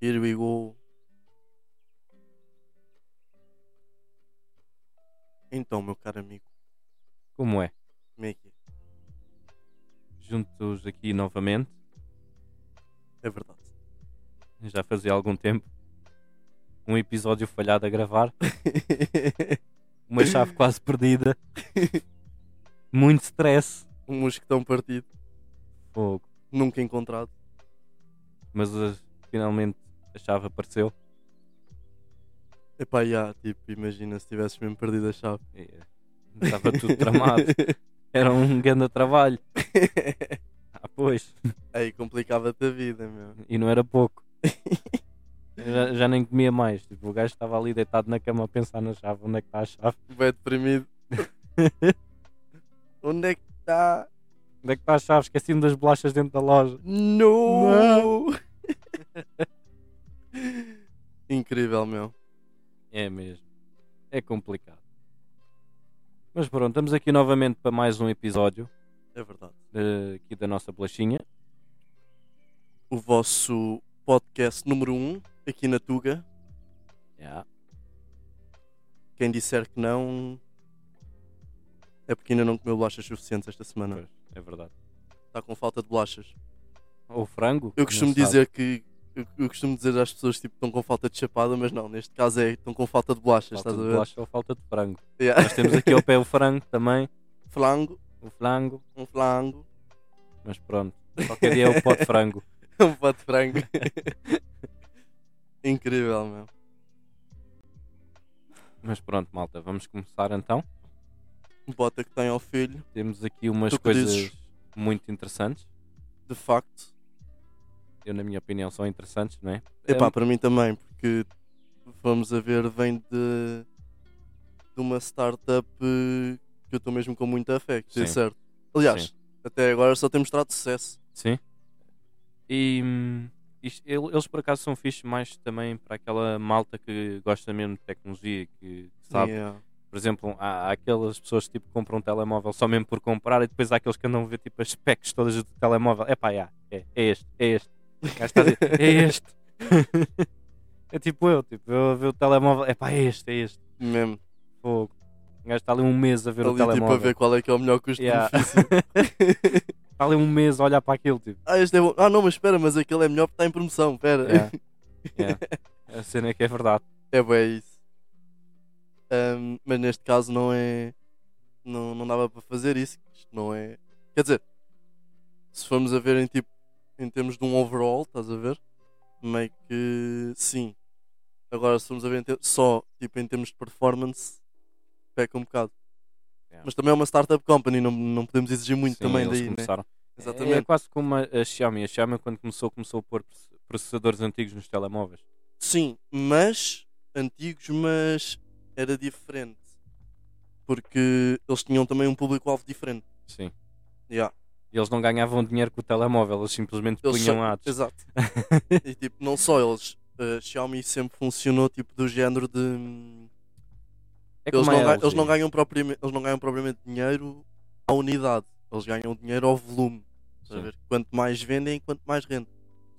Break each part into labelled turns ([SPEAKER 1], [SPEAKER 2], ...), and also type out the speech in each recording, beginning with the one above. [SPEAKER 1] Here we go. Então, meu caro amigo,
[SPEAKER 2] Como é?
[SPEAKER 1] como é que é?
[SPEAKER 2] Juntos aqui novamente.
[SPEAKER 1] É verdade.
[SPEAKER 2] Já fazia algum tempo. Um episódio falhado a gravar. Uma chave quase perdida. Muito stress.
[SPEAKER 1] Um mosquetão partido,
[SPEAKER 2] Fogo.
[SPEAKER 1] nunca encontrado.
[SPEAKER 2] Mas uh, finalmente a chave apareceu.
[SPEAKER 1] Epá, já, tipo, imagina se tivesses mesmo perdido a chave.
[SPEAKER 2] E, uh, Estava tudo tramado. Era um grande trabalho. Ah, pois.
[SPEAKER 1] Aí complicava-te a vida, meu.
[SPEAKER 2] E não era pouco. Já, já nem comia mais. Tipo, o gajo estava ali deitado na cama a pensar na chave. Onde é que está a chave?
[SPEAKER 1] Bem deprimido. Onde é que está?
[SPEAKER 2] Onde é que está a chave? Esqueci-me das bolachas dentro da loja.
[SPEAKER 1] No! Incrível, meu.
[SPEAKER 2] É mesmo. É complicado. Mas pronto, estamos aqui novamente para mais um episódio
[SPEAKER 1] É verdade.
[SPEAKER 2] eh, aqui da nossa bolachinha.
[SPEAKER 1] O vosso podcast número 1, um, aqui na Tuga.
[SPEAKER 2] Yeah.
[SPEAKER 1] Quem disser que não é porque ainda não comeu bolachas suficientes esta semana.
[SPEAKER 2] Pois, é verdade.
[SPEAKER 1] Está com falta de bolachas.
[SPEAKER 2] Ou frango?
[SPEAKER 1] Eu
[SPEAKER 2] não
[SPEAKER 1] costumo
[SPEAKER 2] se sabe.
[SPEAKER 1] dizer que. Eu, eu costumo dizer às pessoas tipo estão com falta de chapada, mas não, neste caso é estão com falta de bolachas,
[SPEAKER 2] Falta
[SPEAKER 1] estás a
[SPEAKER 2] de
[SPEAKER 1] ver?
[SPEAKER 2] bolacha ou falta de frango.
[SPEAKER 1] Yeah.
[SPEAKER 2] Nós temos aqui ao pé o frango também,
[SPEAKER 1] Flango,
[SPEAKER 2] o frango,
[SPEAKER 1] um flango,
[SPEAKER 2] mas pronto. Qualquer dia é o pó de frango.
[SPEAKER 1] um pato de frango. Incrível, meu.
[SPEAKER 2] Mas pronto, malta, vamos começar então.
[SPEAKER 1] Bota que tem ao filho,
[SPEAKER 2] Temos aqui umas
[SPEAKER 1] Tu que
[SPEAKER 2] coisas
[SPEAKER 1] dizes.
[SPEAKER 2] muito interessantes.
[SPEAKER 1] de facto.
[SPEAKER 2] Eu, na minha opinião, são interessantes, não é?
[SPEAKER 1] Epá,
[SPEAKER 2] Hum,
[SPEAKER 1] para mim também, porque vamos a ver, vem de, de uma startup eh, que eu estou mesmo com muita fé, que dê
[SPEAKER 2] Sim.
[SPEAKER 1] certo. Aliás, até agora só temos trato de sucesso.
[SPEAKER 2] Sim. E hum, isto- el- eles por acaso são fixe mais também para aquela malta que gosta mesmo de tecnologia, que sabe.
[SPEAKER 1] Yeah.
[SPEAKER 2] Por exemplo, há, há aquelas pessoas que tipo, compram um telemóvel só mesmo por comprar e depois há aqueles que andam a ver tipo, as specs todas do telemóvel. Epá, já, é, é este, é este. O gajo está a dizer, é este. é tipo eu, tipo, eu a ver o telemóvel, epá, é este, é este.
[SPEAKER 1] Mesmo.
[SPEAKER 2] Fogo. O gajo está ali um mês a ver o
[SPEAKER 1] Ali tipo
[SPEAKER 2] telemóvel.
[SPEAKER 1] a ver qual é que é o melhor
[SPEAKER 2] Yeah.
[SPEAKER 1] custo-benefício.
[SPEAKER 2] está ali um mês a olhar para aquilo, tipo.
[SPEAKER 1] ah, este é bom. Ah, não, mas espera, mas aquele é melhor porque está em promoção, espera.
[SPEAKER 2] Yeah. Yeah. A cena é que é verdade.
[SPEAKER 1] É bom, é isso. Ahm, mas neste caso não é. Não, não dava para fazer isso. Isto não é. Quer dizer, se formos a ver em tipo. Em termos de um overall, estás a ver? Meio que sim. Agora se formos a ver em ter- só tipo, em termos de performance, peca um bocado.
[SPEAKER 2] Yeah.
[SPEAKER 1] Mas também é uma startup company, não, não podemos exigir muito
[SPEAKER 2] Sim,
[SPEAKER 1] também
[SPEAKER 2] eles
[SPEAKER 1] daí, né?
[SPEAKER 2] começaram. É
[SPEAKER 1] Exatamente.
[SPEAKER 2] quase como a, a Xiaomi. A Xiaomi, quando começou, começou a pôr proce- processadores antigos nos telemóveis.
[SPEAKER 1] Sim, mas antigos, mas era diferente. Porque eles tinham também um público-alvo diferente.
[SPEAKER 2] Sim.
[SPEAKER 1] Yeah.
[SPEAKER 2] E eles não ganhavam dinheiro com o telemóvel, eles simplesmente
[SPEAKER 1] Eles
[SPEAKER 2] punham
[SPEAKER 1] só-
[SPEAKER 2] ads.
[SPEAKER 1] Exato. e tipo, não só eles. A Xiaomi sempre funcionou tipo do género de. hum,
[SPEAKER 2] É
[SPEAKER 1] eles,
[SPEAKER 2] como
[SPEAKER 1] não
[SPEAKER 2] a
[SPEAKER 1] ga-
[SPEAKER 2] LG.
[SPEAKER 1] eles não ganham propriamente, eles não ganham propriamente dinheiro à unidade. Eles ganham dinheiro ao volume. Estás a
[SPEAKER 2] Sim.
[SPEAKER 1] ver? Quanto mais vendem, quanto mais rende.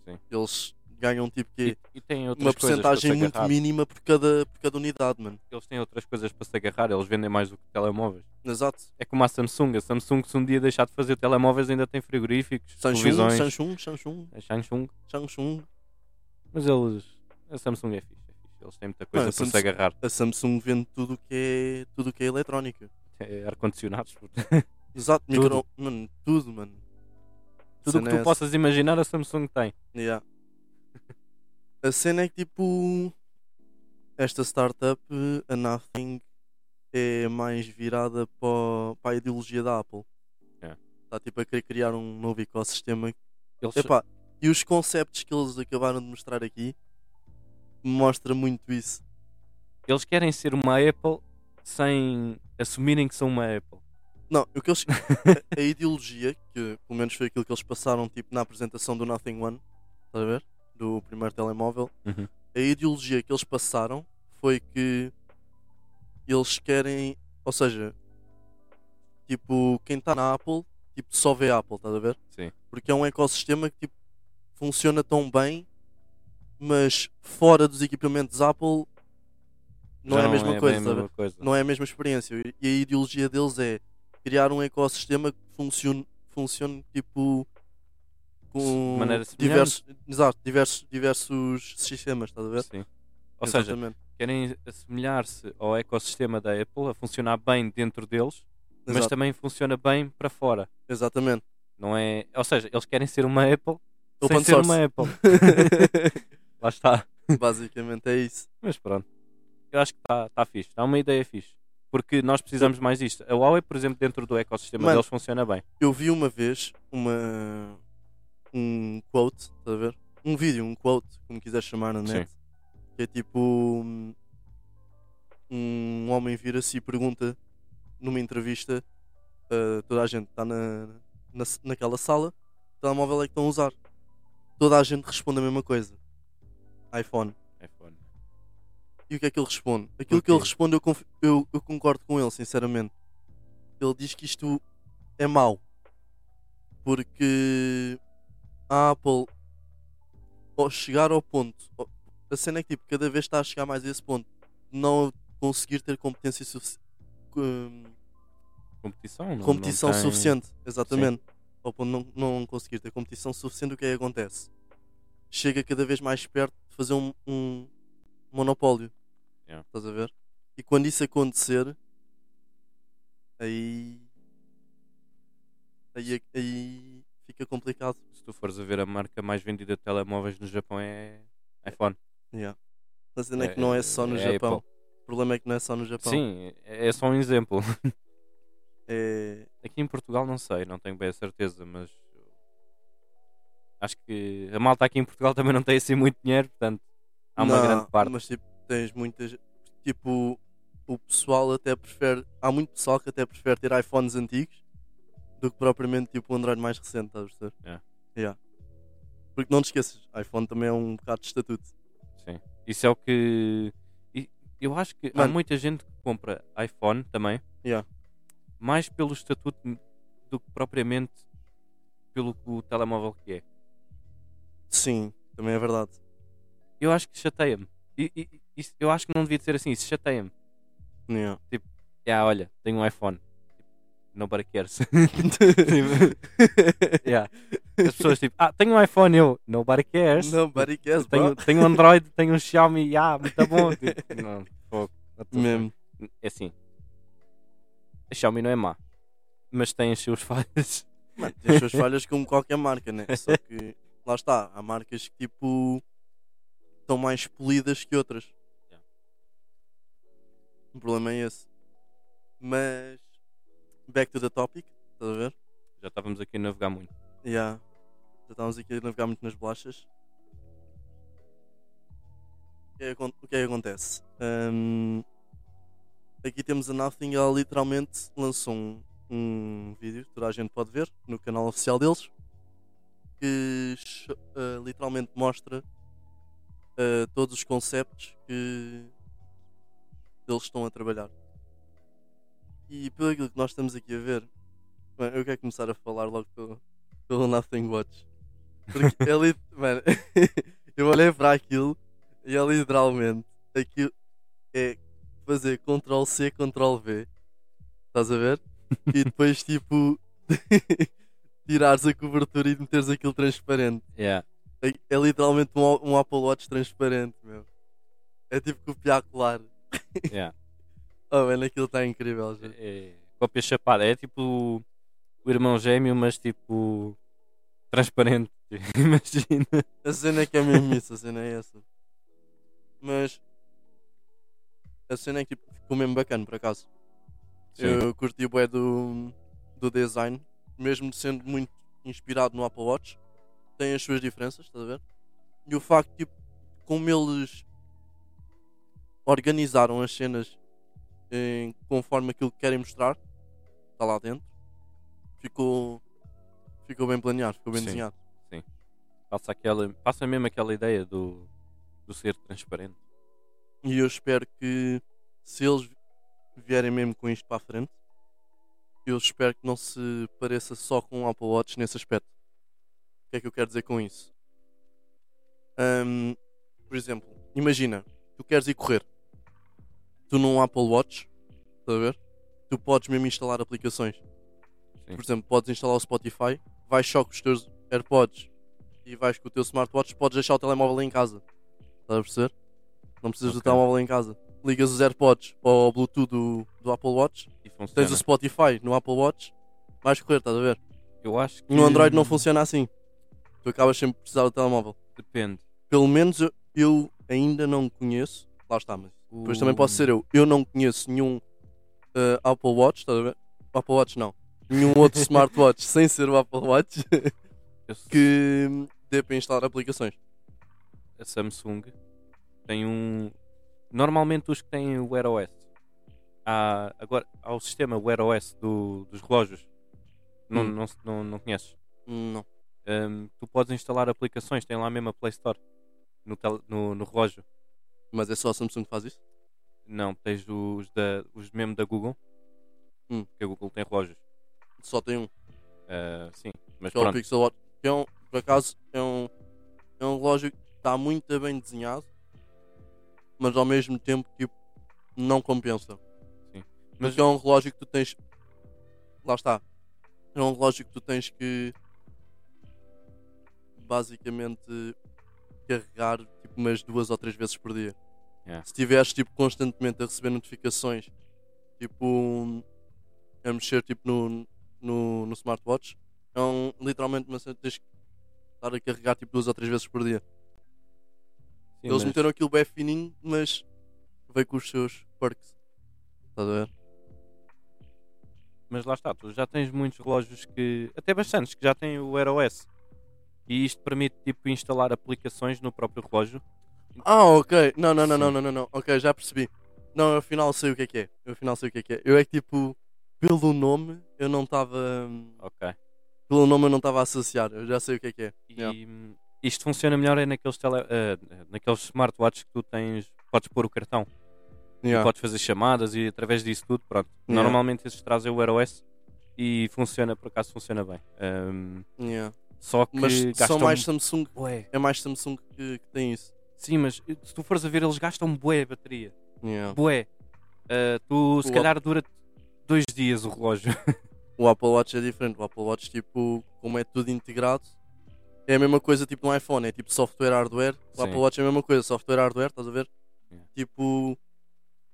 [SPEAKER 2] Sim.
[SPEAKER 1] Eles ganham tipo quê?
[SPEAKER 2] E, e têm outras
[SPEAKER 1] Uma
[SPEAKER 2] coisas
[SPEAKER 1] porcentagem
[SPEAKER 2] para se
[SPEAKER 1] muito
[SPEAKER 2] agarrar.
[SPEAKER 1] mínima por cada, por cada unidade, mano.
[SPEAKER 2] Eles têm outras coisas para se agarrar, eles vendem mais do que telemóveis.
[SPEAKER 1] Exato.
[SPEAKER 2] É como a Samsung. A Samsung, se um dia deixar de fazer telemóveis, ainda tem frigoríficos,
[SPEAKER 1] Samsung,
[SPEAKER 2] televisões.
[SPEAKER 1] Samsung, Samsung,
[SPEAKER 2] A Samsung.
[SPEAKER 1] Samsung.
[SPEAKER 2] Mas eles. A Samsung é fixe. é fixe. Eles têm muita coisa
[SPEAKER 1] Não, a
[SPEAKER 2] para se
[SPEAKER 1] Samsung-
[SPEAKER 2] agarrar.
[SPEAKER 1] A Samsung vende tudo o que é, tudo o que é eletrónica.
[SPEAKER 2] É, Ar-condicionados.
[SPEAKER 1] Exato,
[SPEAKER 2] Tudo.
[SPEAKER 1] micro, mano, tudo, mano.
[SPEAKER 2] Tudo o que
[SPEAKER 1] Cena é
[SPEAKER 2] tu possas imaginar, a Samsung tem.
[SPEAKER 1] essa. Yeah. A cena é que tipo esta startup, eh, a Nothing, é mais virada para, para a ideologia da Apple.
[SPEAKER 2] É.
[SPEAKER 1] Está tipo a querer criar um novo ecossistema
[SPEAKER 2] Eles,
[SPEAKER 1] Epá, e os conceptos que eles acabaram de mostrar aqui mostra muito isso.
[SPEAKER 2] eles querem ser uma Apple sem assumirem que são uma Apple.
[SPEAKER 1] Não, o que eles, a ideologia, que pelo menos foi aquilo que eles passaram tipo, na apresentação do Nothing One, estás a ver? Do primeiro telemóvel.
[SPEAKER 2] Uhum.
[SPEAKER 1] A ideologia que eles passaram foi que eles querem, ou seja, tipo, quem está na Apple, tipo, só vê a Apple, estás a ver?
[SPEAKER 2] Sim.
[SPEAKER 1] Porque é um ecossistema que tipo, funciona tão bem mas fora dos equipamentos Apple não
[SPEAKER 2] Já
[SPEAKER 1] é a mesma coisa.
[SPEAKER 2] bem a
[SPEAKER 1] sabe?
[SPEAKER 2] mesma coisa.
[SPEAKER 1] Não é a mesma experiência. E- E a ideologia deles é criar um ecossistema que funcione, funcione tipo com
[SPEAKER 2] De maneira semelhante.
[SPEAKER 1] diversos, exato, diversos, diversos sistemas, estás a ver?
[SPEAKER 2] Sim. Ou seja,
[SPEAKER 1] é. Exatamente.
[SPEAKER 2] querem assemelhar-se ao ecossistema da Apple, a funcionar bem dentro deles, mas
[SPEAKER 1] Exato,
[SPEAKER 2] também funciona bem para fora.
[SPEAKER 1] exatamente.
[SPEAKER 2] Não é... Ou seja, eles querem ser uma Apple
[SPEAKER 1] Open
[SPEAKER 2] sem ser
[SPEAKER 1] source.
[SPEAKER 2] uma Apple. Lá está.
[SPEAKER 1] Basicamente é isso.
[SPEAKER 2] Mas pronto. Eu acho que está tá fixe. Está uma ideia fixe. Porque nós precisamos mais disto. A Huawei, por exemplo, dentro do ecossistema
[SPEAKER 1] Mano.
[SPEAKER 2] deles funciona bem.
[SPEAKER 1] Eu vi uma vez uma um quote, estás a ver? Um vídeo, um quote, como quiser chamar na net, que é tipo um- um homem vira-se e pergunta numa entrevista uh, toda a gente está na, na, naquela sala, que telemóvel é que estão a usar. Toda a gente responde a mesma coisa. iPhone.
[SPEAKER 2] iPhone.
[SPEAKER 1] E o que é que ele responde? Aquilo
[SPEAKER 2] Por
[SPEAKER 1] que ele
[SPEAKER 2] quê?
[SPEAKER 1] responde, eu, conf- eu- eu concordo com ele, sinceramente. Ele diz que isto é mau. Porque a Apple, ao chegar ao ponto, ao- a cena é que tipo, cada vez está a chegar mais a esse ponto, de não conseguir ter competência suficiente.
[SPEAKER 2] Competição? Não,
[SPEAKER 1] competição
[SPEAKER 2] não tem-
[SPEAKER 1] suficiente, exatamente. Ao ponto de não, não conseguir ter competição suficiente, o que é que acontece? Chega cada vez mais perto de fazer um, um monopólio.
[SPEAKER 2] Yeah.
[SPEAKER 1] Estás a ver? E quando isso acontecer, aí. Aí, aí fica complicado.
[SPEAKER 2] Se tu fores a ver a marca mais vendida de telemóveis no Japão é iPhone.
[SPEAKER 1] Yeah. A cena é, que não é só no
[SPEAKER 2] é
[SPEAKER 1] Japão.
[SPEAKER 2] Apple.
[SPEAKER 1] O problema é que não é só no Japão.
[SPEAKER 2] Sim, é é só um exemplo.
[SPEAKER 1] É,
[SPEAKER 2] Aqui em Portugal não sei, não tenho bem a certeza, mas acho que a malta aqui em Portugal também não tem assim muito dinheiro, portanto há uma
[SPEAKER 1] Não,
[SPEAKER 2] grande parte.
[SPEAKER 1] Mas tipo, tens muitas. Tipo, o pessoal até prefere. Há muito pessoal que até prefere ter iPhones antigos do que propriamente tipo o Android mais recente, estás a perceber?
[SPEAKER 2] É.
[SPEAKER 1] Yeah. Porque não te esqueças, iPhone também é um bocado de estatuto.
[SPEAKER 2] Sim. Isso é o que. e Eu acho que há
[SPEAKER 1] Mano.
[SPEAKER 2] muita gente que compra iPhone também,
[SPEAKER 1] Yeah.
[SPEAKER 2] mais pelo estatuto do que propriamente pelo que o telemóvel que é.
[SPEAKER 1] Sim, também é verdade.
[SPEAKER 2] Eu acho que chateia-me. E- e- e isso- Eu acho que não devia de ser assim, isso chateia-me.
[SPEAKER 1] Yeah.
[SPEAKER 2] Yeah, olha, tenho um iPhone. Nobody cares. Yeah. As pessoas tipo, ah, tenho um iPhone, eu, nobody cares.
[SPEAKER 1] Nobody cares,
[SPEAKER 2] tenho,
[SPEAKER 1] bro.
[SPEAKER 2] tenho um Android, tenho um Xiaomi, ah, muito bom. Tipo, não, fogo.
[SPEAKER 1] Mesmo.
[SPEAKER 2] É assim, a Xiaomi não é má, mas tem as suas falhas.
[SPEAKER 1] Mano, tem as suas falhas como qualquer marca, né? Só que lá está, há marcas que tipo estão mais polidas que outras.
[SPEAKER 2] Yeah.
[SPEAKER 1] O problema é esse. Mas back to the topic, estás a ver?
[SPEAKER 2] Já estávamos aqui a navegar muito.
[SPEAKER 1] Yeah. Já estávamos aqui a navegar muito nas bolachas. O que é, que acon- o que é que acontece? Ahm, aqui temos a Nothing, ela literalmente lançou um, um vídeo que toda a gente pode ver no canal oficial deles que ch- ah, literalmente mostra ah, todos os conceptos que eles estão a trabalhar. E pelo aquilo que nós estamos aqui a ver, bem, eu quero começar a falar logo pelo, pelo Nothing Watch. Porque é lit- mano, eu olhei para aquilo e é literalmente aquilo é fazer Ctrl C, Ctrl V. Estás a ver? E depois tipo tirares a cobertura e meteres aquilo transparente.
[SPEAKER 2] Yeah.
[SPEAKER 1] É, é literalmente um, Al- um Apple Watch transparente, meu. É tipo copiar colar.
[SPEAKER 2] Yeah.
[SPEAKER 1] Oh, mano, aquilo está incrível. Já.
[SPEAKER 2] É, cópia chapada, é tipo o irmão gêmeo, mas tipo transparente. Imagina.
[SPEAKER 1] A cena é que é mesmo isso, a cena é essa. Mas a cena é que tipo, ficou mesmo bacana por acaso. Eu curti o bué do, do design, mesmo sendo muito inspirado no Apple Watch, tem as suas diferenças, estás a ver? E o facto tipo, como eles organizaram as cenas em- conforme aquilo que querem mostrar, está lá dentro, ficou, ficou bem planeado, ficou bem
[SPEAKER 2] Sim.
[SPEAKER 1] desenhado.
[SPEAKER 2] Passa, aquela, passa mesmo aquela ideia do, do ser transparente.
[SPEAKER 1] E eu espero que se eles vierem mesmo com isto para a frente, eu espero que não se pareça só com o Apple Watch nesse aspecto. O que é que eu quero dizer com isso? Ahm, por exemplo, imagina, tu queres ir correr, tu num Apple Watch, estás a ver? Tu podes mesmo instalar aplicações.
[SPEAKER 2] Sim.
[SPEAKER 1] Por exemplo, podes instalar o Spotify, vais só com os teus AirPods e vais com o teu smartwatch, podes deixar o telemóvel em casa. Estás a perceber? Não precisas do
[SPEAKER 2] Ok.
[SPEAKER 1] telemóvel em casa. Ligas os AirPods ao Bluetooth do, do Apple Watch,
[SPEAKER 2] E
[SPEAKER 1] tens
[SPEAKER 2] funciona.
[SPEAKER 1] o Spotify no Apple Watch, vais correr, estás a ver?
[SPEAKER 2] Eu acho que.
[SPEAKER 1] No Android não funciona assim. Tu acabas sempre a precisar do telemóvel.
[SPEAKER 2] Depende.
[SPEAKER 1] Pelo menos eu, eu ainda não conheço. Lá está, mas depois também
[SPEAKER 2] O-
[SPEAKER 1] posso ser eu. Eu não conheço nenhum eh, Apple Watch, estás a ver? Apple Watch não. Nenhum outro smartwatch sem ser o Apple Watch
[SPEAKER 2] eu-
[SPEAKER 1] que dê para instalar aplicações.
[SPEAKER 2] A Samsung tem um. Normalmente os que têm o Wear OS. Há, agora, há o sistema Wear OS do, dos relógios. Não,
[SPEAKER 1] Hum.
[SPEAKER 2] não, se- não, não conheces?
[SPEAKER 1] Hum, Não.
[SPEAKER 2] Hum, tu podes instalar aplicações, tem lá mesmo a Play Store no, tel- no, no relógio.
[SPEAKER 1] Mas é só a Samsung que faz isso?
[SPEAKER 2] Não, tens os, da, os mesmo da Google,
[SPEAKER 1] Hum.
[SPEAKER 2] porque a Google tem relógios.
[SPEAKER 1] Só tem um.
[SPEAKER 2] Ah, sim, mas
[SPEAKER 1] que é o
[SPEAKER 2] pronto.
[SPEAKER 1] Pixel Watch. Que é um, por acaso, é um, é um relógio que está muito bem desenhado, mas ao mesmo tempo, tipo, não compensa.
[SPEAKER 2] Sim.
[SPEAKER 1] Mas
[SPEAKER 2] Mas-
[SPEAKER 1] é um relógio que tu tens. Lá está. É um relógio que tu tens que. Basicamente. Carregar tipo umas duas ou três vezes por dia.
[SPEAKER 2] Yeah.
[SPEAKER 1] Se tiveres tipo constantemente a receber notificações, tipo a mexer tipo no, no, no smartwatch, é um, literalmente uma cena que tens que estar a carregar tipo duas ou três vezes por dia.
[SPEAKER 2] Sim,
[SPEAKER 1] Eles
[SPEAKER 2] mas-
[SPEAKER 1] meteram aquilo bem fininho, mas veio com os seus perks. Estás a ver?
[SPEAKER 2] mas lá está, tu já tens muitos relógios que, até bastantes, que já têm o Wear OS. E isto permite tipo instalar aplicações no próprio relógio.
[SPEAKER 1] Ah, ok. Não, não, não,
[SPEAKER 2] Sim.
[SPEAKER 1] não, não, não, não. Ok, já percebi. Não, eu afinal sei o que é que é. Eu afinal sei o que é que é. Eu é que tipo, pelo nome, eu não estava. hum,
[SPEAKER 2] Ok.
[SPEAKER 1] Pelo nome eu não estava a associar. Eu já sei o que é que é.
[SPEAKER 2] E
[SPEAKER 1] Yeah.
[SPEAKER 2] hum, isto funciona melhor é naqueles, tele, eh, naqueles smartwatches que tu tens, podes pôr o cartão,
[SPEAKER 1] Yeah.
[SPEAKER 2] podes fazer chamadas e através disso tudo, pronto.
[SPEAKER 1] Yeah.
[SPEAKER 2] Normalmente esses trazem o Wear OS e funciona, por acaso funciona bem. Hum,
[SPEAKER 1] Yeah.
[SPEAKER 2] só que
[SPEAKER 1] Mas
[SPEAKER 2] gastam...
[SPEAKER 1] são mais Samsung.
[SPEAKER 2] bué.
[SPEAKER 1] É mais Samsung que, que tem isso.
[SPEAKER 2] Sim, mas eh, se tu fores a ver, eles gastam bué a bateria.
[SPEAKER 1] Yeah.
[SPEAKER 2] Bué. Eh, tu, se
[SPEAKER 1] O-
[SPEAKER 2] calhar, dura dois dias o relógio.
[SPEAKER 1] O Apple Watch é diferente. O Apple Watch, tipo, como é tudo integrado, é a mesma coisa tipo no iPhone, é tipo software, hardware. O
[SPEAKER 2] Sim.
[SPEAKER 1] Apple Watch é a mesma coisa, software, hardware, estás a ver?
[SPEAKER 2] Yeah.
[SPEAKER 1] Tipo.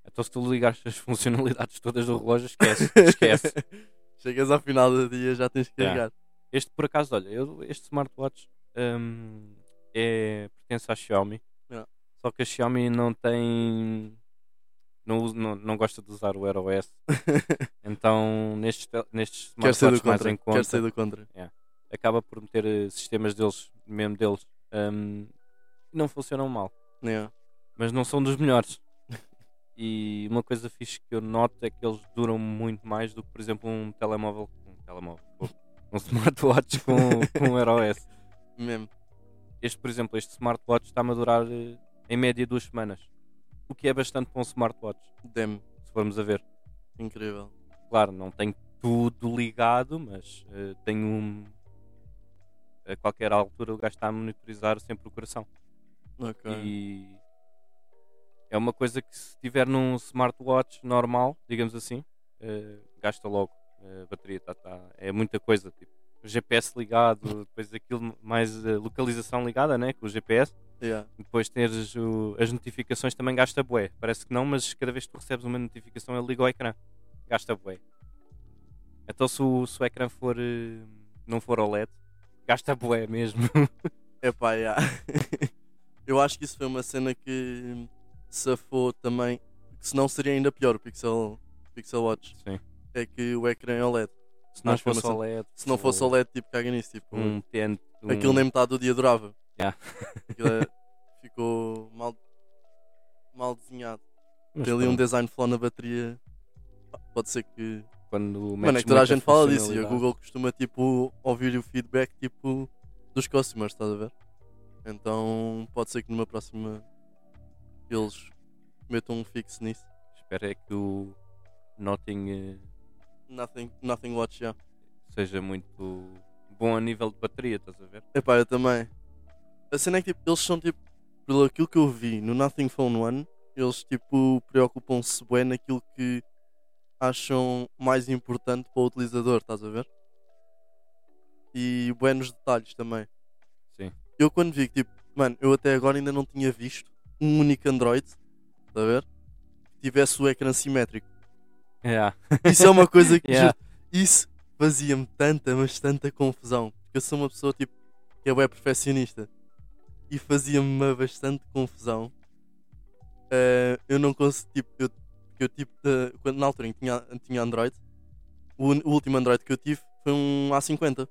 [SPEAKER 2] Então se tu ligares as funcionalidades todas do relógio, esquece, esquece.
[SPEAKER 1] Chegas ao final do dia já tens que
[SPEAKER 2] Yeah.
[SPEAKER 1] carregar.
[SPEAKER 2] Este por acaso, olha, eu- este smartwatch hum, é, pertence à Xiaomi.
[SPEAKER 1] Yeah.
[SPEAKER 2] Só que a Xiaomi não tem. Não, usa- não, não gosta de usar o Wear OS. então nestes, tel- nestes
[SPEAKER 1] Quero ser do
[SPEAKER 2] smartwatches mais
[SPEAKER 1] contra.
[SPEAKER 2] em
[SPEAKER 1] Quero
[SPEAKER 2] conta,
[SPEAKER 1] ser do contra.
[SPEAKER 2] acaba por meter eh, sistemas deles, mesmo deles, hum, que não funcionam mal.
[SPEAKER 1] Yeah.
[SPEAKER 2] mas não são dos melhores. E uma coisa fixe que eu noto é que eles duram muito mais do que, por exemplo, um telemóvel. Um telemóvel. pô, Um smartwatch com, com um iOS.
[SPEAKER 1] Mesmo.
[SPEAKER 2] Este, por exemplo, este smartwatch está-me a durar eh, em média duas semanas. O que é bastante para um smartwatch,
[SPEAKER 1] Damn.
[SPEAKER 2] se formos a ver.
[SPEAKER 1] Incrível.
[SPEAKER 2] Claro, não tenho tudo ligado, mas eh, tenho um. A qualquer altura o gajo está a monitorizar sempre o coração.
[SPEAKER 1] Ok.
[SPEAKER 2] E é uma coisa que se tiver num smartwatch normal, digamos assim, eh, gasta logo eh, a bateria. Tá, tá- é muita coisa. Tipo, o GPS ligado, depois aquilo mais eh, localização ligada, né? Com o GPS.
[SPEAKER 1] Yeah.
[SPEAKER 2] Depois teres o- as notificações também gasta bué. Parece que não, mas cada vez que tu recebes uma notificação ele liga o ecrã. Gasta bué. Então se o, se o ecrã for, eh, não for OLED, gasta bué mesmo.
[SPEAKER 1] Epá, yeah. Eu acho que isso foi uma cena que safou também. Que senão seria ainda pior o Pixel, Pixel Watch.
[SPEAKER 2] Sim.
[SPEAKER 1] É que o ecrã é OLED.
[SPEAKER 2] Se não
[SPEAKER 1] Acho que foi
[SPEAKER 2] fosse
[SPEAKER 1] uma-
[SPEAKER 2] OLED.
[SPEAKER 1] Se não fosse
[SPEAKER 2] ou-
[SPEAKER 1] OLED, tipo, caga nisso. Tipo,
[SPEAKER 2] um TNT. Um...
[SPEAKER 1] aquilo nem metade do dia durava.
[SPEAKER 2] Yeah.
[SPEAKER 1] Aquilo é- ficou mal, mal desenhado.
[SPEAKER 2] Mas
[SPEAKER 1] Tem ali um
[SPEAKER 2] pronto,
[SPEAKER 1] design flaw na bateria. Pá, Pode ser que
[SPEAKER 2] Quando
[SPEAKER 1] Mano, é
[SPEAKER 2] metes
[SPEAKER 1] que toda a
[SPEAKER 2] muita
[SPEAKER 1] gente fala disso e a
[SPEAKER 2] funcionalidade.
[SPEAKER 1] Google costuma tipo ouvir o feedback tipo dos customers, estás a ver? Então pode ser que numa próxima eles metam um fixo nisso.
[SPEAKER 2] Espero é que o Notting eh,
[SPEAKER 1] Nothing, nothing watch, já.
[SPEAKER 2] seja muito bom a nível de bateria, estás a ver?
[SPEAKER 1] Epá, eu também. A cena é que tipo, eles são tipo pelo aquilo que eu vi no Nothing Phone One, eles tipo preocupam-se bem naquilo que acham mais importante para o utilizador, estás a ver? E bem nos detalhes também.
[SPEAKER 2] Sim.
[SPEAKER 1] Eu quando vi que tipo, mano, eu até agora ainda não tinha visto um único Android, estás a ver? Que tivesse o ecrã simétrico.
[SPEAKER 2] Yeah.
[SPEAKER 1] Isso é uma coisa que
[SPEAKER 2] Yeah.
[SPEAKER 1] juro, isso fazia-me tanta, mas tanta confusão. Porque eu sou uma pessoa tipo que é bem perfeccionista e fazia-me uma bastante confusão. Eh, eu não consegui, tipo, eu, que eu tipo, de- quando, na altura em que tinha, tinha Android, o, un- o último Android que eu tive foi um A50.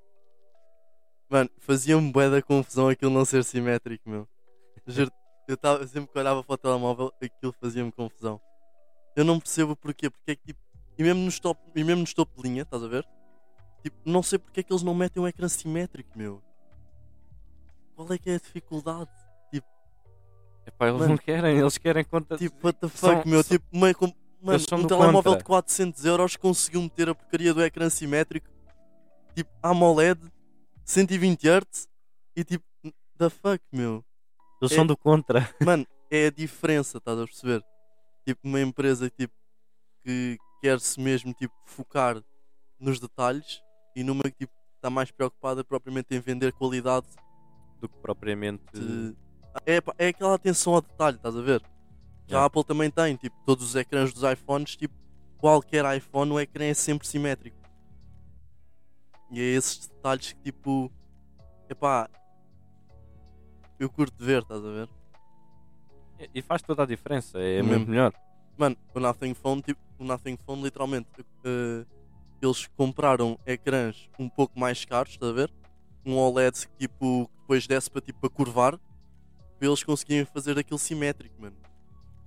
[SPEAKER 1] Mano, fazia-me bué da confusão aquilo não ser simétrico, meu. Juro, eu tava, sempre que olhava para o telemóvel, aquilo fazia-me confusão. Eu não percebo o porquê, porque é que tipo, e mesmo nos top, e mesmo nos top de linha, estás a ver? Tipo, não sei porque é que eles não metem um ecrã simétrico, meu. Qual é que é a dificuldade?
[SPEAKER 2] Epá, É eles
[SPEAKER 1] Mano.
[SPEAKER 2] não querem, eles querem conta.
[SPEAKER 1] Tipo, what the
[SPEAKER 2] São-
[SPEAKER 1] fuck, meu?
[SPEAKER 2] são-
[SPEAKER 1] Tipo, meio com... Mano,
[SPEAKER 2] são
[SPEAKER 1] um
[SPEAKER 2] do
[SPEAKER 1] telemóvel
[SPEAKER 2] contra.
[SPEAKER 1] de 400 euros conseguiu meter a porcaria do ecrã simétrico, tipo, AMOLED, 120 Hz e tipo, the fuck, meu?
[SPEAKER 2] eles
[SPEAKER 1] é-
[SPEAKER 2] são do contra.
[SPEAKER 1] Mano, é a diferença, estás a perceber? Tipo, uma empresa tipo, que quer-se mesmo tipo, focar nos detalhes e numa que tipo, está mais preocupada propriamente em vender qualidade.
[SPEAKER 2] Do que propriamente.
[SPEAKER 1] De... É, pá, é aquela atenção ao detalhe, estás a ver? Que a
[SPEAKER 2] Yeah.
[SPEAKER 1] Apple também tem, tipo, todos os ecrãs dos iPhones, tipo, qualquer iPhone, o ecrã é sempre simétrico. E é esses detalhes que, tipo, epá, eu curto ver, estás a ver?
[SPEAKER 2] E- E faz toda a diferença, é
[SPEAKER 1] Mesmo.
[SPEAKER 2] muito melhor.
[SPEAKER 1] Mano, o Nothing Phone, tipo, o Nothing Phone literalmente eh, eles compraram ecrãs um pouco mais caros, estás a ver? Um OLED que tipo, que depois desce para tipo, para curvar, para eles conseguirem fazer aquilo simétrico, mano.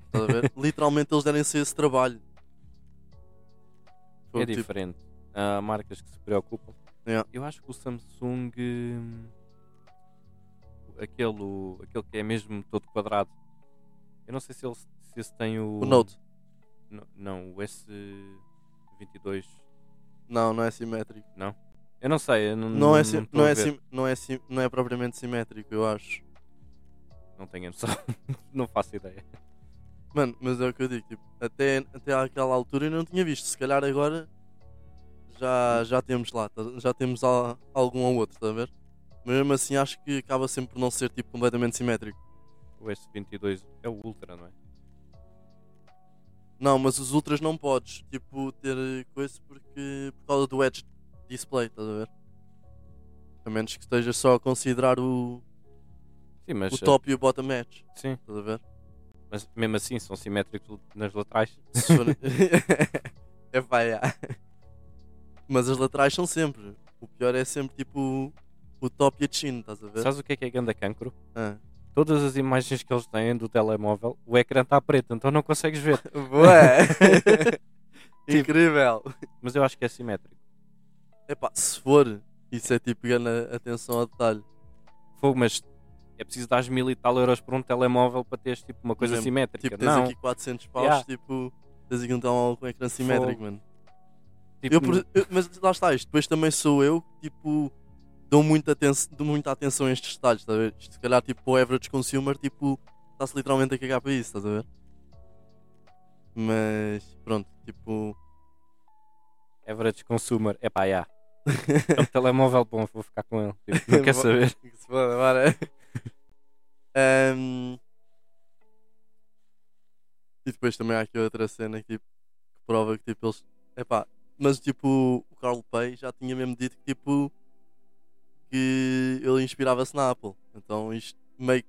[SPEAKER 1] Estás a ver? literalmente eles derem-se esse trabalho. Foi,
[SPEAKER 2] é
[SPEAKER 1] tipo,
[SPEAKER 2] diferente. Há marcas que se preocupam.
[SPEAKER 1] Yeah.
[SPEAKER 2] Eu acho que o Samsung, hum, aquele, o- aquele que é mesmo todo quadrado, eu não sei se, ele, se esse tem o.
[SPEAKER 1] O Note,
[SPEAKER 2] N- Não, o S22.
[SPEAKER 1] não, não é simétrico.
[SPEAKER 2] Eu não sei, eu não,
[SPEAKER 1] Não é,
[SPEAKER 2] Hum, não,
[SPEAKER 1] sim,
[SPEAKER 2] estou
[SPEAKER 1] não,
[SPEAKER 2] a
[SPEAKER 1] é
[SPEAKER 2] ver.
[SPEAKER 1] sim, não, é sim, não é propriamente simétrico, eu acho.
[SPEAKER 2] Não tenho a noção, não faço ideia.
[SPEAKER 1] Mano, mas é o que eu digo, tipo, até, até àquela altura eu não tinha visto. Se calhar agora já, já temos lá, tá- já temos al- algum ou outro, está a ver? Mas mesmo assim acho que acaba sempre por não ser tipo completamente simétrico.
[SPEAKER 2] O S22 é o Ultra, não é?
[SPEAKER 1] Não, mas os ultras não podes, tipo, ter eh, coisa porque por causa do edge display, estás a ver? A menos que estejas só a considerar o,
[SPEAKER 2] Sim, mas, é.
[SPEAKER 1] o top e o bottom edge,
[SPEAKER 2] Sim,
[SPEAKER 1] estás a ver?
[SPEAKER 2] mas mesmo assim são simétricos nas laterais.
[SPEAKER 1] Se for- é pá, é. Mas as laterais são sempre. O pior é sempre tipo o top e a chin, estás a ver?
[SPEAKER 2] Sabes o que é que é ganda cancro?
[SPEAKER 1] Ah.
[SPEAKER 2] todas as imagens que eles têm do telemóvel, o ecrã está preto, então não consegues ver.
[SPEAKER 1] Bué.
[SPEAKER 2] Tipo-
[SPEAKER 1] Incrível.
[SPEAKER 2] Mas eu acho que é simétrico.
[SPEAKER 1] Epá, se for, isso é tipo ganha atenção ao detalhe.
[SPEAKER 2] Fogo, mas é preciso dar mil e tal euros por um telemóvel para teres tipo uma coisa
[SPEAKER 1] Mesmo.
[SPEAKER 2] simétrica.
[SPEAKER 1] Tipo, tens
[SPEAKER 2] não,
[SPEAKER 1] aqui 400 paus,
[SPEAKER 2] Yeah.
[SPEAKER 1] tipo, tens aqui um tal com ecrã simétrico,
[SPEAKER 2] Fogo.
[SPEAKER 1] mano.
[SPEAKER 2] tipo,
[SPEAKER 1] Eu, por- eu- mas lá está isto, depois também sou eu, tipo, dou muita, aten dou muita atenção a estes detalhes, estás a ver? Isto, se calhar, tipo, o average consumer, tipo, está-se literalmente a cagar para isso, estás a ver? Mas, pronto, tipo,
[SPEAKER 2] average consumer, é pá, já. É um telemóvel bom, vou ficar com ele. Tipo, não quer
[SPEAKER 1] Bom.
[SPEAKER 2] saber.
[SPEAKER 1] que se foda, bora. Ahm, E depois também há aqui outra cena que, tipo, que prova que, tipo, eles... Epá, mas, tipo, o Carl Pay já tinha mesmo dito que, tipo, que ele inspirava-se na Apple. Então, isto meio que,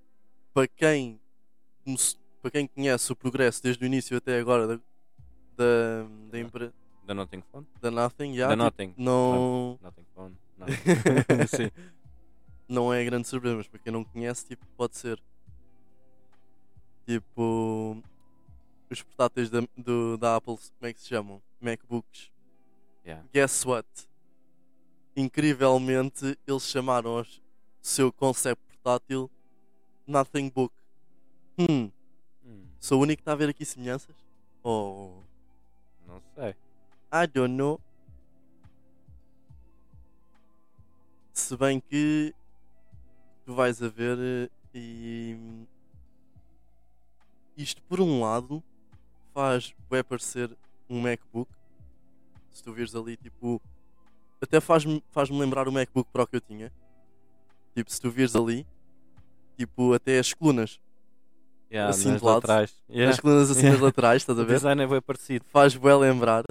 [SPEAKER 1] para quem, come- para quem conhece o progresso desde o início até agora da, da, da, empre-
[SPEAKER 2] Da Nothing Phone?
[SPEAKER 1] da Nothing, já,
[SPEAKER 2] Da
[SPEAKER 1] tipo,
[SPEAKER 2] Nothing.
[SPEAKER 1] não
[SPEAKER 2] Nothing Phone. Nothing. Sim.
[SPEAKER 1] tá. não é grande surpresa, mas para quem não conhece, tipo, pode ser. Tipo, os portáteis da, do- da Apple, como é que se chamam? MacBooks.
[SPEAKER 2] Yeah.
[SPEAKER 1] Guess what? Incrivelmente, eles chamaram o seu concept portátil Nothing Book. Hum,
[SPEAKER 2] Hum,
[SPEAKER 1] sou o único que está a ver aqui semelhanças? Oh,
[SPEAKER 2] não sei.
[SPEAKER 1] I don't know. Se bem que tu vais a ver eh, e isto por um lado faz bué parecer um MacBook. Se tu vires ali, tipo, até faz-me faz lembrar o MacBook Pro que eu tinha. Tipo, se tu vires ali, tipo, até as colunas,
[SPEAKER 2] Yeah,
[SPEAKER 1] assim
[SPEAKER 2] nas
[SPEAKER 1] de lado.
[SPEAKER 2] laterais. Yeah.
[SPEAKER 1] as colunas assim nas laterais, estás a
[SPEAKER 2] O
[SPEAKER 1] ver?
[SPEAKER 2] design é bem parecido.
[SPEAKER 1] Faz bué lembrar.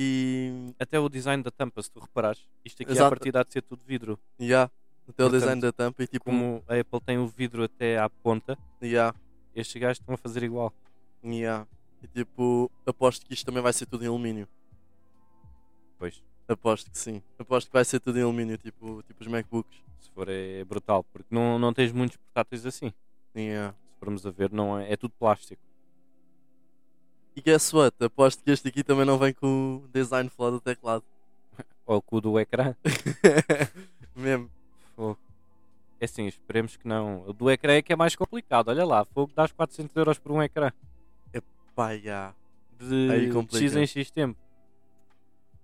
[SPEAKER 1] E,
[SPEAKER 2] Até o design da tampa, se tu reparares, isto aqui à
[SPEAKER 1] Exato.
[SPEAKER 2] partida há de ser tudo vidro.
[SPEAKER 1] yeah, até o
[SPEAKER 2] Portanto,
[SPEAKER 1] design da tampa e tipo,
[SPEAKER 2] Como a Apple tem o vidro até à ponta,
[SPEAKER 1] yeah,
[SPEAKER 2] estes gajos estão a fazer igual.
[SPEAKER 1] yeah. E tipo, aposto que isto também vai ser tudo em alumínio.
[SPEAKER 2] Pois,
[SPEAKER 1] Aposto que sim. Aposto que vai ser tudo em alumínio, tipo, tipo os MacBooks.
[SPEAKER 2] se for é brutal, porque não, não tens muitos portáteis assim.
[SPEAKER 1] Yeah.
[SPEAKER 2] Se formos a ver, não é, é tudo plástico.
[SPEAKER 1] E guess what? Aposto que este aqui também não vem com o design flawed do teclado.
[SPEAKER 2] Ou com o do ecrã.
[SPEAKER 1] Mesmo.
[SPEAKER 2] Fogo. É assim, esperemos que não. O do ecrã é que é mais complicado. Olha lá, fogo, dás 400 euros por um ecrã.
[SPEAKER 1] Pá, yeah. Aí
[SPEAKER 2] De, de
[SPEAKER 1] complica.
[SPEAKER 2] X em X tempo.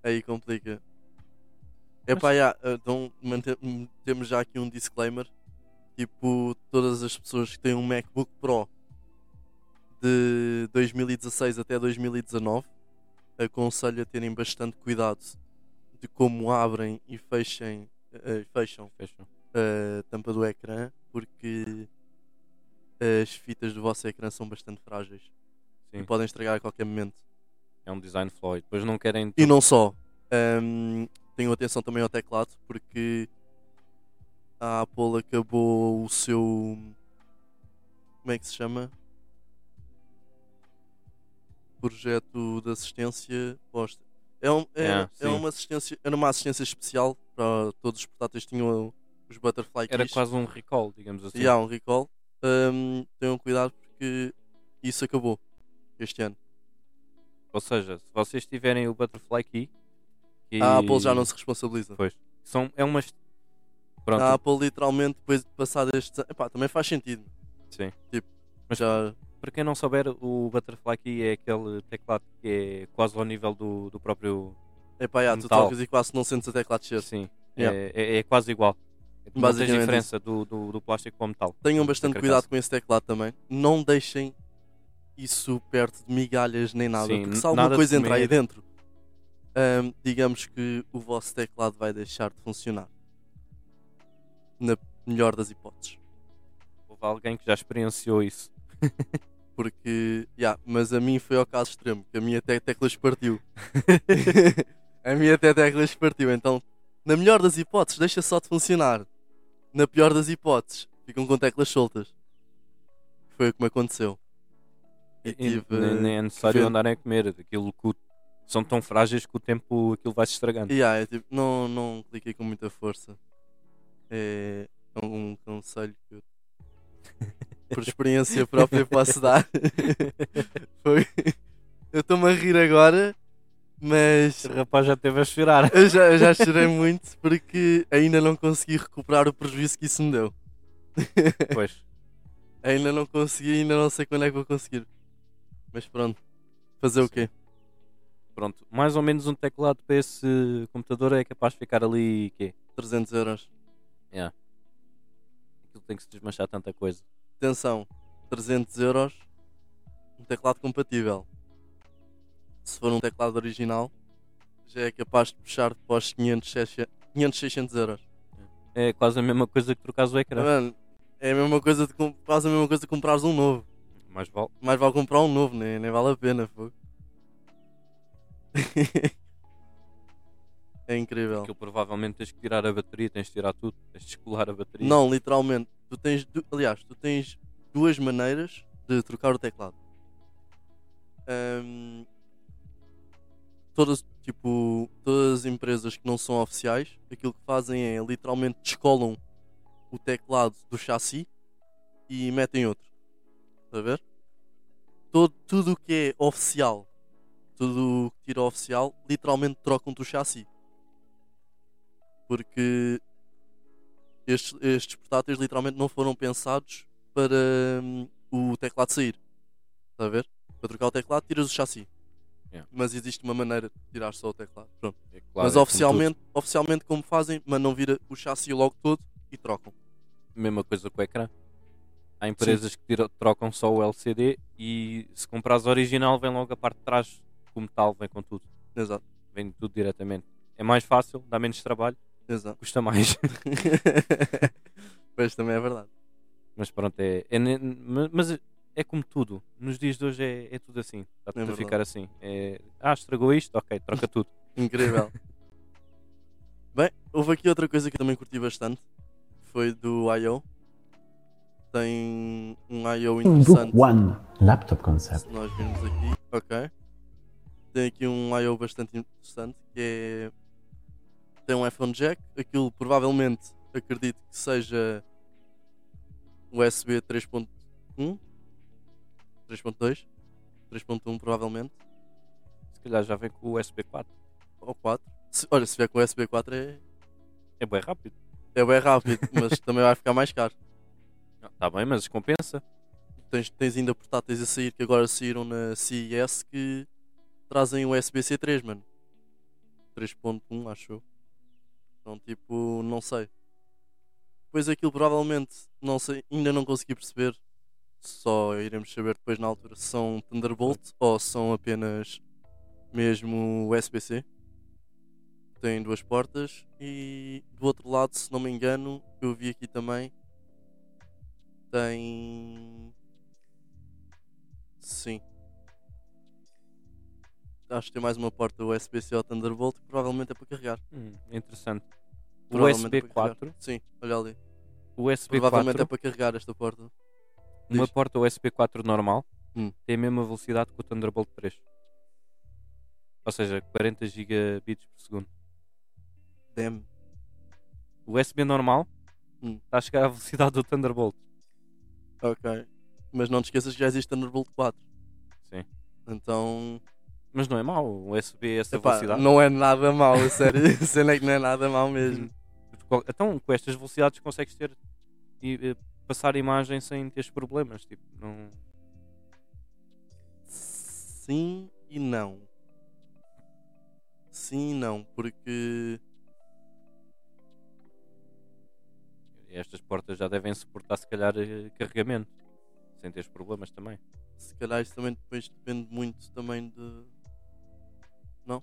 [SPEAKER 1] Aí complica. Epá, yeah, então mante- m- temos já aqui um disclaimer. Tipo, todas as pessoas que têm um MacBook Pro de 2016 até 2019, aconselho a terem bastante cuidado de como abrem e fechem, eh, eh, fecham eh,
[SPEAKER 2] Fecham.
[SPEAKER 1] a tampa do ecrã, porque as fitas do vosso ecrã são bastante frágeis e
[SPEAKER 2] Sim.
[SPEAKER 1] podem estragar a qualquer momento.
[SPEAKER 2] É um design flow. E depois não querem.
[SPEAKER 1] E não só. Ahm, tenho atenção também ao teclado, porque a Apple acabou o seu. Como é que se chama? Projeto de assistência. Posta. É, um- é,
[SPEAKER 2] É,
[SPEAKER 1] é
[SPEAKER 2] sim.
[SPEAKER 1] uma assistência. Era uma assistência especial para todos os portáteis que tinham os Butterfly
[SPEAKER 2] Era
[SPEAKER 1] Keys.
[SPEAKER 2] quase um recall, digamos assim.
[SPEAKER 1] E há um recall. Ahm, tenham cuidado porque isso acabou este ano.
[SPEAKER 2] Ou seja, se vocês tiverem o Butterfly Key. que
[SPEAKER 1] A Apple Ah, já não se responsabiliza.
[SPEAKER 2] Pois. São, é umas. Pronto.
[SPEAKER 1] A Apple literalmente depois de passar este Epá, também faz sentido. Tipo,
[SPEAKER 2] Sim. Mas-
[SPEAKER 1] Já...
[SPEAKER 2] Para quem não souber, o Butterfly Key é aquele teclado que é quase ao nível do, do próprio.
[SPEAKER 1] Epá, já, tu
[SPEAKER 2] Metal.
[SPEAKER 1] tocas e quase não sentes a tecla de cheiro.
[SPEAKER 2] Sim.
[SPEAKER 1] Yeah.
[SPEAKER 2] É, é- é quase igual. Não tens
[SPEAKER 1] Basicamente
[SPEAKER 2] diferença do, do, do plástico para o metal.
[SPEAKER 1] Tenham
[SPEAKER 2] Da
[SPEAKER 1] bastante
[SPEAKER 2] É carcaça.
[SPEAKER 1] cuidado com esse teclado também. Não deixem isso perto de migalhas nem nada.
[SPEAKER 2] Sim,
[SPEAKER 1] porque se
[SPEAKER 2] n-
[SPEAKER 1] alguma
[SPEAKER 2] nada de
[SPEAKER 1] coisa entrar
[SPEAKER 2] comer.
[SPEAKER 1] aí dentro, hum, digamos que o vosso teclado vai deixar de funcionar. Na melhor das hipóteses.
[SPEAKER 2] Houve alguém que já experienciou isso.
[SPEAKER 1] Porque, já, mas a mim foi ao caso extremo, que a minha te tecla partiu. a minha te tecla partiu. Então, na melhor das hipóteses, deixa só de funcionar. Na pior das hipóteses, ficam com teclas soltas. Foi o que me aconteceu. E tive,
[SPEAKER 2] E nem, nem é necessário
[SPEAKER 1] ver-
[SPEAKER 2] andarem a comer. Aquilo que o- são tão frágeis que o tempo aquilo vai se estragando.
[SPEAKER 1] Yeah, é tipo, não, não cliquei com muita força. É um, um conselho que eu, por experiência própria, posso dar. Foi. Eu estou-me a rir agora, mas
[SPEAKER 2] Este rapaz já teve a chorar.
[SPEAKER 1] eu já, eu já chorei muito porque ainda não consegui recuperar o prejuízo que isso me deu.
[SPEAKER 2] Pois.
[SPEAKER 1] Ainda não consegui, ainda não sei quando é que vou conseguir. Mas pronto, fazer o quê?
[SPEAKER 2] Pronto. Mais ou menos um teclado para esse computador é capaz de ficar ali. Quê?
[SPEAKER 1] 300 euros.
[SPEAKER 2] Aquilo tem que se desmanchar tanta coisa.
[SPEAKER 1] Atenção, 300 euros, um teclado compatível. Se for um teclado original, já é capaz de puxar para os 500, 600, 500, 600 euros.
[SPEAKER 2] É quase a mesma coisa que trocares o ecrã.
[SPEAKER 1] Mano, é a mesma coisa de, com- quase a mesma coisa de comprares um novo.
[SPEAKER 2] Mais vale.
[SPEAKER 1] Mais vale comprar um novo, nem, nem vale a pena, fogo. é incrível.
[SPEAKER 2] Aquilo provavelmente tens que tirar a bateria, tens de tirar tudo, tens de descolar a bateria.
[SPEAKER 1] Não, literalmente. Tu tens, du- aliás, tu tens duas maneiras de trocar o teclado. Ahm, todas, tipo, todas as empresas que não são oficiais, aquilo que fazem é literalmente descolam o teclado do chassi e metem outro. Está a ver? Todo, tudo o que é oficial, tudo o que tira oficial, literalmente trocam-te o chassi. Porque estes, estes portáteis literalmente não foram pensados para hum, o teclado sair. Está a ver? Para trocar o teclado, tiras o chassi.
[SPEAKER 2] Yeah.
[SPEAKER 1] Mas existe uma maneira de tirar só o teclado. Pronto.
[SPEAKER 2] É claro, é
[SPEAKER 1] Mas
[SPEAKER 2] como
[SPEAKER 1] oficialmente, oficialmente, como fazem, mandam vir o chassi logo todo e trocam.
[SPEAKER 2] tudo. Mesma coisa com o ecrã. Há empresas que tira- trocam só o LCD e se comprares original, vem logo a parte de trás com metal, vem com tudo.
[SPEAKER 1] Exato,
[SPEAKER 2] Vem tudo diretamente. É mais fácil, dá menos trabalho,
[SPEAKER 1] exato.
[SPEAKER 2] custa mais.
[SPEAKER 1] pois também é verdade.
[SPEAKER 2] mas pronto, é, é ne- ma- mas é como tudo. Nos dias de hoje é, é tudo assim. Está tudo a
[SPEAKER 1] verdade.
[SPEAKER 2] ficar assim. É, ah, estragou isto? Ok, troca tudo.
[SPEAKER 1] Incrível. Bem, houve aqui outra coisa que eu também curti bastante. Foi do I.O. Tem um I.O.
[SPEAKER 3] Book
[SPEAKER 1] interessante.
[SPEAKER 3] One Laptop Concept.
[SPEAKER 1] Se nós virmos aqui. Ok. Tem aqui um I.O. bastante interessante que é. Tem um iPhone Jack. Aquilo provavelmente acredito que seja USB 3.1. 3.2. 3.1 provavelmente.
[SPEAKER 2] Se calhar já vem com o USB 4.
[SPEAKER 1] Ou 4. Se- olha, se vier com USB 4 é,
[SPEAKER 2] É bem rápido.
[SPEAKER 1] É bem rápido, mas também vai ficar mais caro.
[SPEAKER 2] Está tá bem, mas compensa.
[SPEAKER 1] Tens, tens ainda portáteis a sair que agora saíram na CES que trazem o USB-C 3, mano. 3.1, acho eu. Então, tipo, não sei. Pois aquilo provavelmente, não sei, ainda não consegui perceber. Só iremos saber depois na altura se são Thunderbolt ou se são apenas mesmo USB-C. Tem duas portas e do outro lado, se não me engano, eu vi aqui também tem. Sim. Acho que tem mais uma porta USB-C ao Thunderbolt que provavelmente é para carregar.
[SPEAKER 2] Hum, interessante. O
[SPEAKER 1] Provavelmente
[SPEAKER 2] USB
[SPEAKER 1] é para carregar.
[SPEAKER 2] 4.
[SPEAKER 1] Sim, olha ali.
[SPEAKER 2] O USB
[SPEAKER 1] Provavelmente
[SPEAKER 2] 4.
[SPEAKER 1] é para carregar esta porta.
[SPEAKER 2] Uma
[SPEAKER 1] Diz.
[SPEAKER 2] porta USB 4 normal
[SPEAKER 1] Hum.
[SPEAKER 2] tem a mesma velocidade que o Thunderbolt 3. Ou seja, 40 gigabits por segundo.
[SPEAKER 1] Damn.
[SPEAKER 2] O USB normal
[SPEAKER 1] Hum.
[SPEAKER 2] está a chegar à velocidade do Thunderbolt.
[SPEAKER 1] Ok. Mas não te esqueças que já existe Thunderbolt 4.
[SPEAKER 2] Sim.
[SPEAKER 1] Então.
[SPEAKER 2] Mas não é mau o USB a essa
[SPEAKER 1] Epá,
[SPEAKER 2] velocidade.
[SPEAKER 1] não é nada mau, a sério. A cena é que não é nada mau mesmo.
[SPEAKER 2] Uhum. Porque Hum. qual- Então, com estas velocidades consegues ter e eh, passar imagem sem teres problemas. Tipo, não...
[SPEAKER 1] Sim e não. Sim e não, porque.
[SPEAKER 2] Estas portas já devem suportar se calhar eh, carregamento. Sem teres problemas também.
[SPEAKER 1] se calhar isso também depois depende muito também de não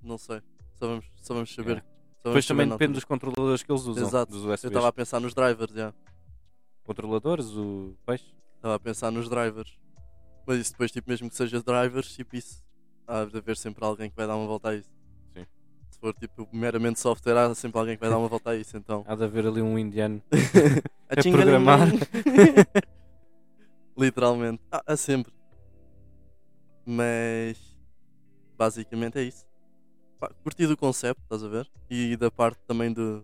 [SPEAKER 1] não sei só vamos só vamos saber
[SPEAKER 2] Yeah.
[SPEAKER 1] só
[SPEAKER 2] É.
[SPEAKER 1] vamos saber
[SPEAKER 2] Depois também
[SPEAKER 1] na
[SPEAKER 2] depende
[SPEAKER 1] altura.
[SPEAKER 2] dos controladores que eles usam.
[SPEAKER 1] Exato.
[SPEAKER 2] Dos
[SPEAKER 1] eu
[SPEAKER 2] USBs.
[SPEAKER 1] estava a pensar nos drivers já
[SPEAKER 2] Controladores, o peixe.
[SPEAKER 1] estava a pensar nos drivers mas isso depois tipo mesmo que seja drivers tipo isso há de haver sempre alguém que vai dar uma volta a isso
[SPEAKER 2] Sim.
[SPEAKER 1] se for tipo meramente software há sempre alguém que vai dar uma volta a isso então
[SPEAKER 2] Há de haver ali um indiano.
[SPEAKER 1] A
[SPEAKER 2] programar.
[SPEAKER 1] Literalmente. Há há sempre. Mas basicamente é isso. Pá, curti do conceito, estás a ver? E da parte também de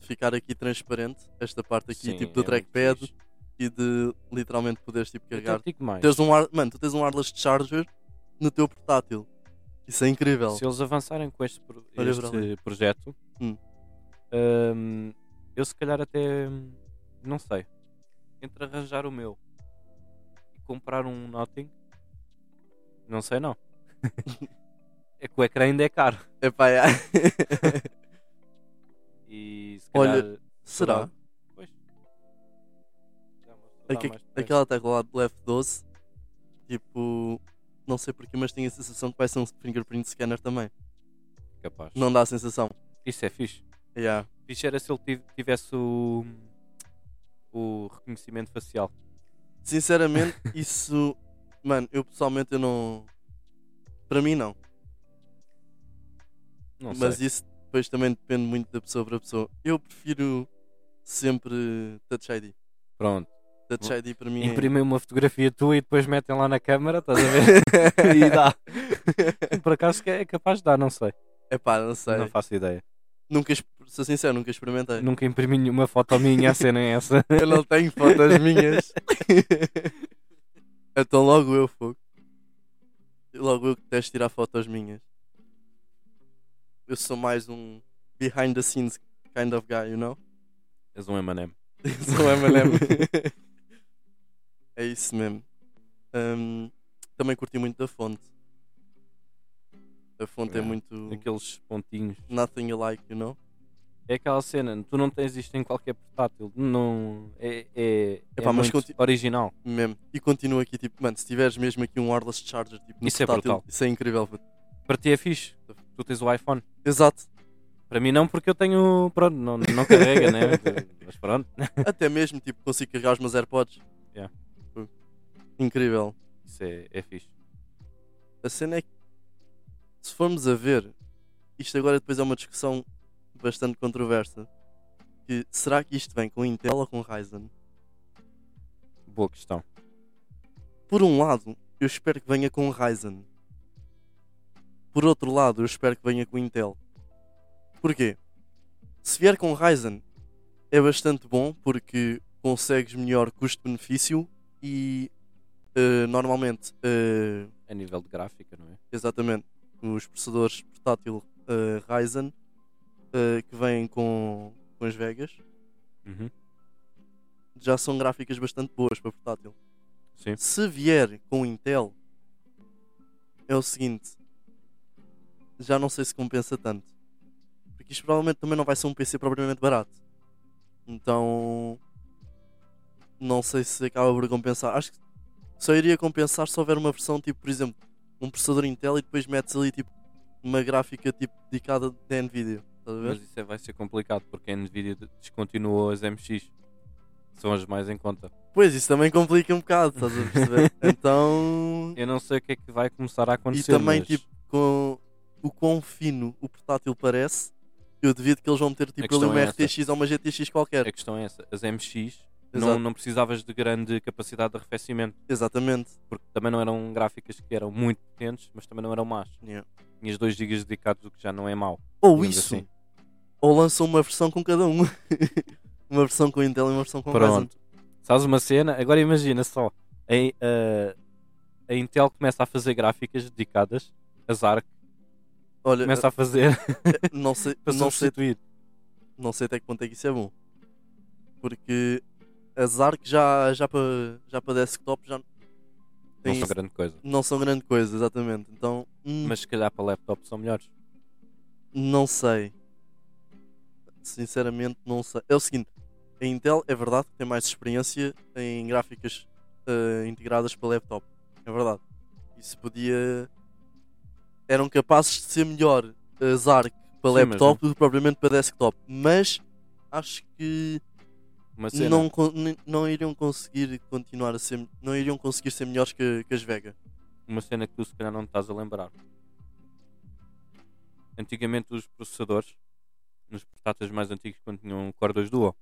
[SPEAKER 1] de ficar aqui transparente. Esta parte aqui,
[SPEAKER 2] Sim,
[SPEAKER 1] tipo do
[SPEAKER 2] é muito
[SPEAKER 1] trackpad
[SPEAKER 2] fixe. Então, é
[SPEAKER 1] e de literalmente poderes tipo
[SPEAKER 2] Eu até
[SPEAKER 1] carregar.
[SPEAKER 2] digo mais.
[SPEAKER 1] Tens um ar... Mano, tu tens um wireless charger no teu portátil. Isso é incrível.
[SPEAKER 2] Se eles avançarem com este, pro-
[SPEAKER 1] Olha para
[SPEAKER 2] este projeto,
[SPEAKER 1] Hum.
[SPEAKER 2] hum, eu se calhar até hum, não sei. Entre arranjar o meu e comprar um Notting, não sei não. é que o ecrã ainda é caro.
[SPEAKER 1] Epá, é.
[SPEAKER 2] E se calhar.
[SPEAKER 1] Olha, Será?
[SPEAKER 2] Pois. Já é uma pessoa dá
[SPEAKER 1] Aque-
[SPEAKER 2] mais depressa.
[SPEAKER 1] aquela tecla lá do F12, tipo, não sei porquê, mas tenho a sensação que vai ser um fingerprint scanner também.
[SPEAKER 2] Capaz.
[SPEAKER 1] Não dá a sensação.
[SPEAKER 2] Isso é fixe.
[SPEAKER 1] Yeah.
[SPEAKER 2] Fixe era se ele tiv- tivesse o, o reconhecimento facial.
[SPEAKER 1] Sinceramente, isso. Mano, eu pessoalmente eu não. Para mim, não.
[SPEAKER 2] Não sei.
[SPEAKER 1] mas isso depois também depende muito da pessoa para pessoa. Eu prefiro sempre Touch ID.
[SPEAKER 2] Pronto.
[SPEAKER 1] Touch ID para mim. é-
[SPEAKER 2] Imprimem uma fotografia tua e depois metem lá na câmara, estás a ver? e dá. Por acaso que é capaz de dar, não sei.
[SPEAKER 1] é, Epá, não sei.
[SPEAKER 2] Não faço ideia.
[SPEAKER 1] Nunca, exp- sou sincero, nunca experimentei.
[SPEAKER 2] Nunca imprimi nenhuma foto minha, a cena é essa.
[SPEAKER 1] Eu não tenho fotos minhas. então logo eu fogo. Logo eu que teste tirar fotos minhas. Eu sou mais um behind the scenes kind of guy, you know?
[SPEAKER 2] És um M&M.
[SPEAKER 1] sou MLM. é isso mesmo. Hum, também curti muito da fonte. A fonte é,
[SPEAKER 2] É,
[SPEAKER 1] muito
[SPEAKER 2] Aqueles pontinhos.
[SPEAKER 1] nothing alike, you know?
[SPEAKER 2] É aquela cena, tu não tens isto em qualquer portátil. Não. É, é, é
[SPEAKER 1] Epá,
[SPEAKER 2] é
[SPEAKER 1] mas
[SPEAKER 2] muito
[SPEAKER 1] conti-
[SPEAKER 2] original.
[SPEAKER 1] Mesmo. E continua aqui, tipo, mano, se tiveres mesmo aqui um wireless charger, tipo, no
[SPEAKER 2] Isso é
[SPEAKER 1] portátil,
[SPEAKER 2] brutal.
[SPEAKER 1] isso é incrível. puto.
[SPEAKER 2] Para ti é fixe. Tu tens o iPhone.
[SPEAKER 1] Exato.
[SPEAKER 2] Para mim não, porque eu tenho. Pronto, não, não carrega, né? Mas pronto.
[SPEAKER 1] Até mesmo, tipo, consigo carregar os meus AirPods.
[SPEAKER 2] Yeah.
[SPEAKER 1] Tipo, Incrível.
[SPEAKER 2] Isso é, é fixe.
[SPEAKER 1] A cena é que, se formos a ver, isto agora depois é uma discussão bastante controversa. Que será que isto vem com Intel ou com Ryzen?
[SPEAKER 2] Boa questão.
[SPEAKER 1] Por um lado, eu espero que venha com Ryzen. Por outro lado, eu espero que venha com Intel. Porquê? Se vier com Ryzen, é bastante bom porque consegues melhor custo-benefício e eh, normalmente eh,
[SPEAKER 2] A nível de gráfica, não é?
[SPEAKER 1] exatamente os processadores portátil eh, Ryzen eh, que vêm com, com as Vegas
[SPEAKER 2] Uhum.
[SPEAKER 1] já são gráficas bastante boas para portátil.
[SPEAKER 2] Sim.
[SPEAKER 1] Se vier com Intel, é o seguinte: já não sei se compensa tanto. Porque isto provavelmente também não vai ser um PC propriamente barato. Então, não sei se acaba por compensar. Acho que só iria compensar se houver uma versão tipo, por exemplo, um processador Intel e depois metes ali tipo uma gráfica tipo dedicada da Nvidia. Estás a ver?
[SPEAKER 2] Mas isso é- vai ser complicado porque a Nvidia descontinuou as MX. São as mais em conta.
[SPEAKER 1] Pois, isso também complica um bocado, estás a perceber? então.
[SPEAKER 2] Eu não sei o que é que vai começar a
[SPEAKER 1] E
[SPEAKER 2] acontecer.
[SPEAKER 1] também,
[SPEAKER 2] mas
[SPEAKER 1] tipo, com o quão fino o portátil parece, eu devido que eles vão ter, tipo, ali
[SPEAKER 2] questão
[SPEAKER 1] uma
[SPEAKER 2] é essa.
[SPEAKER 1] RTX ou uma GTX qualquer.
[SPEAKER 2] a questão é essa. As MX
[SPEAKER 1] Exato.
[SPEAKER 2] não, não precisavas de grande capacidade de arrefecimento
[SPEAKER 1] Exatamente.
[SPEAKER 2] porque também não eram gráficas que eram muito potentes, mas também não eram más.
[SPEAKER 1] Yeah.
[SPEAKER 2] Tinhas 2 GB dedicados, o que já não é mau.
[SPEAKER 1] Ou
[SPEAKER 2] Digamos
[SPEAKER 1] isso,
[SPEAKER 2] assim.
[SPEAKER 1] ou lançam uma versão com cada um. uma versão com Intel e uma versão com Ryzen.
[SPEAKER 2] Pronto. Sabes uma cena? Agora imagina só. A, a- a Intel começa a fazer gráficas dedicadas. A Zark
[SPEAKER 1] Olha,
[SPEAKER 2] começa a fazer
[SPEAKER 1] eh, não sei,
[SPEAKER 2] para
[SPEAKER 1] não sei,
[SPEAKER 2] substituir.
[SPEAKER 1] não sei até que ponto é que isso é bom. Porque azar que já, já para já para desktop já
[SPEAKER 2] Não
[SPEAKER 1] tem
[SPEAKER 2] são
[SPEAKER 1] isso-
[SPEAKER 2] grande coisa.
[SPEAKER 1] não são grande coisa, exatamente. Então, hum,
[SPEAKER 2] Mas se calhar para laptop são melhores.
[SPEAKER 1] Não sei. Sinceramente, não sei. É o seguinte: a Intel é verdade que tem mais experiência em gráficas eh, integradas para laptop. É verdade. Isso podia. Eram capazes de ser melhor a Zark para
[SPEAKER 2] Sim,
[SPEAKER 1] laptop do que propriamente para desktop. Mas acho que
[SPEAKER 2] Uma cena.
[SPEAKER 1] não, con- nem- não iriam conseguir continuar a ser. Não iriam conseguir ser melhores que, que as Vega.
[SPEAKER 2] uma cena que tu se calhar não te estás a lembrar. Antigamente os processadores, nos portáteis mais antigos quando tinham um Core 2 Duo,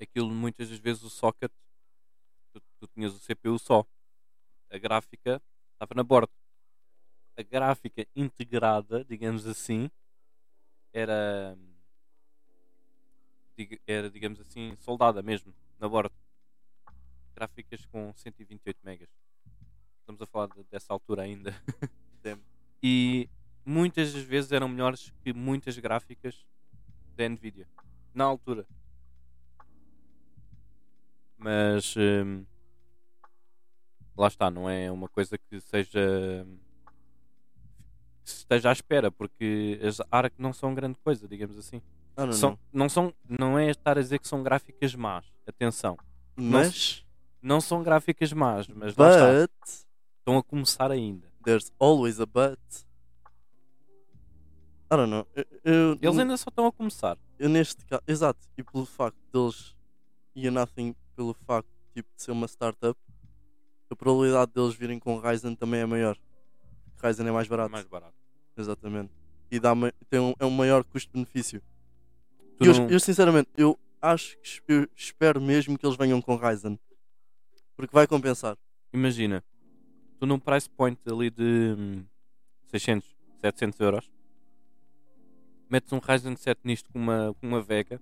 [SPEAKER 2] aquilo muitas das vezes o socket, tu, tu tinhas o CPU só, a gráfica estava na borda. A gráfica integrada, digamos assim, era, diga- era digamos assim, soldada mesmo, na borda gráficas com 128 megas. Estamos a falar de- dessa altura ainda.
[SPEAKER 1] Damn.
[SPEAKER 2] e muitas das vezes eram melhores que muitas gráficas da Nvidia na altura. Mas hum, lá está, não é uma coisa que seja que se esteja à espera, porque as ARC não são grande coisa, digamos assim.
[SPEAKER 1] Ah, não,
[SPEAKER 2] são, não são, não é estar a dizer que são gráficas más. Atenção
[SPEAKER 1] não. Mas.
[SPEAKER 2] não são gráficas más, mas lá está,
[SPEAKER 1] But.
[SPEAKER 2] estão a começar ainda.
[SPEAKER 1] There's always a but. I don't know. Eu, eu-
[SPEAKER 2] Eles ainda só estão a começar.
[SPEAKER 1] eu neste caso, exato, e pelo facto deles e a Nothing, pelo facto tipo, de ser uma startup, a probabilidade deles virem com Ryzen também é maior. Ryzen é mais
[SPEAKER 2] É
[SPEAKER 1] barato,
[SPEAKER 2] mais barato.
[SPEAKER 1] exatamente. E dá, ma- tem um, é um maior custo-benefício.
[SPEAKER 2] Tu
[SPEAKER 1] Eu,
[SPEAKER 2] não-
[SPEAKER 1] eu, sinceramente, eu acho que es- eu espero mesmo que eles venham com Ryzen. Porque vai compensar.
[SPEAKER 2] Imagina, tu num price point ali de hum, 600, 700 euros, metes um Ryzen 7 nisto com uma, com uma Vega,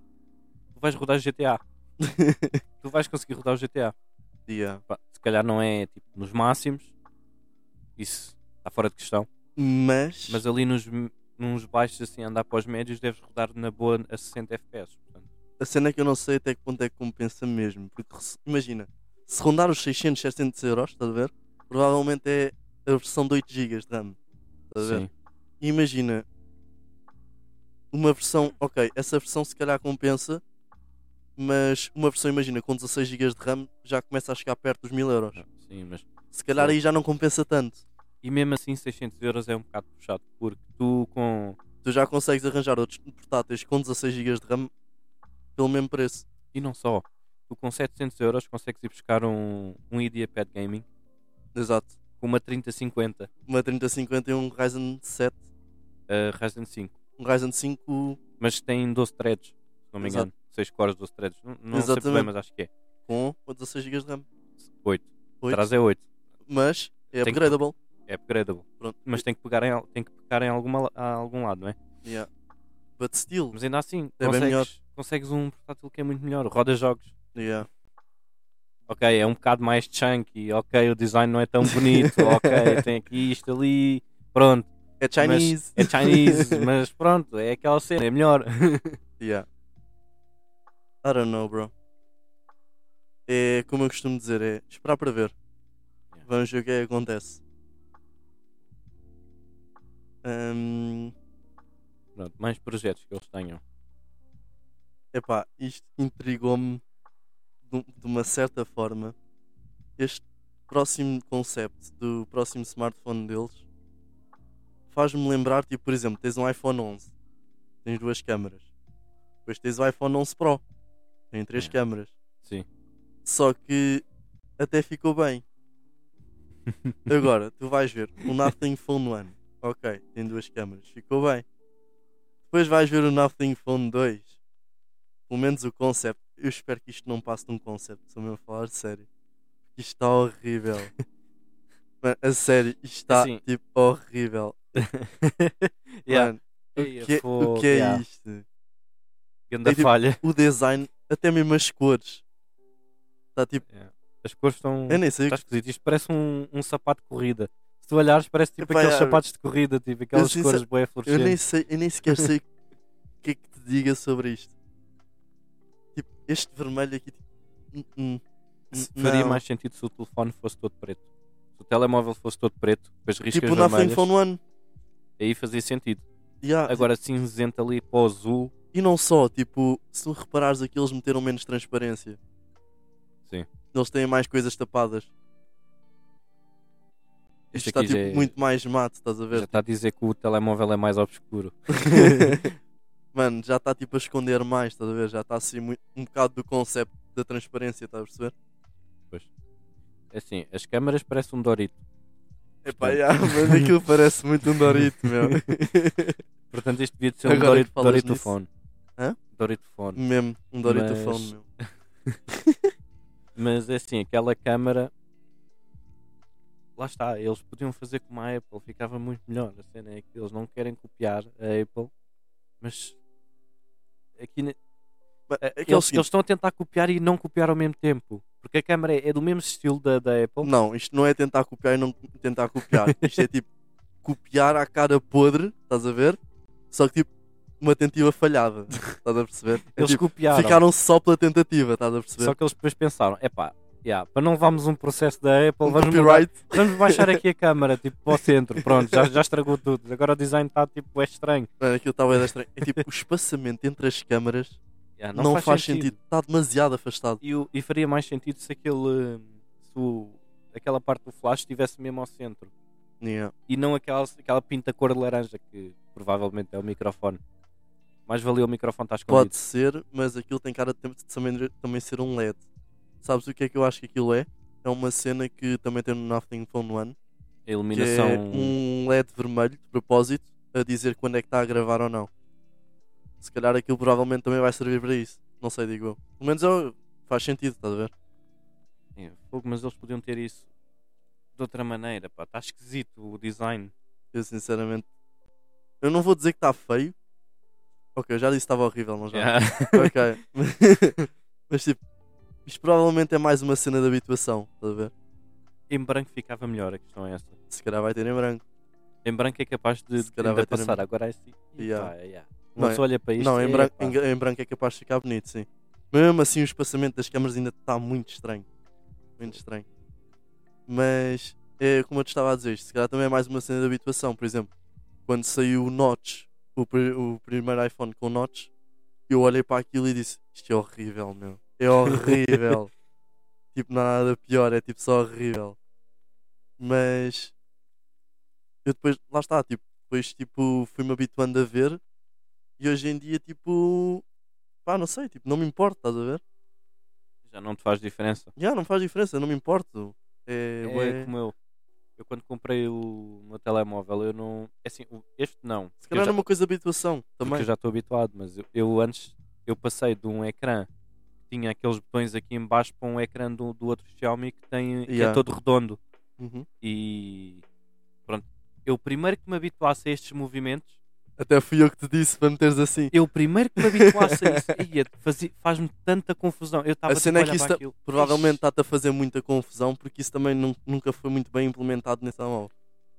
[SPEAKER 2] tu vais rodar GTA. tu vais conseguir rodar o GTA.
[SPEAKER 1] Yeah.
[SPEAKER 2] Pá, se calhar não é tipo nos máximos, isso está fora de questão,
[SPEAKER 1] Mas,
[SPEAKER 2] mas ali nos, nos baixos, assim, andar para os médios, deves rodar na boa a 60 FPS. portanto.
[SPEAKER 1] a cena é que eu não sei até que ponto é que compensa mesmo. Porque se- imagina, se rondar os 600, 700 euros, estás a ver? Provavelmente é a versão de 8 GB de RAM. Estás a ver?
[SPEAKER 2] Sim.
[SPEAKER 1] E imagina, uma versão, ok, essa versão se calhar compensa, Mas uma versão, imagina, com 16 GB de RAM já começa a chegar perto dos 1000 euros.
[SPEAKER 2] Sim, mas
[SPEAKER 1] Se calhar
[SPEAKER 2] É. Sim.
[SPEAKER 1] aí já não compensa tanto.
[SPEAKER 2] E mesmo assim, 600 euros é um bocado puxado, porque tu com.
[SPEAKER 1] Tu já consegues arranjar outros portáteis com 16 GB de RAM pelo mesmo preço.
[SPEAKER 2] E não só, tu com 700 euros consegues ir buscar um, um Ideapad Gaming
[SPEAKER 1] Exato.
[SPEAKER 2] com uma 3050
[SPEAKER 1] Uma 3050 e um Ryzen 7.
[SPEAKER 2] uh, Ryzen 5,
[SPEAKER 1] Um Ryzen 5
[SPEAKER 2] mas tem 12 threads, se não me
[SPEAKER 1] Exato.
[SPEAKER 2] engano, 6 cores, 12 threads, não, não sei
[SPEAKER 1] Exatamente.
[SPEAKER 2] bem, mas acho que é
[SPEAKER 1] com 16 GB de RAM.
[SPEAKER 2] 8.
[SPEAKER 1] Oito.
[SPEAKER 2] Atrás é 8,
[SPEAKER 1] Mas é
[SPEAKER 2] Tem que-
[SPEAKER 1] upgradable.
[SPEAKER 2] é upgradable,
[SPEAKER 1] Pronto.
[SPEAKER 2] mas tem que pegar em, al- tem que pegar em alguma, a algum lado, não é?
[SPEAKER 1] Yeah. But still.
[SPEAKER 2] Mas ainda assim,
[SPEAKER 1] É bem melhor.
[SPEAKER 2] consegues, consegues um portátil que é muito melhor, roda jogos.
[SPEAKER 1] Yeah.
[SPEAKER 2] ok, é um bocado mais chunky, ok, o design não é tão bonito, ok, tem aqui isto ali, pronto,
[SPEAKER 1] É Chinese.
[SPEAKER 2] é Chinese, mas pronto, é aquela cena, é melhor. é-
[SPEAKER 1] Yeah. I don't know, bro. É como eu costumo dizer, é esperar para ver.
[SPEAKER 2] Yeah.
[SPEAKER 1] Vamos ver o que é que acontece. Ahm,
[SPEAKER 2] pronto, mais projetos que eles tenham.
[SPEAKER 1] epá, isto intrigou-me de, um- de uma certa forma. Este próximo concept do próximo smartphone deles faz-me lembrar, tipo, por exemplo, tens um iPhone 11, tens duas câmaras. Depois tens o iPhone 11 Pro, tem três
[SPEAKER 2] Yeah.
[SPEAKER 1] câmaras.
[SPEAKER 2] Sim.
[SPEAKER 1] Só que até ficou bem. Agora, tu vais ver o Nothing Phone 1. Ok, tem duas câmaras, ficou bem. Depois vais ver o Nothing Phone 2. Pelo menos o concept. Eu espero que isto não passe de um concept, se eu mesmo a falar sério. Isto está horrível. Mano, a sério, isto está
[SPEAKER 2] Assim.
[SPEAKER 1] tipo horrível.
[SPEAKER 2] yeah.
[SPEAKER 1] Mano, o que, é- o que é isto?
[SPEAKER 2] Ganda
[SPEAKER 1] É tipo-
[SPEAKER 2] falha.
[SPEAKER 1] O design, até mesmo as cores. Está tipo.
[SPEAKER 2] As cores estão.
[SPEAKER 1] Eu nem sei o é
[SPEAKER 2] Está esquisito. Isto parece um, um sapato de corrida. Se tu olhares, parece tipo
[SPEAKER 1] Epá,
[SPEAKER 2] aqueles
[SPEAKER 1] yeah.
[SPEAKER 2] sapatos de corrida, tipo aquelas
[SPEAKER 1] sincero-
[SPEAKER 2] cores boé
[SPEAKER 1] Eu nem
[SPEAKER 2] fluorescentes.
[SPEAKER 1] sei, eu nem sequer sei o que é que te diga sobre isto. Tipo, este vermelho aqui. Tipo, hum, hum, hum,
[SPEAKER 2] Se- Faria
[SPEAKER 1] não.
[SPEAKER 2] mais sentido se o telefone fosse todo preto. Se o telemóvel fosse todo preto, depois riscas
[SPEAKER 1] Tipo, na
[SPEAKER 2] vermelhas,
[SPEAKER 1] Phone One.
[SPEAKER 2] aí fazia sentido.
[SPEAKER 1] Yeah.
[SPEAKER 2] Agora cinzento ali para o azul.
[SPEAKER 1] E não só, tipo, se tu reparares aqui, eles meteram menos transparência.
[SPEAKER 2] Sim.
[SPEAKER 1] Eles têm mais coisas tapadas. Isto
[SPEAKER 2] Este
[SPEAKER 1] está
[SPEAKER 2] aqui
[SPEAKER 1] tipo,
[SPEAKER 2] já, é-
[SPEAKER 1] muito mais mato, estás a
[SPEAKER 2] já tá-
[SPEAKER 1] ver?
[SPEAKER 2] está a dizer que o telemóvel é mais obscuro.
[SPEAKER 1] Mano, já está tipo a esconder mais, estás a ver? Já está assim muito, um bocado do conceito da transparência, estás a perceber?
[SPEAKER 2] Assim, as câmaras parecem um Dorito.
[SPEAKER 1] Epá,
[SPEAKER 2] Portanto-
[SPEAKER 1] yeah, mas aquilo parece muito um Dorito, meu.
[SPEAKER 2] Portanto, isto devia de ser um
[SPEAKER 1] Agora
[SPEAKER 2] Dorito,
[SPEAKER 1] que falas
[SPEAKER 2] Dorito
[SPEAKER 1] nisso.
[SPEAKER 2] Phone.
[SPEAKER 1] Hã?
[SPEAKER 2] Dorito Phone.
[SPEAKER 1] Mesmo, um Dorito
[SPEAKER 2] Mas-
[SPEAKER 1] Phone, meu.
[SPEAKER 2] Mas é assim, aquela câmara. Lá está, eles podiam fazer como a Apple, ficava muito melhor. A cena é que eles não querem copiar a Apple, mas. Aqui, ne-
[SPEAKER 1] Mas
[SPEAKER 2] a-
[SPEAKER 1] é que é o
[SPEAKER 2] eles,
[SPEAKER 1] seguinte-
[SPEAKER 2] eles estão a tentar copiar e não copiar ao mesmo tempo. Porque a câmara é, é do mesmo estilo da, da Apple.
[SPEAKER 1] Não, isto não é tentar copiar e não tentar copiar. Isto é tipo copiar à cara podre, estás a ver? Só que tipo uma tentativa falhada, estás a perceber? É,
[SPEAKER 2] Eles
[SPEAKER 1] tipo,
[SPEAKER 2] copiaram.
[SPEAKER 1] ficaram só pela tentativa, estás a perceber?
[SPEAKER 2] Só que eles depois pensaram, epá, yeah, para não levarmos um processo da Apple,
[SPEAKER 1] Um
[SPEAKER 2] vamos, mudar-
[SPEAKER 1] copyright,
[SPEAKER 2] vamos baixar aqui a câmara, tipo, para o centro, pronto, já, já estragou tudo. Agora o design está, tipo, é estranho.
[SPEAKER 1] mano, aquilo estava a estranho. É tipo o espaçamento entre as câmaras
[SPEAKER 2] Yeah,
[SPEAKER 1] não, faz, sentido, está demasiado afastado.
[SPEAKER 2] E, o- e faria mais sentido se aquele, se o- aquela parte do flash estivesse mesmo ao centro.
[SPEAKER 1] Yeah.
[SPEAKER 2] E não aquela, aquela pinta cor de laranja, que provavelmente é o microfone. Mais valia o microfone estar escondido.
[SPEAKER 1] Pode ser, mas aquilo tem cara de tem- de também, também ser um LED. Sabes o que é que eu acho que aquilo é? É uma cena que também tem no Nothing Phone One.
[SPEAKER 2] A
[SPEAKER 1] que
[SPEAKER 2] iluminação...
[SPEAKER 1] é um LED vermelho de propósito a dizer quando é que está a gravar ou não. Se calhar aquilo provavelmente também vai servir para isso. Não sei, digo eu. Pelo menos eu- faz sentido, estás a ver?
[SPEAKER 2] É, fogo, mas eles podiam ter isso de outra maneira, pá. Está esquisito o design.
[SPEAKER 1] Eu sinceramente. Eu não vou dizer que está feio. Ok, eu já disse que estava horrível, não já? Ok. Mas tipo, isto provavelmente é mais uma cena de habituação, estás a ver?
[SPEAKER 2] em branco ficava melhor, a questão é essa.
[SPEAKER 1] Se calhar vai ter em branco.
[SPEAKER 2] Em branco é capaz de,
[SPEAKER 1] Se
[SPEAKER 2] de
[SPEAKER 1] calhar
[SPEAKER 2] ainda
[SPEAKER 1] vai ter em
[SPEAKER 2] passar, agora é assim. Ih,
[SPEAKER 1] Yeah.
[SPEAKER 2] pá, yeah.
[SPEAKER 1] Não,
[SPEAKER 2] Uma pessoa olha para isto.
[SPEAKER 1] não, em
[SPEAKER 2] é,
[SPEAKER 1] branco,
[SPEAKER 2] pá,
[SPEAKER 1] em, em branco é capaz de ficar bonito, sim. Mesmo assim, o espaçamento das câmaras ainda está muito estranho. Muito estranho. Mas, é como eu te estava a dizer, isto se calhar também é mais uma cena de habituação. Por exemplo, quando saiu o Notch, o, pri- o primeiro iPhone com o Notch, eu olhei para aquilo e disse: Isto é horrível, meu. É horrível. tipo, não há nada pior, é tipo só horrível. Mas eu depois, lá está, tipo, depois tipo, fui-me habituando a ver e hoje em dia, tipo, pá, não sei, tipo, não me importa, estás a ver?
[SPEAKER 2] Já não te faz diferença.
[SPEAKER 1] Já, não faz diferença, não me importo. É,
[SPEAKER 2] É,
[SPEAKER 1] bué-
[SPEAKER 2] como eu. Eu quando comprei o meu telemóvel, eu não. É assim, o- este não.
[SPEAKER 1] Se
[SPEAKER 2] porque eu
[SPEAKER 1] calhar
[SPEAKER 2] já-
[SPEAKER 1] é uma coisa de habituação
[SPEAKER 2] porque
[SPEAKER 1] também.
[SPEAKER 2] eu já estou habituado, mas eu, eu antes eu passei de um ecrã que tinha aqueles botões aqui em baixo para um ecrã do, do outro Xiaomi que, tem, que é
[SPEAKER 1] Yeah.
[SPEAKER 2] todo redondo.
[SPEAKER 1] Uhum.
[SPEAKER 2] E pronto. Eu primeiro que me habituasse a estes movimentos,
[SPEAKER 1] Até fui eu que te disse para meteres assim.
[SPEAKER 2] eu primeiro que me habituasse a isso, ia, fazia- faz-me tanta confusão. Eu estava
[SPEAKER 1] A cena é que
[SPEAKER 2] tipo, olhar
[SPEAKER 1] isso ta-
[SPEAKER 2] para aquilo.
[SPEAKER 1] Provavelmente
[SPEAKER 2] Ixi.
[SPEAKER 1] está-te a fazer muita confusão porque isso também nun- nunca foi muito bem implementado nesse telemóvel.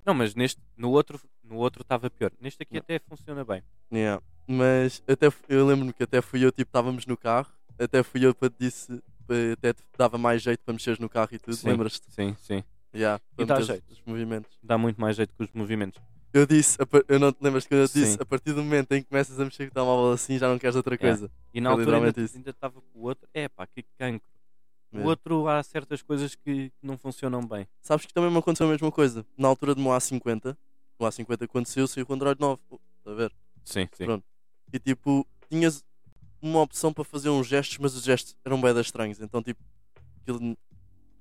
[SPEAKER 2] Não, mas neste, no outro no outro estava pior. Neste aqui
[SPEAKER 1] Não.
[SPEAKER 2] até funciona bem.
[SPEAKER 1] Yeah. Mas até, f- eu lembro-me que até fui eu, tipo, estávamos no carro, até fui eu para te disse, pa- até te dava mais jeito para mexeres no carro e tudo,
[SPEAKER 2] Sim.
[SPEAKER 1] lembras-te?
[SPEAKER 2] Sim, sim.
[SPEAKER 1] Yeah, para
[SPEAKER 2] E dá
[SPEAKER 1] meteres
[SPEAKER 2] jeito.
[SPEAKER 1] os movimentos.
[SPEAKER 2] Dá muito mais jeito que os movimentos.
[SPEAKER 1] Eu disse, a par- eu não te lembras quando eu te disse,
[SPEAKER 2] Sim.
[SPEAKER 1] a partir do momento em que começas a mexer com o telemóvel assim, já não queres outra
[SPEAKER 2] Yeah.
[SPEAKER 1] coisa.
[SPEAKER 2] E na
[SPEAKER 1] Foi
[SPEAKER 2] altura ainda
[SPEAKER 1] literalmente isso. É.
[SPEAKER 2] ainda estava com o outro. É pá, que cancro. O
[SPEAKER 1] Yeah.
[SPEAKER 2] outro há certas coisas que não funcionam bem.
[SPEAKER 1] Sabes que também me aconteceu a mesma coisa. Na altura do meu A50, o A50 aconteceu, saiu com o Android 9. pô, Está a ver?
[SPEAKER 2] Sim, sim.
[SPEAKER 1] Pronto. E tipo, tinhas uma opção para fazer uns gestos, mas os gestos eram bem estranhos. Então, tipo, aquilo n-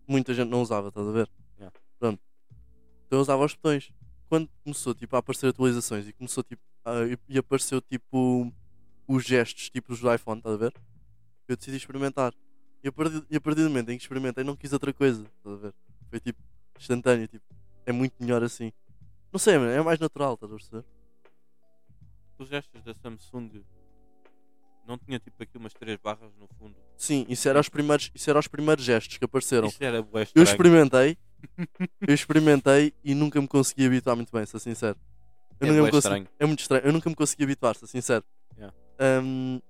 [SPEAKER 1] muita gente não usava, estás a ver?
[SPEAKER 2] Yeah.
[SPEAKER 1] Pronto. Então eu usava os botões. Quando começou tipo, a aparecer atualizações e começou tipo, a- e- e apareceu tipo os gestos, tipo os do iPhone, estás a ver? Eu decidi experimentar. E a, partir, e a partir do momento em que experimentei, não quis outra coisa, estás a ver? Foi tipo instantâneo, tipo, é muito melhor assim. Não sei, mano, é mais natural, estás a perceber?
[SPEAKER 2] Os gestos da Samsung não tinha tipo aqui umas três barras no fundo.
[SPEAKER 1] Sim, isso era os primeiros, isso era os primeiros gestos que apareceram.
[SPEAKER 2] Isso era bué
[SPEAKER 1] Eu
[SPEAKER 2] estranho.
[SPEAKER 1] experimentei, eu experimentei e nunca me consegui habituar muito bem, sou sincero. Eu nunca
[SPEAKER 2] É bué
[SPEAKER 1] me consegui-
[SPEAKER 2] estranho.
[SPEAKER 1] é muito estranho, eu nunca me consegui habituar, sou sincero.
[SPEAKER 2] Yeah.
[SPEAKER 1] Ahm,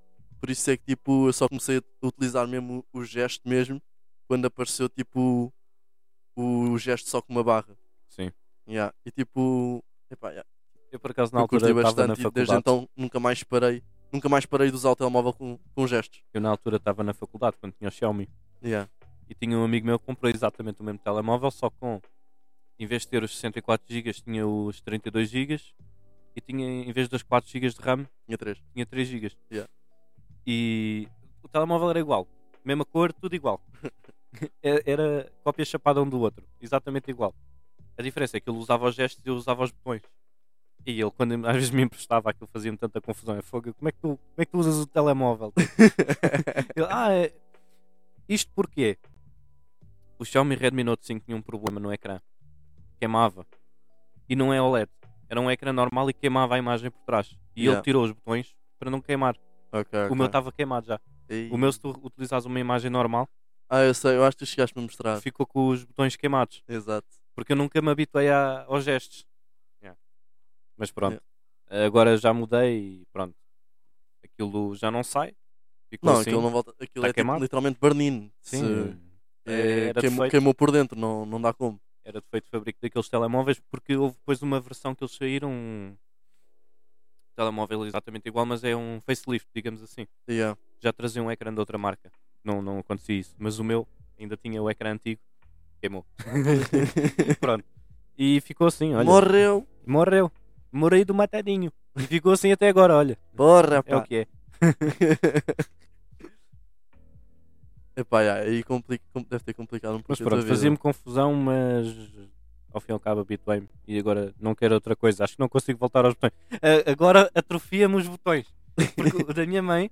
[SPEAKER 1] por isso é que tipo, eu só comecei a utilizar mesmo o gesto mesmo quando apareceu tipo o, o gesto só com uma barra.
[SPEAKER 2] Sim.
[SPEAKER 1] Yeah. E tipo, epá, yeah,
[SPEAKER 2] Eu por acaso na
[SPEAKER 1] eu
[SPEAKER 2] altura
[SPEAKER 1] curti
[SPEAKER 2] estava na
[SPEAKER 1] bastante e
[SPEAKER 2] faculdade.
[SPEAKER 1] desde então nunca mais parei, nunca mais parei de usar o telemóvel com, com gestos.
[SPEAKER 2] Eu na altura estava na faculdade quando tinha o Xiaomi.
[SPEAKER 1] Yeah.
[SPEAKER 2] E tinha um amigo meu que comprou exatamente o mesmo telemóvel, só com em vez de ter os 64 GB, tinha os 32 GB e tinha em vez dos 4 GB de RAM,
[SPEAKER 1] Tinha três.
[SPEAKER 2] tinha 3 GB.
[SPEAKER 1] Yeah.
[SPEAKER 2] E o telemóvel era igual, mesma cor, tudo igual. É- era cópia chapada um do outro, exatamente igual. A diferença é que ele usava os gestos e eu usava os botões. E ele, quando às vezes me emprestava, aquilo fazia-me tanta confusão. É fogo, como é que tu, como é que tu usas o telemóvel? Ele, ah, é- isto porquê? O Xiaomi Redmi Note 5 tinha um problema no ecrã. Queimava. E não é OLED. Era um ecrã normal e queimava a imagem por trás. E
[SPEAKER 1] Yeah.
[SPEAKER 2] ele tirou os botões para não queimar.
[SPEAKER 1] Ok,
[SPEAKER 2] O meu
[SPEAKER 1] ok.
[SPEAKER 2] estava queimado já.
[SPEAKER 1] E-
[SPEAKER 2] O meu, se tu utilizares uma imagem normal,
[SPEAKER 1] Ah, eu sei, eu acho que tu chegaste-me a mostrar.
[SPEAKER 2] ficou com os botões queimados.
[SPEAKER 1] Exato.
[SPEAKER 2] Porque eu nunca me habituei a- aos gestos. Mas pronto. Agora já mudei e pronto. Aquilo já não sai. Ficou
[SPEAKER 1] Não,
[SPEAKER 2] assim.
[SPEAKER 1] aquilo não volta. Aquilo
[SPEAKER 2] Tá
[SPEAKER 1] é tipo,
[SPEAKER 2] queimado?
[SPEAKER 1] literalmente bernino. Se-
[SPEAKER 2] Sim.
[SPEAKER 1] é,
[SPEAKER 2] Era
[SPEAKER 1] queimou,
[SPEAKER 2] defeito.
[SPEAKER 1] queimou por dentro, não, não dá como.
[SPEAKER 2] era defeito de fabrico daqueles telemóveis, porque houve depois uma versão que eles saíram, um telemóvel exatamente igual, mas é um facelift, digamos assim.
[SPEAKER 1] Yeah.
[SPEAKER 2] Já trazia um ecrã de outra marca. Não, não acontecia isso, mas o meu ainda tinha o ecrã antigo, queimou. Pronto. E ficou assim, olha.
[SPEAKER 1] Morreu!
[SPEAKER 2] Morreu. Morei do matadinho. E ficou assim até agora, olha.
[SPEAKER 1] Porra,
[SPEAKER 2] É o
[SPEAKER 1] pá!
[SPEAKER 2] que é.
[SPEAKER 1] Epá, yeah, aí compli- com- deve ter complicado um pouco.
[SPEAKER 2] Mas
[SPEAKER 1] a tua
[SPEAKER 2] pronto,
[SPEAKER 1] vida.
[SPEAKER 2] fazia-me confusão, mas ao fim e ao cabo habituei-me. E agora não quero outra coisa. Acho que não consigo voltar aos botões. A- agora atrofia-me os botões. Porque o da minha mãe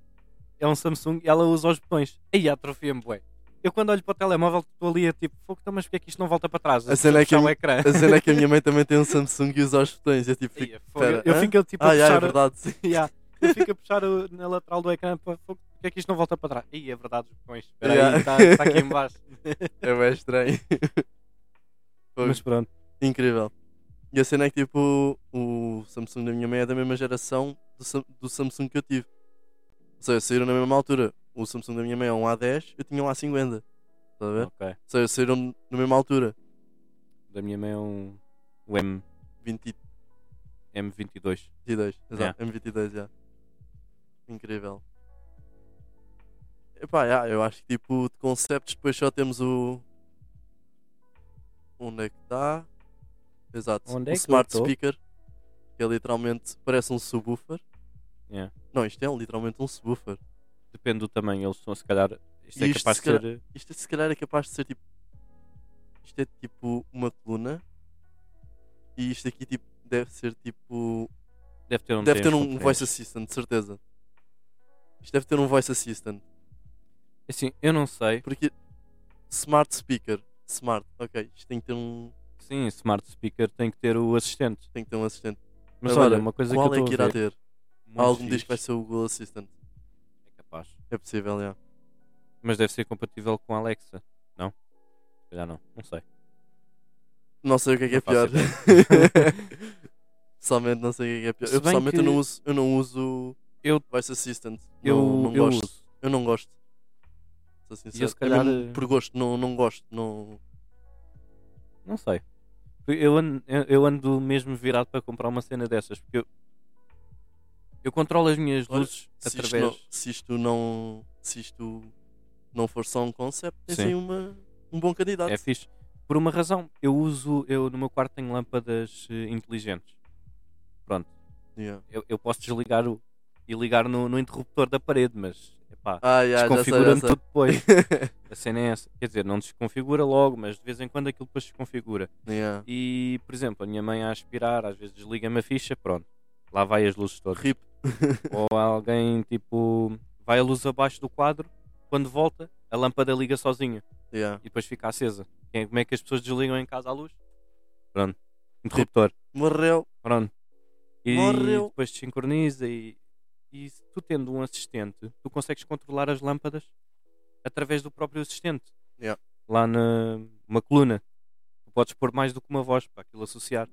[SPEAKER 2] é um Samsung e ela usa os botões. Aí atrofia-me, bué. Eu quando olho para o telemóvel estou ali a tipo, fogo, então, mas porque é que isto não volta para trás?
[SPEAKER 1] A cena é que
[SPEAKER 2] Puxar o
[SPEAKER 1] eu-
[SPEAKER 2] ecrã.
[SPEAKER 1] A cena é que a minha mãe também tem um Samsung e usa os botões. Eu tipo, fico,
[SPEAKER 2] Ia, fogo. Eu-
[SPEAKER 1] pera,
[SPEAKER 2] eu
[SPEAKER 1] hã?
[SPEAKER 2] fico tipo a
[SPEAKER 1] ah, yeah, é
[SPEAKER 2] puxar
[SPEAKER 1] verdade. sim.
[SPEAKER 2] Ya, Eu fico a puxar o- na lateral do ecrã para fogo, porque é que isto não volta para trás? Ih, é verdade, os botões. Espera
[SPEAKER 1] Ya.
[SPEAKER 2] aí, está está aqui em baixo.
[SPEAKER 1] É bem estranho. Fogo.
[SPEAKER 2] Mas pronto.
[SPEAKER 1] Incrível. E a cena é que tipo, o Samsung da minha mãe é da mesma geração do, Sam- do Samsung que eu tive. Ou seja, saíram na mesma altura. O Samsung da minha mãe é um A10, eu tinha um A50. Estás a ver? Ou
[SPEAKER 2] Ok.
[SPEAKER 1] seja, saíram na mesma altura.
[SPEAKER 2] Da minha mãe é um, o M,
[SPEAKER 1] 20,
[SPEAKER 2] M22.
[SPEAKER 1] 22. Exato, M22, já. Incrível. Epá, yeah, eu acho que tipo de conceptos depois só temos o. Onde é que está? Exato. o
[SPEAKER 2] Onde é que eu
[SPEAKER 1] smart
[SPEAKER 2] tô?
[SPEAKER 1] speaker. Que é literalmente parece um subwoofer.
[SPEAKER 2] Yeah.
[SPEAKER 1] Não, isto é literalmente um subwoofer.
[SPEAKER 2] Depende do tamanho, eles são se calhar. Isto é
[SPEAKER 1] Isto,
[SPEAKER 2] capaz
[SPEAKER 1] se
[SPEAKER 2] de ser.
[SPEAKER 1] Isto se calhar é capaz de ser tipo. Isto é tipo uma coluna. E isto aqui tipo, deve ser tipo.
[SPEAKER 2] Deve ter um
[SPEAKER 1] deve ter
[SPEAKER 2] três,
[SPEAKER 1] um
[SPEAKER 2] três.
[SPEAKER 1] voice assistant, de certeza. Isto deve ter um voice assistant.
[SPEAKER 2] Assim, eu não sei.
[SPEAKER 1] Porque smart speaker, smart, ok, isto tem que ter um,
[SPEAKER 2] Sim, smart speaker tem que ter o assistente.
[SPEAKER 1] tem que ter um assistente.
[SPEAKER 2] Mas
[SPEAKER 1] Agora,
[SPEAKER 2] olha, uma coisa que eu
[SPEAKER 1] qual
[SPEAKER 2] estou
[SPEAKER 1] é que
[SPEAKER 2] a
[SPEAKER 1] irá
[SPEAKER 2] ver.
[SPEAKER 1] ter?
[SPEAKER 2] muito
[SPEAKER 1] Há algum assim?
[SPEAKER 2] fixe,
[SPEAKER 1] diz que vai ser o Google Assistant.
[SPEAKER 2] É capaz.
[SPEAKER 1] É possível, é.
[SPEAKER 2] Mas deve ser compatível com a Alexa. Não? Se calhar não. Não sei.
[SPEAKER 1] Não sei o que é que é
[SPEAKER 2] Não faço
[SPEAKER 1] pior. Pessoalmente não sei o que é que é pior.
[SPEAKER 2] Se
[SPEAKER 1] Eu
[SPEAKER 2] bem
[SPEAKER 1] pessoalmente eu
[SPEAKER 2] que-
[SPEAKER 1] não uso, eu não uso
[SPEAKER 2] Eu-
[SPEAKER 1] Voice Assistant.
[SPEAKER 2] Eu,
[SPEAKER 1] não, não
[SPEAKER 2] eu
[SPEAKER 1] gosto.
[SPEAKER 2] uso.
[SPEAKER 1] Eu não gosto. Sou sincero.
[SPEAKER 2] se calhar,
[SPEAKER 1] é mesmo
[SPEAKER 2] eh,
[SPEAKER 1] por gosto, não, não gosto. Não...
[SPEAKER 2] Não sei. Eu ando, eu- eu ando mesmo virado para comprar uma cena dessas. Porque eu, eu controlo as minhas
[SPEAKER 1] Olha,
[SPEAKER 2] luzes
[SPEAKER 1] Se, isto
[SPEAKER 2] através.
[SPEAKER 1] não, se isto não. Se isto não for só um concept, tens
[SPEAKER 2] Sim.
[SPEAKER 1] aí uma, um bom candidato.
[SPEAKER 2] É fixe. Por uma razão. Eu uso. Eu no meu quarto tenho lâmpadas eh, inteligentes. Pronto.
[SPEAKER 1] Yeah.
[SPEAKER 2] Eu, eu posso desligar o, e ligar no, no interruptor da parede, mas. Epá,
[SPEAKER 1] Ah, yeah, já sei, já
[SPEAKER 2] desconfigura-me
[SPEAKER 1] sei.
[SPEAKER 2] tudo depois. A cena é essa. Quer dizer, não desconfigura logo, mas de vez em quando aquilo depois desconfigura.
[SPEAKER 1] Yeah.
[SPEAKER 2] E, por exemplo, a minha mãe a aspirar, às vezes desliga-me a ficha, pronto. Lá vai as luzes todas.
[SPEAKER 1] Rip.
[SPEAKER 2] Ou alguém, tipo, vai a luz abaixo do quadro, quando volta, a lâmpada liga sozinha
[SPEAKER 1] Yeah.
[SPEAKER 2] e depois fica acesa. Quem- Como é que as pessoas desligam em casa a luz? Pronto. Interruptor.
[SPEAKER 1] Morreu.
[SPEAKER 2] Pronto. E
[SPEAKER 1] Morreu.
[SPEAKER 2] depois sincroniza e, e se tu tendo um assistente, tu consegues controlar as lâmpadas através do próprio assistente.
[SPEAKER 1] Yeah.
[SPEAKER 2] Lá na uma coluna. Tu podes pôr mais do que uma voz para aquilo associar.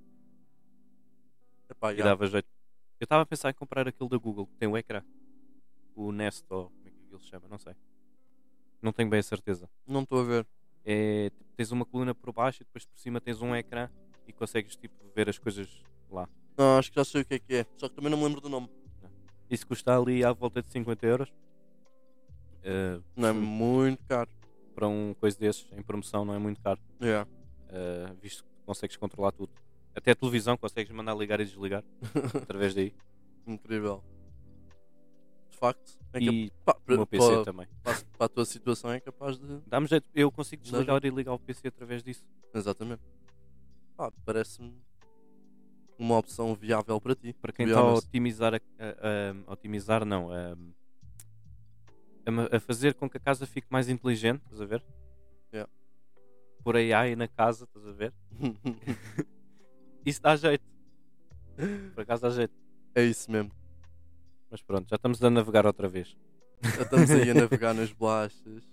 [SPEAKER 1] Epá,
[SPEAKER 2] E
[SPEAKER 1] yeah.
[SPEAKER 2] dava jeito. Eu estava a pensar em comprar aquele da Google, que tem o ecrã. O Nest, ou como é que ele se chama, não sei. Não tenho bem a certeza.
[SPEAKER 1] Não estou a ver.
[SPEAKER 2] É, tens uma coluna por baixo e depois por cima tens um ecrã e consegues tipo, ver as coisas lá.
[SPEAKER 1] Não, acho que já sei o que é que é. Só que também não me lembro do nome.
[SPEAKER 2] Isso custa ali à volta de 50 euros. Eh,
[SPEAKER 1] Não é muito caro.
[SPEAKER 2] para um coisa desses, em promoção, não é muito caro.
[SPEAKER 1] Yeah.
[SPEAKER 2] Eh, visto que consegues controlar tudo. Até a televisão consegues mandar ligar e desligar através daí.
[SPEAKER 1] Incrível. De facto, é capaz.
[SPEAKER 2] E
[SPEAKER 1] Pá,
[SPEAKER 2] o
[SPEAKER 1] pra-
[SPEAKER 2] meu
[SPEAKER 1] pra-
[SPEAKER 2] PC também.
[SPEAKER 1] para, para a tua situação é capaz de.
[SPEAKER 2] Dá-me jeito, eu consigo
[SPEAKER 1] Dá
[SPEAKER 2] desligar e ligar o PC através disso.
[SPEAKER 1] Exatamente. Pá, parece-me uma opção viável para ti.
[SPEAKER 2] Para quem
[SPEAKER 1] be
[SPEAKER 2] está a
[SPEAKER 1] honest.
[SPEAKER 2] otimizar, a, a- a- otimizar não, a, a ma- a fazer com que a casa fique mais inteligente, estás a ver?
[SPEAKER 1] Yeah.
[SPEAKER 2] Por AI na casa, estás a ver? Isso dá jeito. Por acaso dá jeito.
[SPEAKER 1] é isso mesmo.
[SPEAKER 2] Mas pronto, já estamos a navegar outra vez.
[SPEAKER 1] Já estamos aí a navegar nas bolachas.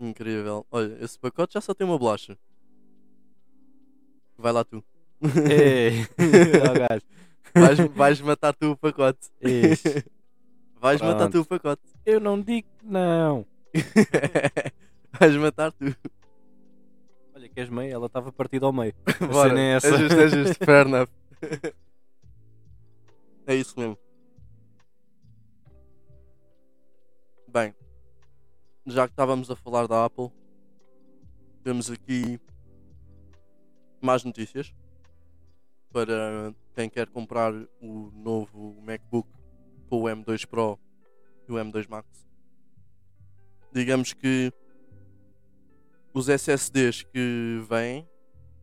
[SPEAKER 1] Incrível. Olha, esse pacote já só tem uma bolacha. Vai lá tu.
[SPEAKER 2] Ei! Ó gajo.
[SPEAKER 1] Vais, vais matar tu o pacote.
[SPEAKER 2] É Isso.
[SPEAKER 1] Vais matar
[SPEAKER 2] Pronto.
[SPEAKER 1] tu o pacote.
[SPEAKER 2] Eu não digo que não.
[SPEAKER 1] Vais matar tu.
[SPEAKER 2] Olha, que és meio, ela estava partida ao meio. A
[SPEAKER 1] Bora.
[SPEAKER 2] cena é essa.
[SPEAKER 1] justo, é justo. Fair enough. É isso mesmo. Bem, já que estávamos a falar da Apple, temos aqui mais notícias para quem quer comprar o novo MacBook com o M2 Pro e o M2 Max. Digamos que os SSDs que vêm,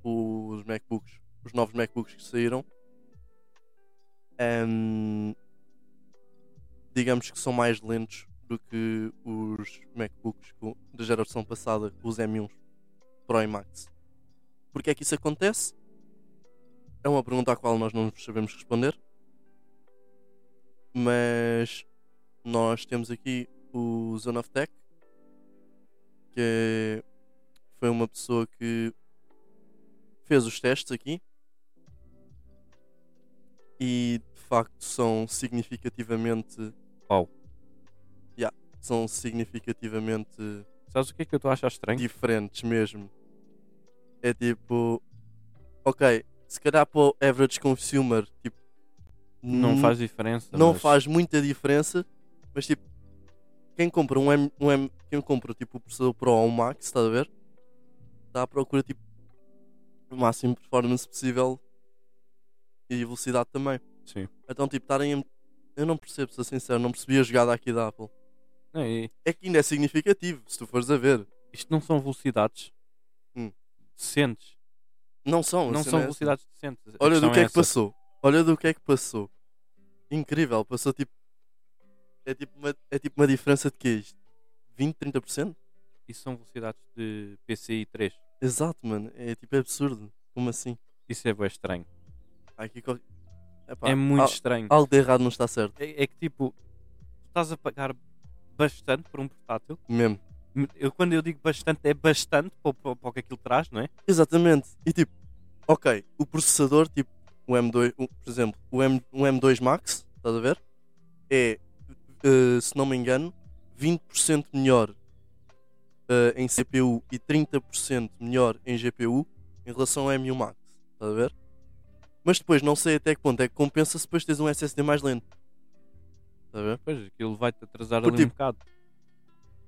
[SPEAKER 1] os MacBooks, os novos MacBooks que saíram, ehm, digamos que são mais lentos do que os MacBooks co- da geração passada, os M1 Pro e Max. Porquê é que isso acontece? É uma pergunta à qual nós não nos sabemos responder, mas nós temos aqui o Zone of Tech, que é- foi uma pessoa que fez os testes aqui e de facto são significativamente
[SPEAKER 2] Uau.
[SPEAKER 1] Yeah, são significativamente
[SPEAKER 2] Sabes o que é que eu estou a achar
[SPEAKER 1] Tipo,
[SPEAKER 2] estranho?
[SPEAKER 1] diferentes mesmo é tipo ok se calhar para o average consumer tipo
[SPEAKER 2] Não
[SPEAKER 1] n-
[SPEAKER 2] faz diferença.
[SPEAKER 1] hum, não
[SPEAKER 2] mas-
[SPEAKER 1] faz muita diferença mas tipo quem compra um M, um M quem compra tipo o processador Pro ou um Max, estás a ver? Está à procura tipo o máximo performance possível e velocidade também.
[SPEAKER 2] Sim.
[SPEAKER 1] Então tipo estarem a- eu não percebo, sou sincero, não percebi a jogada aqui da Apple.
[SPEAKER 2] Não, e
[SPEAKER 1] É que ainda é significativo, se tu fores a ver.
[SPEAKER 2] isto não são velocidades
[SPEAKER 1] Hum.
[SPEAKER 2] decentes.
[SPEAKER 1] Não são, a cena
[SPEAKER 2] não são
[SPEAKER 1] é essa.
[SPEAKER 2] velocidades decentes. A
[SPEAKER 1] Olha do
[SPEAKER 2] questão
[SPEAKER 1] que é que
[SPEAKER 2] essa.
[SPEAKER 1] passou. Olha do que é que passou. Incrível, passou tipo. É tipo uma, é tipo uma diferença de que isto? 20, 30%?
[SPEAKER 2] Isso são velocidades de PCI 3.
[SPEAKER 1] Exato, mano. É tipo absurdo. Como assim?
[SPEAKER 2] Isso é bem estranho.
[SPEAKER 1] Há aqui qualquer. Epá,
[SPEAKER 2] é muito
[SPEAKER 1] al-
[SPEAKER 2] estranho.
[SPEAKER 1] Algo de errado não está certo.
[SPEAKER 2] É, é que tipo, estás a pagar bastante por um portátil.
[SPEAKER 1] Mesmo.
[SPEAKER 2] Eu, quando eu digo bastante, é bastante para, o- para, o- para o que aquilo traz, não é?
[SPEAKER 1] Exatamente. E tipo, ok, o processador, tipo, o M2, o- por exemplo, o, M, o M2 Max, estás a ver? É, eh, se não me engano, 20% melhor eh, em CPU e 30% melhor em GPU em relação ao M1 Max, estás a ver? Mas depois não sei até que ponto é que compensa se depois tens um SSD mais lento. Estás a ver?
[SPEAKER 2] Pois, aquilo vai-te atrasar
[SPEAKER 1] Por
[SPEAKER 2] ali um
[SPEAKER 1] tipo,
[SPEAKER 2] bocado.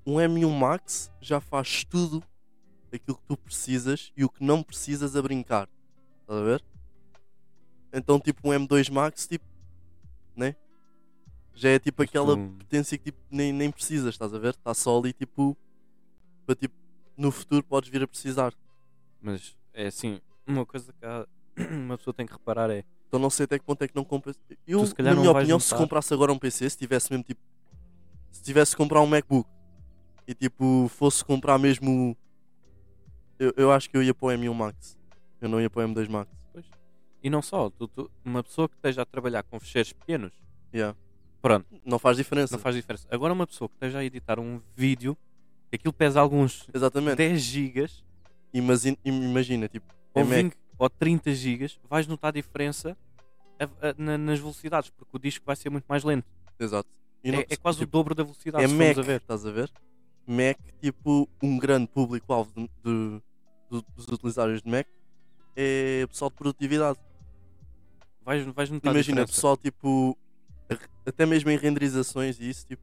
[SPEAKER 1] um M1 Max já faz tudo aquilo que tu precisas e o que não precisas a brincar. Estás a ver? Então, tipo, um M2 Max, tipo, né? Já é tipo aquela
[SPEAKER 2] Tu-
[SPEAKER 1] potência que tipo, nem, nem precisas, estás a ver? Está só ali, tipo, para tipo, no futuro podes vir a precisar.
[SPEAKER 2] Mas é assim, uma coisa que há- uma pessoa tem que reparar é
[SPEAKER 1] Então, não sei até que ponto é que não compensa. Eu,
[SPEAKER 2] Tu, se calhar,
[SPEAKER 1] na
[SPEAKER 2] não
[SPEAKER 1] minha
[SPEAKER 2] vais
[SPEAKER 1] opinião, se
[SPEAKER 2] notar.
[SPEAKER 1] comprasse agora um PC, se tivesse mesmo tipo, se tivesse que comprar um MacBook e tipo, fosse comprar mesmo. Eu, eu acho que eu ia para o M1 Max. Eu não ia para o M2 Max.
[SPEAKER 2] E não só, tu- tu- uma pessoa que esteja a trabalhar com fecheiros pequenos,
[SPEAKER 1] Yeah.
[SPEAKER 2] pronto,
[SPEAKER 1] Não faz diferença.
[SPEAKER 2] não faz diferença. Agora uma pessoa que esteja a editar um vídeo, que aquilo pesa alguns
[SPEAKER 1] Exatamente.
[SPEAKER 2] 10 gigas,
[SPEAKER 1] Imagina, imagina tipo,
[SPEAKER 2] ou
[SPEAKER 1] em Mac.
[SPEAKER 2] 20 ou 30 gigas, vais notar a diferença a- a- na- nas velocidades, porque o disco vai ser muito mais lento.
[SPEAKER 1] Exato. E não-
[SPEAKER 2] É, é quase o
[SPEAKER 1] tipo,
[SPEAKER 2] dobro da velocidade,
[SPEAKER 1] É
[SPEAKER 2] se formos
[SPEAKER 1] Mac,
[SPEAKER 2] a ver.
[SPEAKER 1] estás a ver? Mac, tipo, um grande público-alvo de- de- do- dos utilizários de Mac é pessoal de produtividade.
[SPEAKER 2] Vais, vais notar
[SPEAKER 1] Imagina,
[SPEAKER 2] a diferença.
[SPEAKER 1] pessoal, tipo, a- até mesmo em renderizações e isso, tipo,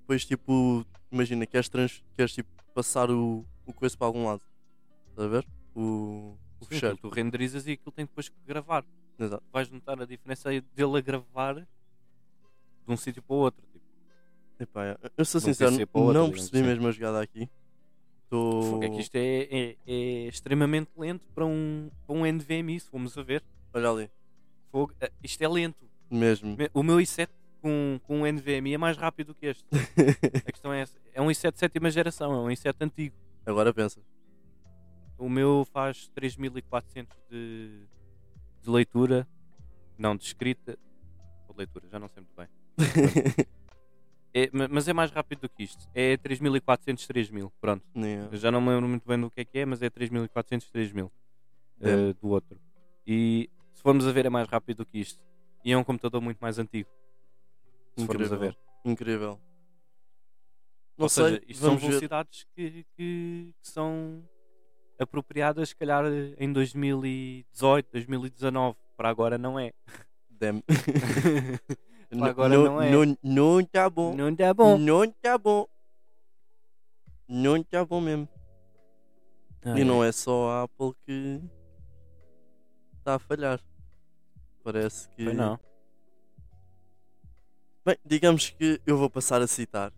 [SPEAKER 1] depois, tipo, imagina, queres, trans, queres tipo, passar o, o coisa para algum lado, estás a ver? O, o
[SPEAKER 2] Sim, aquilo
[SPEAKER 1] fecheiro.
[SPEAKER 2] tu renderizas e aquilo tem depois que gravar.
[SPEAKER 1] Exato.
[SPEAKER 2] Vais notar a diferença dele a gravar de um sítio para o outro. Tipo,
[SPEAKER 1] Epá, é. eu sou
[SPEAKER 2] De um
[SPEAKER 1] sincero,
[SPEAKER 2] PC para o outro,
[SPEAKER 1] não
[SPEAKER 2] digamos
[SPEAKER 1] percebi
[SPEAKER 2] assim.
[SPEAKER 1] mesmo a jogada aqui. Tô...
[SPEAKER 2] Fogo, é que isto é, é- é extremamente lento para um, para um NVMe, se formos a ver.
[SPEAKER 1] Olha ali,
[SPEAKER 2] Fogo, eh, isto é lento.
[SPEAKER 1] mesmo.
[SPEAKER 2] Me- O meu i7 com, com um NVMe é mais rápido que este. A questão é essa. É um i7 de sétima geração, é um i7 antigo.
[SPEAKER 1] Agora pensa.
[SPEAKER 2] O meu faz 3400 de, de leitura, não de escrita. Ou de leitura, já não sei muito bem. É, ma- mas é mais rápido do que isto. É 3400, 3000. Pronto.
[SPEAKER 1] Nem é.
[SPEAKER 2] Eu já não me lembro muito bem do que é que é, mas é 3400, 3000 eh, do outro. E se formos a ver, é mais rápido do que isto. E é um computador muito mais antigo. Se formos a
[SPEAKER 1] Incrível.
[SPEAKER 2] ver.
[SPEAKER 1] Incrível. Não
[SPEAKER 2] Ou
[SPEAKER 1] sei,
[SPEAKER 2] seja, é um isto são
[SPEAKER 1] vamos ver.
[SPEAKER 2] velocidades que, que- que são apropriadas, se calhar, em 2018, 2019. Para agora não é.
[SPEAKER 1] Damn.
[SPEAKER 2] Pá, agora
[SPEAKER 1] não,
[SPEAKER 2] não é.
[SPEAKER 1] Não, não tá bom.
[SPEAKER 2] não dá bom.
[SPEAKER 1] Não tá bom. Não tá bom mesmo. e não é só a Apple que está a falhar. Parece que.
[SPEAKER 2] Pois não.
[SPEAKER 1] Bem, digamos que eu vou passar a citar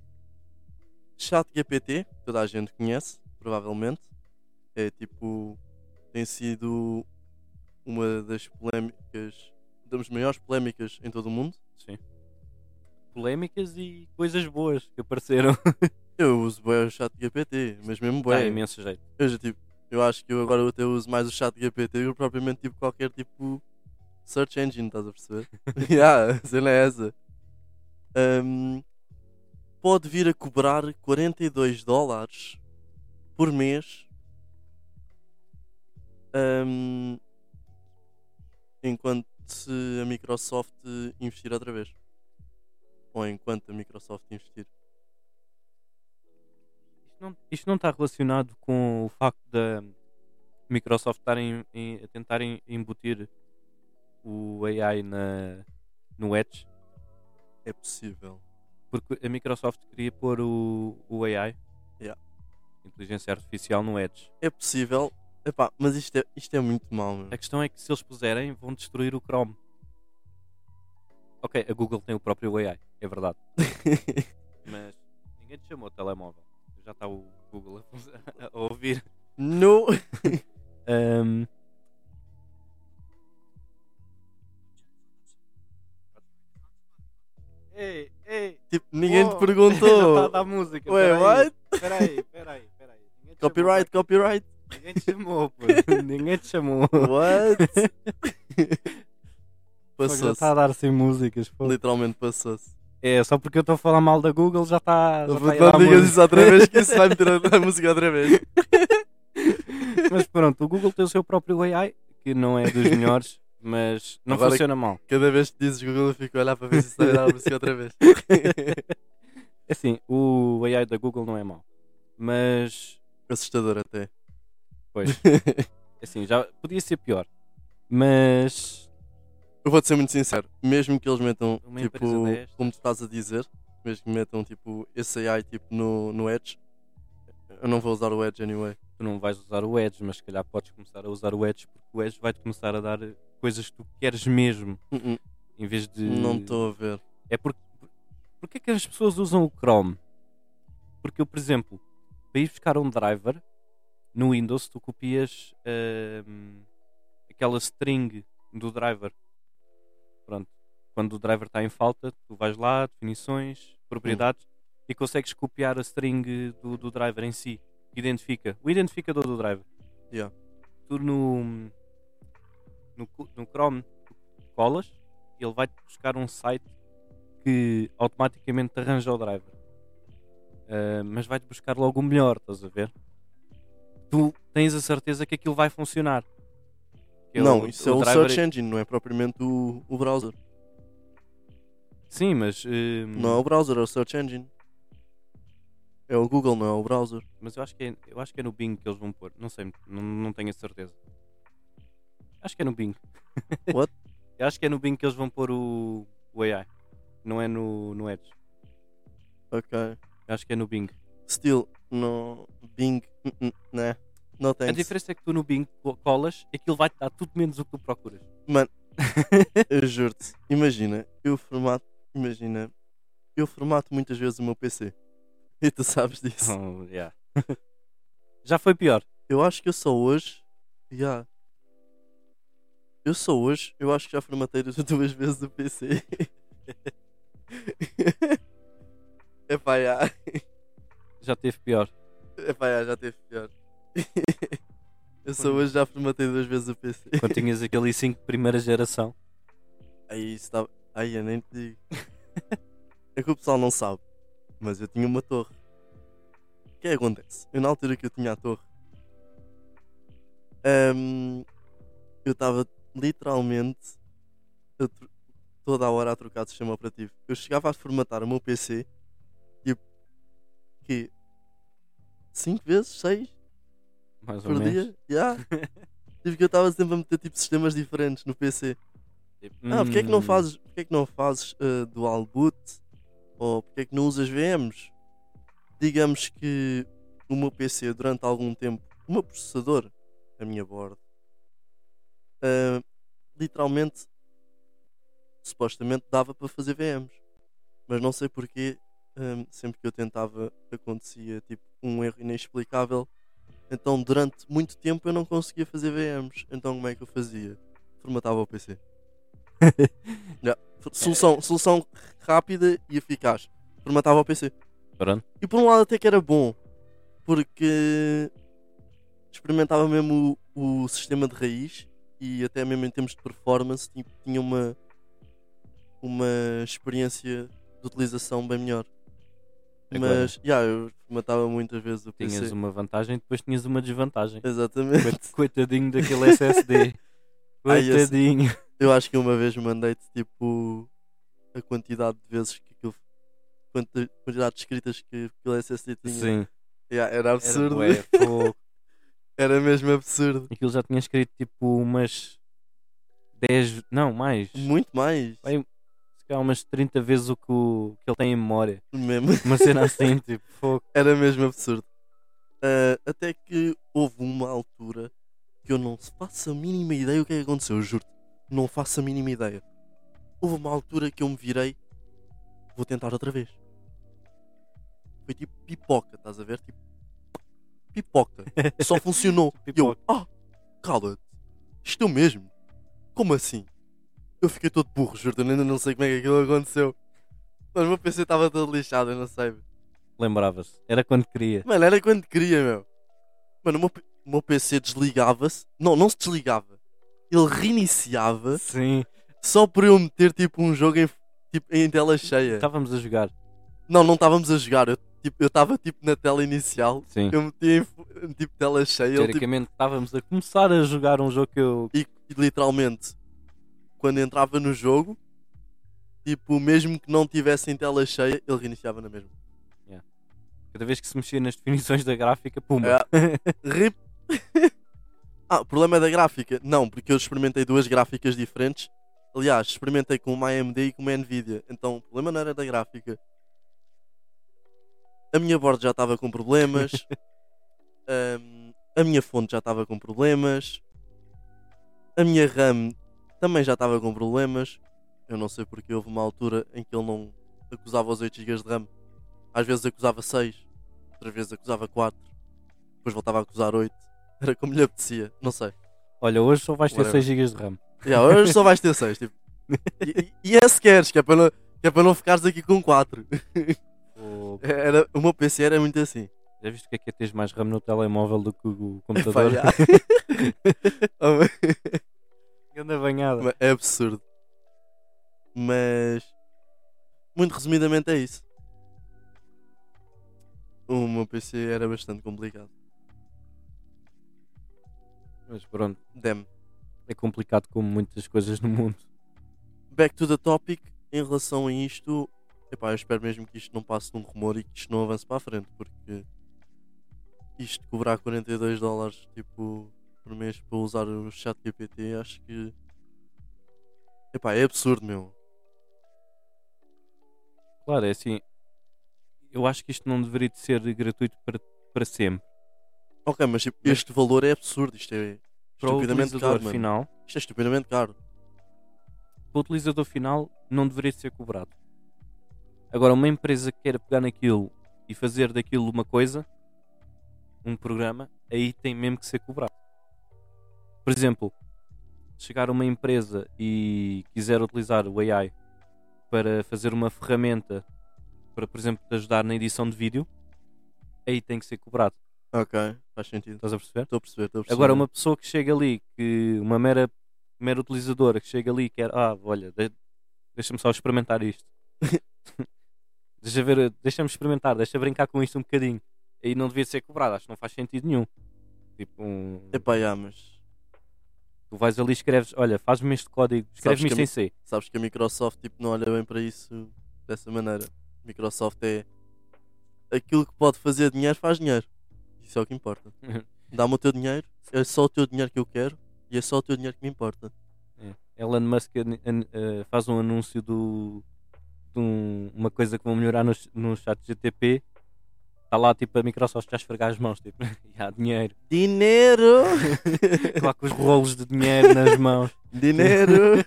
[SPEAKER 1] ChatGPT, toda a gente conhece, provavelmente. É tipo. Tem sido uma das polémicas. das maiores polémicas em todo o mundo.
[SPEAKER 2] Sim. Polémicas e coisas boas que apareceram.
[SPEAKER 1] Eu uso bem o ChatGPT, mas mesmo
[SPEAKER 2] Dá
[SPEAKER 1] bem.
[SPEAKER 2] imenso jeito.
[SPEAKER 1] Eu já, tipo, eu acho que eu agora até uso mais o chat GPT do que propriamente tipo qualquer tipo search engine, estás a perceber? yeah, a cena é essa. Ahm, pode vir a cobrar 42 dólares por mês ahm, enquanto se a Microsoft investir outra vez. Ou enquanto a Microsoft investir.
[SPEAKER 2] Isto não, isto não está relacionado com o facto da Microsoft estar em- em- a tentar em- embutir o AI na, no Edge?
[SPEAKER 1] É possível.
[SPEAKER 2] Porque a Microsoft queria pôr o, o AI,
[SPEAKER 1] Yeah.
[SPEAKER 2] inteligência artificial, no Edge.
[SPEAKER 1] É possível. Epá, mas isto é, isto é muito mau, meu.
[SPEAKER 2] A questão é que se eles puserem, vão destruir o Chrome. Ok, a Google tem o próprio AI, é verdade. Mas ninguém te chamou o telemóvel. Já está o Google a, funcionar- a ouvir.
[SPEAKER 1] no.
[SPEAKER 2] Ahm. Ei, ei!
[SPEAKER 1] Tipo, ninguém
[SPEAKER 2] oh,
[SPEAKER 1] te perguntou.
[SPEAKER 2] Não tá a dar música.
[SPEAKER 1] Ué,
[SPEAKER 2] peraí,
[SPEAKER 1] what?
[SPEAKER 2] Peraí, peraí, peraí. Ninguém te
[SPEAKER 1] Copyright, copyright.
[SPEAKER 2] chamou, Ninguém te chamou, pô. Ninguém te chamou.
[SPEAKER 1] What?
[SPEAKER 2] Já
[SPEAKER 1] passou-se.
[SPEAKER 2] está a dar sem músicas, pô.
[SPEAKER 1] Literalmente passou-se.
[SPEAKER 2] É, só porque eu estou a falar mal da Google já está. Já tá a dar
[SPEAKER 1] Não digas
[SPEAKER 2] música.
[SPEAKER 1] isso outra vez, que isso vai me tirar a música outra vez.
[SPEAKER 2] Mas pronto, o Google tem o seu próprio AI, que não é dos melhores, mas não
[SPEAKER 1] Agora- é
[SPEAKER 2] funciona mal.
[SPEAKER 1] Cada vez que dizes Google, eu fico a olhar para ver se está a dar a música outra vez.
[SPEAKER 2] Assim, o AI da Google não é mau. Mas,
[SPEAKER 1] Assustador até.
[SPEAKER 2] pois, assim, já podia ser pior. Mas,
[SPEAKER 1] Eu vou-te ser muito sincero, mesmo que eles metam,
[SPEAKER 2] É Uma
[SPEAKER 1] tipo,
[SPEAKER 2] empresa destas.
[SPEAKER 1] como tu estás a dizer, mesmo que metam, tipo, esse AI, tipo, no, no Edge, eu não vou usar o Edge anyway.
[SPEAKER 2] tu não vais usar o Edge, mas se calhar podes começar a usar o Edge, porque o Edge vai-te começar a dar coisas que tu queres mesmo,
[SPEAKER 1] Uh-uh,
[SPEAKER 2] em vez de...
[SPEAKER 1] Não estou a ver.
[SPEAKER 2] É porque. Porquê que as pessoas usam o Chrome? Porque eu, por exemplo, para ir buscar um driver no Windows, tu copias ahm, aquela string do driver. Pronto. Quando o driver está em falta, tu vais lá, definições, propriedades e consegues copiar a string do, do driver em si. Identifica. O identificador do driver.
[SPEAKER 1] Yeah.
[SPEAKER 2] Tu no, no, cu- no Chrome tu colas e ele vai-te buscar um site que automaticamente te arranja o driver. Ah, mas vai-te buscar logo o melhor, estás a ver? Tu tens a certeza que aquilo vai funcionar. Que
[SPEAKER 1] não, isso é o
[SPEAKER 2] driver-
[SPEAKER 1] search engine, não é propriamente o, o browser.
[SPEAKER 2] Sim, mas. hum,
[SPEAKER 1] Não é o browser, é o search engine. É o Google, não é o browser.
[SPEAKER 2] Mas eu acho, que é, eu acho que é no Bing que eles vão pôr. Não sei, não, não tenho a certeza. Acho que é no Bing.
[SPEAKER 1] What?
[SPEAKER 2] eu acho que é no Bing que eles vão pôr o, o AI. Não é no, no Edge.
[SPEAKER 1] Ok.
[SPEAKER 2] Eu acho que é no Bing. Still,
[SPEAKER 1] Still, no Bing, uh-uh, né? Não
[SPEAKER 2] a
[SPEAKER 1] thanks.
[SPEAKER 2] diferença é que tu no Bing co- colas, aquilo vai-te dar tudo menos o que tu procuras.
[SPEAKER 1] Eu juro-te. Imagina, eu formato. Imagina, eu formato muitas vezes o meu PC. E tu sabes disso.
[SPEAKER 2] Oh, yeah. Já foi pior.
[SPEAKER 1] Eu acho que eu só hoje. Yeah. Eu só hoje, eu acho que já formatei du- duas vezes o PC. Epá, yeah.
[SPEAKER 2] Já teve pior.
[SPEAKER 1] Epá, yeah, já teve pior. Eu só hoje já formatei duas vezes o PC.
[SPEAKER 2] Quando tinhas aquele i5 de primeira geração.
[SPEAKER 1] Aí estava. Aí eu nem te digo. É que o pessoal não sabe. Mas eu tinha uma torre. O que é que acontece? Eu na altura que eu tinha a torre. ahm, eu estava literalmente a tro- toda a hora a trocar de sistema operativo. Eu chegava a formatar o meu PC tipo que 5 vezes, 6
[SPEAKER 2] Mais ou
[SPEAKER 1] por
[SPEAKER 2] menos.
[SPEAKER 1] dia. Yeah. Tive que eu estava sempre a meter tipo sistemas diferentes no PC. Ah, porque é que não
[SPEAKER 2] Hum,
[SPEAKER 1] fazes, porque é que não fazes eh, dual boot? Ou porque é que não usas VMs? Digamos que o meu PC durante algum tempo, o meu processador, a minha board, eh, literalmente, supostamente dava para fazer VMs. Mas não sei porquê, eh, sempre que eu tentava acontecia tipo um erro inexplicável. Então durante muito tempo eu não conseguia fazer VMs. Então como é que eu fazia? Formatava o PC. Solução, solução rápida e eficaz. Formatava o PC.
[SPEAKER 2] Pronto.
[SPEAKER 1] E por um lado até que era bom, porque experimentava mesmo o, o sistema de raiz e até mesmo em termos de performance ti- tinha uma, uma experiência de utilização bem melhor.
[SPEAKER 2] É claro.
[SPEAKER 1] Mas, já, eu formatava muitas vezes o PC.
[SPEAKER 2] Tinhas uma vantagem e depois tinhas uma desvantagem.
[SPEAKER 1] Exatamente.
[SPEAKER 2] Coit- Coitadinho daquele SSD.
[SPEAKER 1] Ai, esse-
[SPEAKER 2] Coitadinho.
[SPEAKER 1] Eu acho que uma vez mandei-te tipo a quantidade de vezes que aquilo. quanta- quantidade de escritas que aquele SSD tinha.
[SPEAKER 2] Sim.
[SPEAKER 1] Yeah, era absurdo.
[SPEAKER 2] Era,
[SPEAKER 1] Era,
[SPEAKER 2] bué, pô.
[SPEAKER 1] mesmo absurdo.
[SPEAKER 2] Aquilo já tinha escrito tipo umas 10. Não, mais.
[SPEAKER 1] Muito mais.
[SPEAKER 2] Bem, se se calhar umas 30 vezes o que, o que ele tem em memória.
[SPEAKER 1] Mesmo.
[SPEAKER 2] Uma cena assim, tipo, fogo.
[SPEAKER 1] Era mesmo absurdo. Ah, até que houve uma altura que eu não faço a mínima ideia o que é que aconteceu, juro. Não faço a mínima ideia. Houve uma altura que eu me virei, vou tentar outra vez. Foi tipo pipoca, estás a ver? Tipo pipoca. Só funcionou. e eu,
[SPEAKER 2] Pipoca.
[SPEAKER 1] ah, cala-te. Isto é o mesmo. Como assim? Eu fiquei todo burro, juro. Eu ainda não sei como é que aquilo aconteceu. Mas o meu PC estava todo lixado, eu não sei.
[SPEAKER 2] Lembravas. Era quando queria.
[SPEAKER 1] Mano, era quando queria, meu. Mano, o meu, P- o meu PC desligava-se. Não, não se desligava. Ele reiniciava
[SPEAKER 2] Sim.
[SPEAKER 1] só por eu meter tipo um jogo em, tipo, em tela cheia.
[SPEAKER 2] Estávamos a jogar.
[SPEAKER 1] Não, não estávamos a jogar. Eu tipo, eu estava tipo na tela inicial.
[SPEAKER 2] Sim.
[SPEAKER 1] Eu meti em fu- em tipo tela cheia. Ele, tipo,
[SPEAKER 2] Teoricamente estávamos a começar a jogar um jogo que eu.
[SPEAKER 1] e, e, literalmente, quando entrava no jogo, tipo, mesmo que não tivesse em tela cheia, ele reiniciava na mesma.
[SPEAKER 2] Cada vez que se mexia nas definições da gráfica, pumba.
[SPEAKER 1] É. Rip. ah, o problema é da gráfica? Não, porque eu experimentei duas gráficas diferentes. Aliás, experimentei com uma AMD e com uma Nvidia. Então o problema não era da gráfica. A minha board já estava com problemas. Ahm, a minha fonte já estava com problemas. A minha RAM também já estava com problemas. Eu não sei porque houve uma altura em que ele não acusava os 8 GB de RAM. Às vezes acusava 6, outras vezes acusava 4 depois voltava a acusar 8. Era como lhe apetecia, não sei.
[SPEAKER 2] Olha, hoje só vais ter
[SPEAKER 1] Whatever.
[SPEAKER 2] 6 GB de RAM.
[SPEAKER 1] Yeah, hoje só vais ter 6. Tipo. E, e é se queres, que é para não, que é para não ficares aqui com 4.
[SPEAKER 2] Fogo.
[SPEAKER 1] Era, o meu PC era muito assim.
[SPEAKER 2] Já viste que é que é teres mais RAM no telemóvel do que o
[SPEAKER 1] Epá,
[SPEAKER 2] computador?
[SPEAKER 1] yeah. Oh, mas-
[SPEAKER 2] Grande banhada.
[SPEAKER 1] mas é absurdo. Mas, muito resumidamente, é isso. O meu PC era bastante complicado.
[SPEAKER 2] Mas pronto,
[SPEAKER 1] Damn.
[SPEAKER 2] é complicado como muitas coisas no mundo.
[SPEAKER 1] Back to the topic, em relação a isto, epá, eu espero mesmo que isto não passe num rumor e que isto não avance para a frente, porque isto cobrar 42 dólares tipo, por mês para usar o chat GPT, acho que epá, é absurdo, meu.
[SPEAKER 2] Claro, é assim. Eu acho que isto não deveria de ser gratuito para, para sempre.
[SPEAKER 1] Ok, mas tipo,
[SPEAKER 2] Mas-
[SPEAKER 1] este valor é absurdo, isto é
[SPEAKER 2] Para o
[SPEAKER 1] estupidamente
[SPEAKER 2] utilizador
[SPEAKER 1] caro, mano.
[SPEAKER 2] final,
[SPEAKER 1] Isto é estupidamente caro.
[SPEAKER 2] para o utilizador final não deveria de ser cobrado. Agora, uma empresa que queira pegar naquilo e fazer daquilo uma coisa, um programa, aí tem mesmo que ser cobrado. Por exemplo, chegar uma empresa e quiser utilizar o AI para fazer uma ferramenta para, por exemplo, te ajudar na edição de vídeo, aí tem que ser cobrado.
[SPEAKER 1] Ok, faz sentido.
[SPEAKER 2] Estás a perceber?
[SPEAKER 1] Estou a perceber, estou a perceber.
[SPEAKER 2] Agora, uma pessoa que chega ali, que uma mera, mera utilizadora que chega ali e quer, ah, olha, de- deixa-me só experimentar isto. deixa ver, deixa-me experimentar, deixa brincar com isto um bocadinho. Aí não devia ser cobrado, acho que não faz sentido nenhum. Tipo, um-
[SPEAKER 1] Epá, yeah, mas
[SPEAKER 2] tu vais ali e escreves, olha, faz-me este código, escreve-me
[SPEAKER 1] que
[SPEAKER 2] isto
[SPEAKER 1] a
[SPEAKER 2] em C.
[SPEAKER 1] sabes que a Microsoft tipo, não olha bem para isso dessa maneira. Microsoft é aquilo que pode fazer dinheiro, faz dinheiro. Isso é o que importa. Dá-me o teu dinheiro, é só o teu dinheiro que eu quero e é só o teu dinheiro que me importa.
[SPEAKER 2] Elon Musk an- an- eh, faz um anúncio do, de um- uma coisa que vão melhorar no, ch- no chat GTP. Está lá tipo a Microsoft já a esfregar as mãos, tipo, e há dinheiro.
[SPEAKER 1] Dinheiro!
[SPEAKER 2] Lá com os rolos de dinheiro nas mãos.
[SPEAKER 1] dinheiro!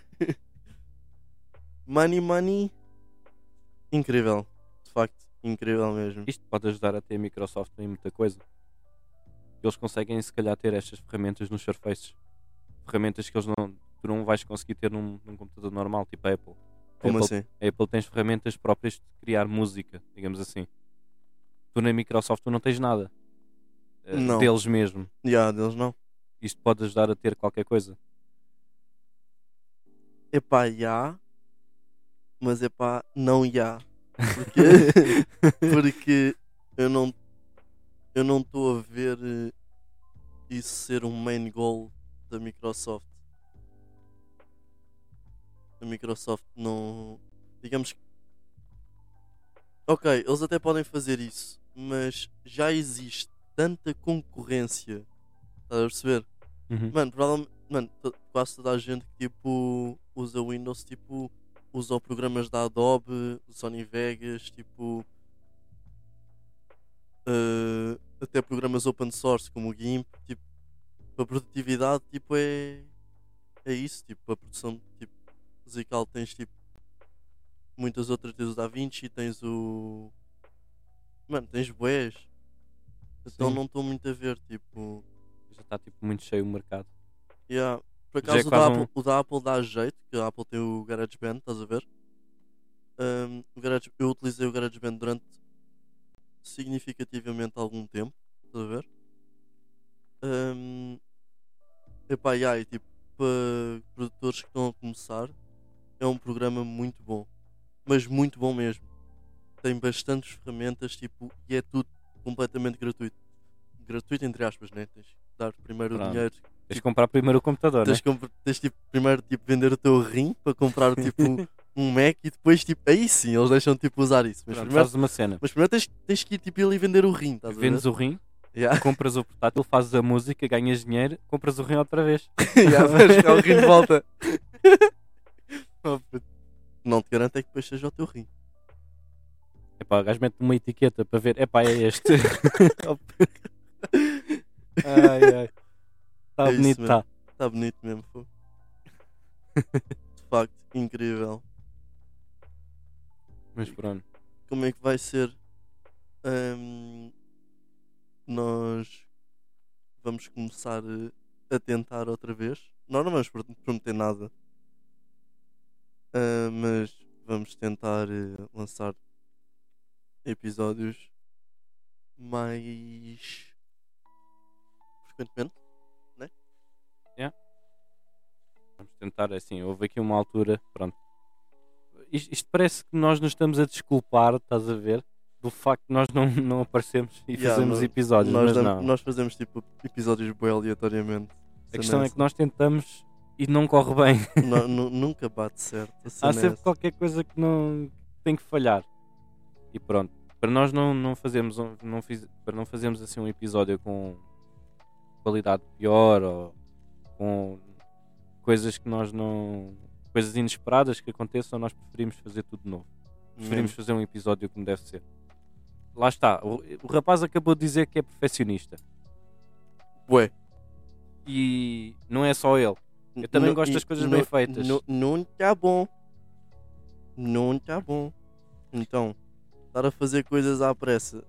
[SPEAKER 1] money, money. Incrível. De facto, incrível mesmo.
[SPEAKER 2] Isto pode ajudar até a Microsoft em muita coisa. Eles conseguem, se calhar, ter estas ferramentas nos Surfaces. Ferramentas que eles não, tu não vais conseguir ter num, num computador normal, tipo a Apple.
[SPEAKER 1] Como
[SPEAKER 2] Apple
[SPEAKER 1] assim?
[SPEAKER 2] A Apple tens ferramentas próprias de criar música, digamos assim. Tu na Microsoft tu não tens nada. eh,
[SPEAKER 1] Não.
[SPEAKER 2] Deles mesmo.
[SPEAKER 1] Yeah, deles não.
[SPEAKER 2] Isto pode ajudar a ter qualquer coisa.
[SPEAKER 1] Epá, já. Mas epá, não já. Porque, porque eu não eu não estou a ver eh, isso ser um main goal da Microsoft. A Microsoft não. Digamos que. Ok, eles até podem fazer isso, mas já existe tanta concorrência. Estás a perceber?
[SPEAKER 2] Uhum.
[SPEAKER 1] Mano, provavelmente, mano, to- quase toda a gente que tipo usa Windows tipo usam programas da Adobe, Sony Vegas, tipo. eh, até programas open source como o GIMP, tipo, a produtividade, tipo, é. É isso, tipo, a produção tipo, musical tens, tipo, muitas outras, tens o Da Vinci, tens o. Mano, tens boés. Então
[SPEAKER 2] Sim.
[SPEAKER 1] não estou muito a ver, tipo.
[SPEAKER 2] Já está tipo, muito cheio o mercado.
[SPEAKER 1] Yeah. Por
[SPEAKER 2] Já é
[SPEAKER 1] acaso o, da
[SPEAKER 2] quase um-
[SPEAKER 1] Apple, o da Apple dá jeito, que a Apple tem o GarageBand, estás a ver? Ahm, o Garage, eu utilizei o GarageBand durante significativamente algum tempo, estás a ver? Ahm, epá, yeah, e tipo, para produtores que estão a começar, é um programa muito bom, mas muito bom mesmo. Tem bastantes ferramentas tipo, e é tudo completamente gratuito. Gratuito, entre aspas, né? Tens que dar primeiro o
[SPEAKER 2] Pronto.
[SPEAKER 1] dinheiro
[SPEAKER 2] Tens de comprar primeiro o computador,
[SPEAKER 1] Tens,
[SPEAKER 2] né?
[SPEAKER 1] que compr- tens, tipo, primeiro tipo, vender o teu rim para comprar tipo, um- um Mac e depois tipo, aí sim eles deixam tipo, usar isso. Mas,
[SPEAKER 2] Pronto,
[SPEAKER 1] primeiro,
[SPEAKER 2] fazes uma cena.
[SPEAKER 1] mas primeiro tens, tens que ir tipo, ali vender o rim, estás a ver?
[SPEAKER 2] Vendes o rim,
[SPEAKER 1] Yeah.
[SPEAKER 2] compras o portátil, fazes a música, ganhas dinheiro, compras o rim outra vez.
[SPEAKER 1] yeah, mas é o rim de volta. Oh, puto. Não te garanto é que depois seja o teu rim.
[SPEAKER 2] Epá, o gajo mete uma etiqueta para ver. Epá, é este. ai, ai. Está
[SPEAKER 1] É isso
[SPEAKER 2] bonito, tá.
[SPEAKER 1] mesmo.
[SPEAKER 2] está.
[SPEAKER 1] Está bonito mesmo, pô. De facto, incrível.
[SPEAKER 2] Mas pronto.
[SPEAKER 1] como é que vai ser. Ahm, nós vamos começar eh, a tentar outra vez. Nós não vamos pr- prometer nada, Ah, mas vamos tentar eh, lançar episódios mais frequentemente.
[SPEAKER 2] Vamos tentar assim. Houve aqui uma altura. Pronto. Isto, isto parece que nós nos estamos a desculpar, estás a ver? Do facto de nós não, não aparecemos e
[SPEAKER 1] Yeah,
[SPEAKER 2] fazemos
[SPEAKER 1] nós-
[SPEAKER 2] episódios.
[SPEAKER 1] nós,
[SPEAKER 2] mas
[SPEAKER 1] dam-
[SPEAKER 2] não.
[SPEAKER 1] nós fazemos tipo episódios bem aleatoriamente.
[SPEAKER 2] a questão é que nós tentamos e não corre bem.
[SPEAKER 1] Nu- nu- assim. nunca bate certo. a cena
[SPEAKER 2] Há
[SPEAKER 1] é
[SPEAKER 2] sempre
[SPEAKER 1] essa.
[SPEAKER 2] qualquer coisa que não que tem que falhar. E pronto, para nós não, não fazermos um- não fiz- para não fazermos assim um episódio com qualidade pior ou com coisas que nós não coisas inesperadas que aconteçam, nós preferimos fazer tudo de novo. Preferimos fazer um episódio como deve ser. Lá está, o, o rapaz acabou de dizer que é perfeccionista
[SPEAKER 1] Bué.
[SPEAKER 2] e não é só ele. Eu também
[SPEAKER 1] Nu-
[SPEAKER 2] gosto
[SPEAKER 1] e-
[SPEAKER 2] das coisas
[SPEAKER 1] nu-
[SPEAKER 2] bem feitas.
[SPEAKER 1] nu- Não tá bom. Não tá bom. Então, estar a fazer coisas à pressa.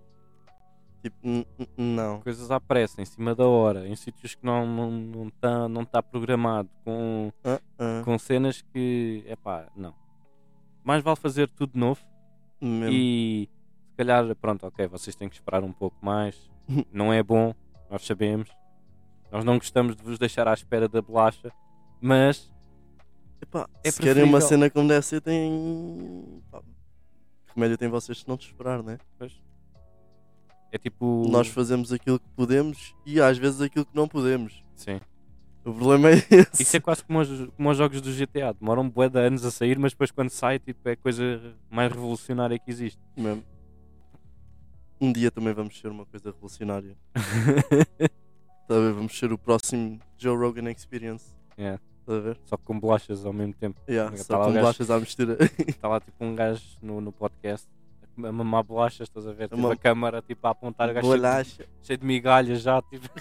[SPEAKER 1] Tipo, n- n- não.
[SPEAKER 2] coisas à pressa, em cima da hora, em sítios que não não não tá, não tá programado, com,
[SPEAKER 1] Ah, ah,
[SPEAKER 2] com cenas que, é pá, não. Mais vale fazer tudo de novo
[SPEAKER 1] mesmo.
[SPEAKER 2] e se calhar, pronto, ok, vocês têm que esperar um pouco mais, não é bom, nós sabemos, nós não gostamos de vos deixar à espera da bolacha, mas
[SPEAKER 1] Epá,
[SPEAKER 2] é
[SPEAKER 1] se querem uma
[SPEAKER 2] preferível.
[SPEAKER 1] cena um como deve ser, tem. pá, que Remédio tem vocês se não te esperar, né?
[SPEAKER 2] pois, é tipo.
[SPEAKER 1] Nós fazemos aquilo que podemos e às vezes aquilo que não podemos.
[SPEAKER 2] Sim.
[SPEAKER 1] O problema é
[SPEAKER 2] Isso
[SPEAKER 1] esse.
[SPEAKER 2] é quase como os, como os jogos do GTA, demoram bué de anos a sair, mas depois quando sai, tipo, é a coisa mais revolucionária que existe.
[SPEAKER 1] Mesmo. Um dia também vamos ser uma coisa revolucionária. Tá a ver? Vamos ser o próximo Joe Rogan Experience.
[SPEAKER 2] Yeah.
[SPEAKER 1] Tá a ver?
[SPEAKER 2] Só que com bolachas ao mesmo tempo.
[SPEAKER 1] Yeah,
[SPEAKER 2] Tá
[SPEAKER 1] só
[SPEAKER 2] lá o
[SPEAKER 1] com
[SPEAKER 2] gajo.
[SPEAKER 1] bolachas à mistura.
[SPEAKER 2] Está lá tipo um gajo no, no podcast a mamar bolachas, estás a ver? Tipo,
[SPEAKER 1] Uma-
[SPEAKER 2] a câmara tipo, a apontar o gajo tipo- cheio de,
[SPEAKER 1] Bolacha.
[SPEAKER 2] cheio de migalhas já, tipo.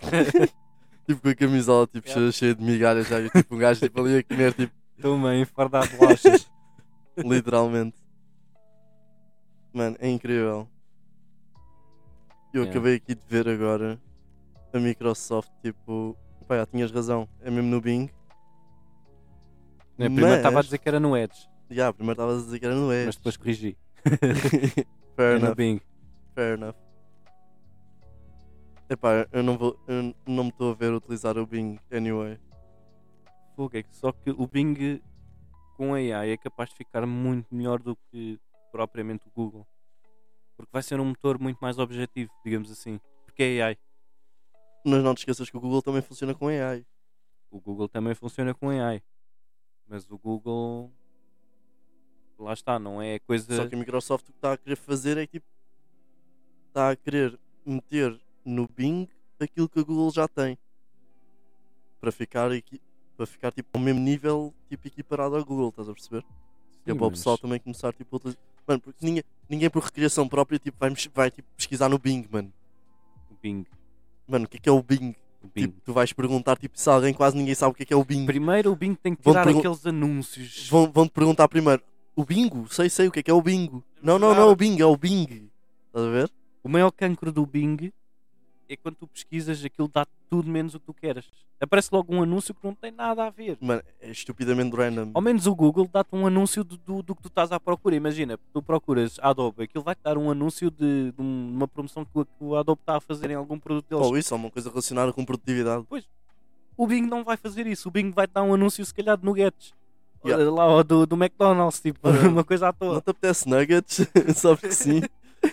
[SPEAKER 1] Tipo com a camisola tipo,
[SPEAKER 2] Yeah.
[SPEAKER 1] cheia, cheia de migalhas já. e, Tipo um gajo tipo, ali a comer, tipo,
[SPEAKER 2] Toma, enfardar bolachas.
[SPEAKER 1] literalmente. Mano, é incrível. Eu
[SPEAKER 2] Yeah.
[SPEAKER 1] acabei aqui de ver agora a Microsoft, tipo. Pá, já tinhas razão. É mesmo no Bing.
[SPEAKER 2] Não, é? Primeiro
[SPEAKER 1] Mas-
[SPEAKER 2] estava a dizer que era no Edge,
[SPEAKER 1] Já, primeiro estava a dizer que era no Edge.
[SPEAKER 2] mas depois corrigi.
[SPEAKER 1] Fair
[SPEAKER 2] É no
[SPEAKER 1] enough.
[SPEAKER 2] Bing.
[SPEAKER 1] Fair enough. Epá, eu não vou. Eu não me estou a ver utilizar o Bing anyway.
[SPEAKER 2] Fogo, é que- Só que o Bing com AI é capaz de ficar muito melhor do que propriamente o Google. Porque vai ser um motor muito mais objetivo, digamos assim. Porque é AI.
[SPEAKER 1] Mas não te esqueças que o Google também funciona com AI.
[SPEAKER 2] O Google também funciona com AI. Mas o Google. Lá está, não é
[SPEAKER 1] Só
[SPEAKER 2] coisa.
[SPEAKER 1] que a Microsoft o que está a querer fazer é que tipo. Está a querer meter no Bing aquilo que a Google já tem. Para ficar aqui. Para ficar tipo ao mesmo nível tipo equiparado ao Google, estás a perceber? Que é
[SPEAKER 2] Sim,
[SPEAKER 1] para o
[SPEAKER 2] mas-
[SPEAKER 1] pessoal também começar tipo, a utilizar. Mano, porque ninguém, ninguém por recriação própria tipo, vai, mex- vai tipo, pesquisar no Bing, mano.
[SPEAKER 2] O Bing.
[SPEAKER 1] Mano, o que é que é o Bing?
[SPEAKER 2] O Bing.
[SPEAKER 1] Tipo, tu vais perguntar tipo, se alguém quase ninguém sabe o que é que é o Bing.
[SPEAKER 2] Primeiro o Bing tem que
[SPEAKER 1] Vão
[SPEAKER 2] tirar
[SPEAKER 1] pergun-
[SPEAKER 2] aqueles anúncios.
[SPEAKER 1] Vão, vão te perguntar primeiro: o bingo? Sei, sei o que é que é o bingo. Não, não, não é o bingo, é o Bing. Estás a ver?
[SPEAKER 2] O maior cancro do Bing é quando tu pesquisas aquilo dá tudo menos o que tu queres. Aparece logo um anúncio que não tem nada a ver.
[SPEAKER 1] Mano, é estupidamente random.
[SPEAKER 2] Ao menos o Google dá-te um anúncio do, do, do que tu estás à procura. Imagina, tu procuras Adobe, aquilo vai-te dar um anúncio de, de um- uma promoção que o, que o Adobe está a fazer em algum produto deles.
[SPEAKER 1] Ou isso, é uma coisa relacionada com produtividade.
[SPEAKER 2] O Bing não vai fazer isso. O Bing vai-te dar um anúncio, se calhar, de nuggets.
[SPEAKER 1] Yeah.
[SPEAKER 2] Lá, ó, do, do McDonald's, tipo,
[SPEAKER 1] Ah.
[SPEAKER 2] uma coisa à
[SPEAKER 1] Não
[SPEAKER 2] toa.
[SPEAKER 1] te apetece nuggets? só porque sim.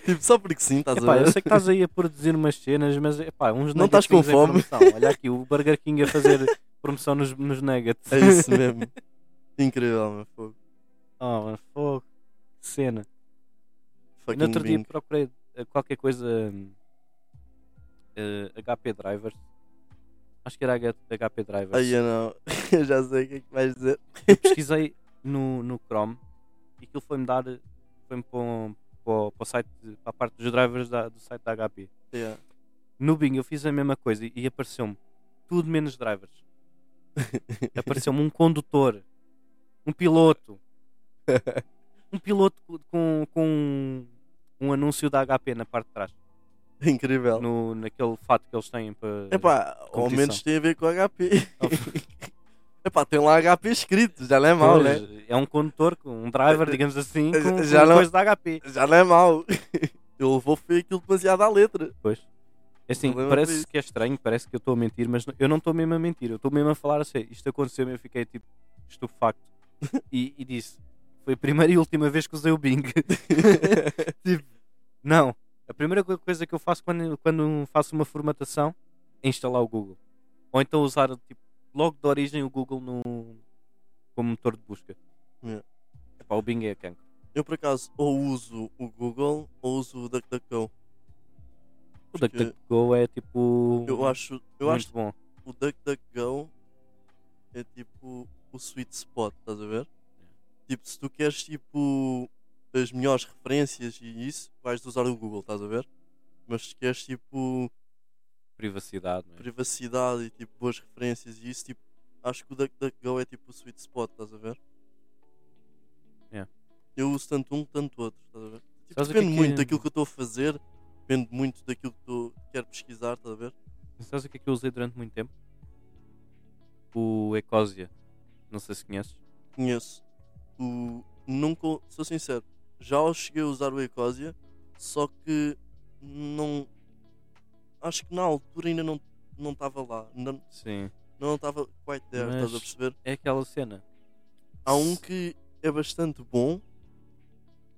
[SPEAKER 1] tipo, só porque sim, estás a
[SPEAKER 2] Epá, eu
[SPEAKER 1] ver?
[SPEAKER 2] sei que estás aí a produzir umas cenas, mas epá, uns
[SPEAKER 1] Não estás com
[SPEAKER 2] nuggetzinhos em
[SPEAKER 1] fome?
[SPEAKER 2] promoção. Olha aqui, o Burger King a fazer promoção nos, nos nuggets.
[SPEAKER 1] É isso mesmo. Incrível, meu fogo.
[SPEAKER 2] Oh, mas fogo. Que cena.
[SPEAKER 1] Fucking
[SPEAKER 2] No outro dia
[SPEAKER 1] Bing.
[SPEAKER 2] procurei eh, qualquer coisa hum, eh, HP Drivers. Acho que era H- HP Drivers.
[SPEAKER 1] Aí eu não. Eu já sei o que é que vais dizer.
[SPEAKER 2] Eu pesquisei no, no Chrome e aquilo foi-me dar. Foi-me para, um- para, o- para o site, para a parte dos drivers da- do site da HP.
[SPEAKER 1] Yeah.
[SPEAKER 2] No Bing eu fiz a mesma coisa e, e apareceu-me tudo menos drivers. Apareceu-me um condutor, um piloto, um piloto co- com, com um, um anúncio da HP na parte de trás.
[SPEAKER 1] Incrível.
[SPEAKER 2] no, naquele fato que eles têm para.
[SPEAKER 1] Epá, ao
[SPEAKER 2] É. competição.
[SPEAKER 1] menos tem a ver com HP. Epá, tem lá HP escrito, já não é mau, né?
[SPEAKER 2] é um condutor, com- um driver, digamos assim, com, com
[SPEAKER 1] Já não-
[SPEAKER 2] coisa da HP.
[SPEAKER 1] Já não é mau. Eu vou ver aquilo demasiado à letra.
[SPEAKER 2] Pois. Assim,
[SPEAKER 1] Problema foi
[SPEAKER 2] parece
[SPEAKER 1] isso.
[SPEAKER 2] que é estranho, parece que eu estou a mentir, mas eu não estou mesmo a mentir, eu estou mesmo a falar a sério. Isto aconteceu e eu fiquei tipo estupefacto. e, e disse: Foi a primeira e última vez que usei o Bing. Tipo, não. A primeira co- coisa que eu faço quando, quando faço uma formatação é instalar o Google. Ou então usar tipo, logo de origem o Google no, como motor de busca.
[SPEAKER 1] Yeah.
[SPEAKER 2] Epá, o Bing é cancro.
[SPEAKER 1] Eu por acaso ou uso o Google ou uso o DuckDuckGo.
[SPEAKER 2] O
[SPEAKER 1] Porque
[SPEAKER 2] DuckDuckGo é tipo
[SPEAKER 1] Eu acho, eu
[SPEAKER 2] muito
[SPEAKER 1] acho
[SPEAKER 2] bom.
[SPEAKER 1] o DuckDuckGo é tipo o sweet spot, estás a ver? Tipo, se tu queres tipo as melhores referências e isso, vais usar o Google, estás a ver? Mas se queres tipo
[SPEAKER 2] Privacidade, não é?
[SPEAKER 1] privacidade e tipo boas referências e isso, tipo, acho que o DuckDuckGo é tipo o sweet spot, estás a ver?
[SPEAKER 2] Yeah.
[SPEAKER 1] Eu uso tanto um, tanto outro, estás a ver? Tipo,
[SPEAKER 2] Sabes o que é
[SPEAKER 1] depende
[SPEAKER 2] que-
[SPEAKER 1] muito daquilo que eu estou a fazer, depende muito daquilo que eu quero pesquisar, estás a ver?
[SPEAKER 2] Sabes o que é que eu usei durante muito tempo? O Ecosia. Não sei se conheces.
[SPEAKER 1] Conheço. O... Nunca, sou sincero, já o cheguei a usar o Ecosia, só que não. Acho que na altura ainda não não estava lá, ainda
[SPEAKER 2] Sim.
[SPEAKER 1] não estava quite there,
[SPEAKER 2] Mas-
[SPEAKER 1] estás a perceber?
[SPEAKER 2] É aquela cena.
[SPEAKER 1] Há um que é bastante bom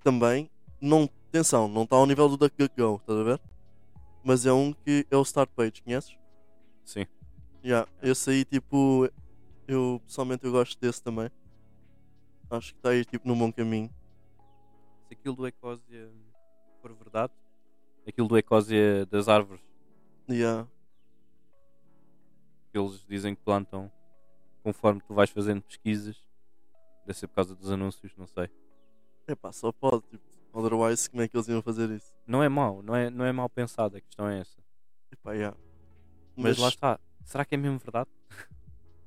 [SPEAKER 1] também. Não, atenção, não está ao nível do DuckDuckGo, estás a ver? Mas é um que é o Start Page, conheces?
[SPEAKER 2] Sim.
[SPEAKER 1] Yeah, esse aí tipo. Eu pessoalmente eu gosto desse também. Acho que está aí tipo num bom caminho.
[SPEAKER 2] se aquilo do Ecosia for verdade, aquilo do Ecosia das árvores
[SPEAKER 1] Yeah.
[SPEAKER 2] que eles dizem que plantam conforme tu vais fazendo pesquisas, deve ser por causa dos anúncios, não sei.
[SPEAKER 1] Epá, só pode, tipo, otherwise como é que eles iam fazer isso?
[SPEAKER 2] Não é mau, não é, não é mal pensado, a questão é essa.
[SPEAKER 1] Epá, yeah.
[SPEAKER 2] Mas, lá está, será que é mesmo verdade?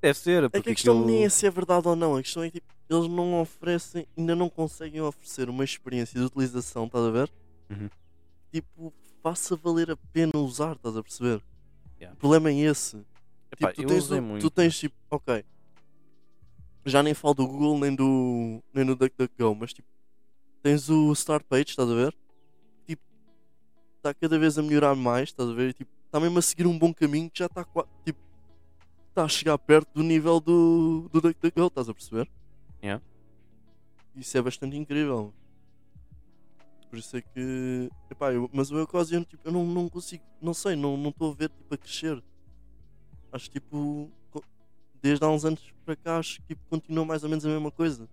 [SPEAKER 2] Deve ser, porque
[SPEAKER 1] É que a questão
[SPEAKER 2] aquilo...
[SPEAKER 1] nem é se é verdade ou não, a questão é que tipo, eles não oferecem, ainda não conseguem oferecer uma experiência de utilização, estás a ver?
[SPEAKER 2] Uhum.
[SPEAKER 1] Tipo, faça valer a pena usar, estás a perceber?
[SPEAKER 2] Yeah.
[SPEAKER 1] O problema é esse. tipo,
[SPEAKER 2] Epá,
[SPEAKER 1] tu
[SPEAKER 2] eu
[SPEAKER 1] tens,
[SPEAKER 2] usei
[SPEAKER 1] o-
[SPEAKER 2] muito.
[SPEAKER 1] tu tens tipo, ok. Já nem falo do Google nem do nem do DuckDuckGo, mas tipo, tens o Start Page, estás a ver? Tipo, está cada vez a melhorar mais, estás a ver? E, tipo, está mesmo a seguir um bom caminho que já está qua- tipo, está a chegar perto do nível do, do DuckDuckGo, estás a perceber?
[SPEAKER 2] Yeah.
[SPEAKER 1] Isso é bastante incrível. Por isso é que. Epá, eu, mas o Ecosia, tipo, eu não, não consigo. Não sei, não não estou a ver tipo, a crescer. Acho que tipo. co- Desde há uns anos para cá, acho que tipo, continua mais ou menos a mesma coisa.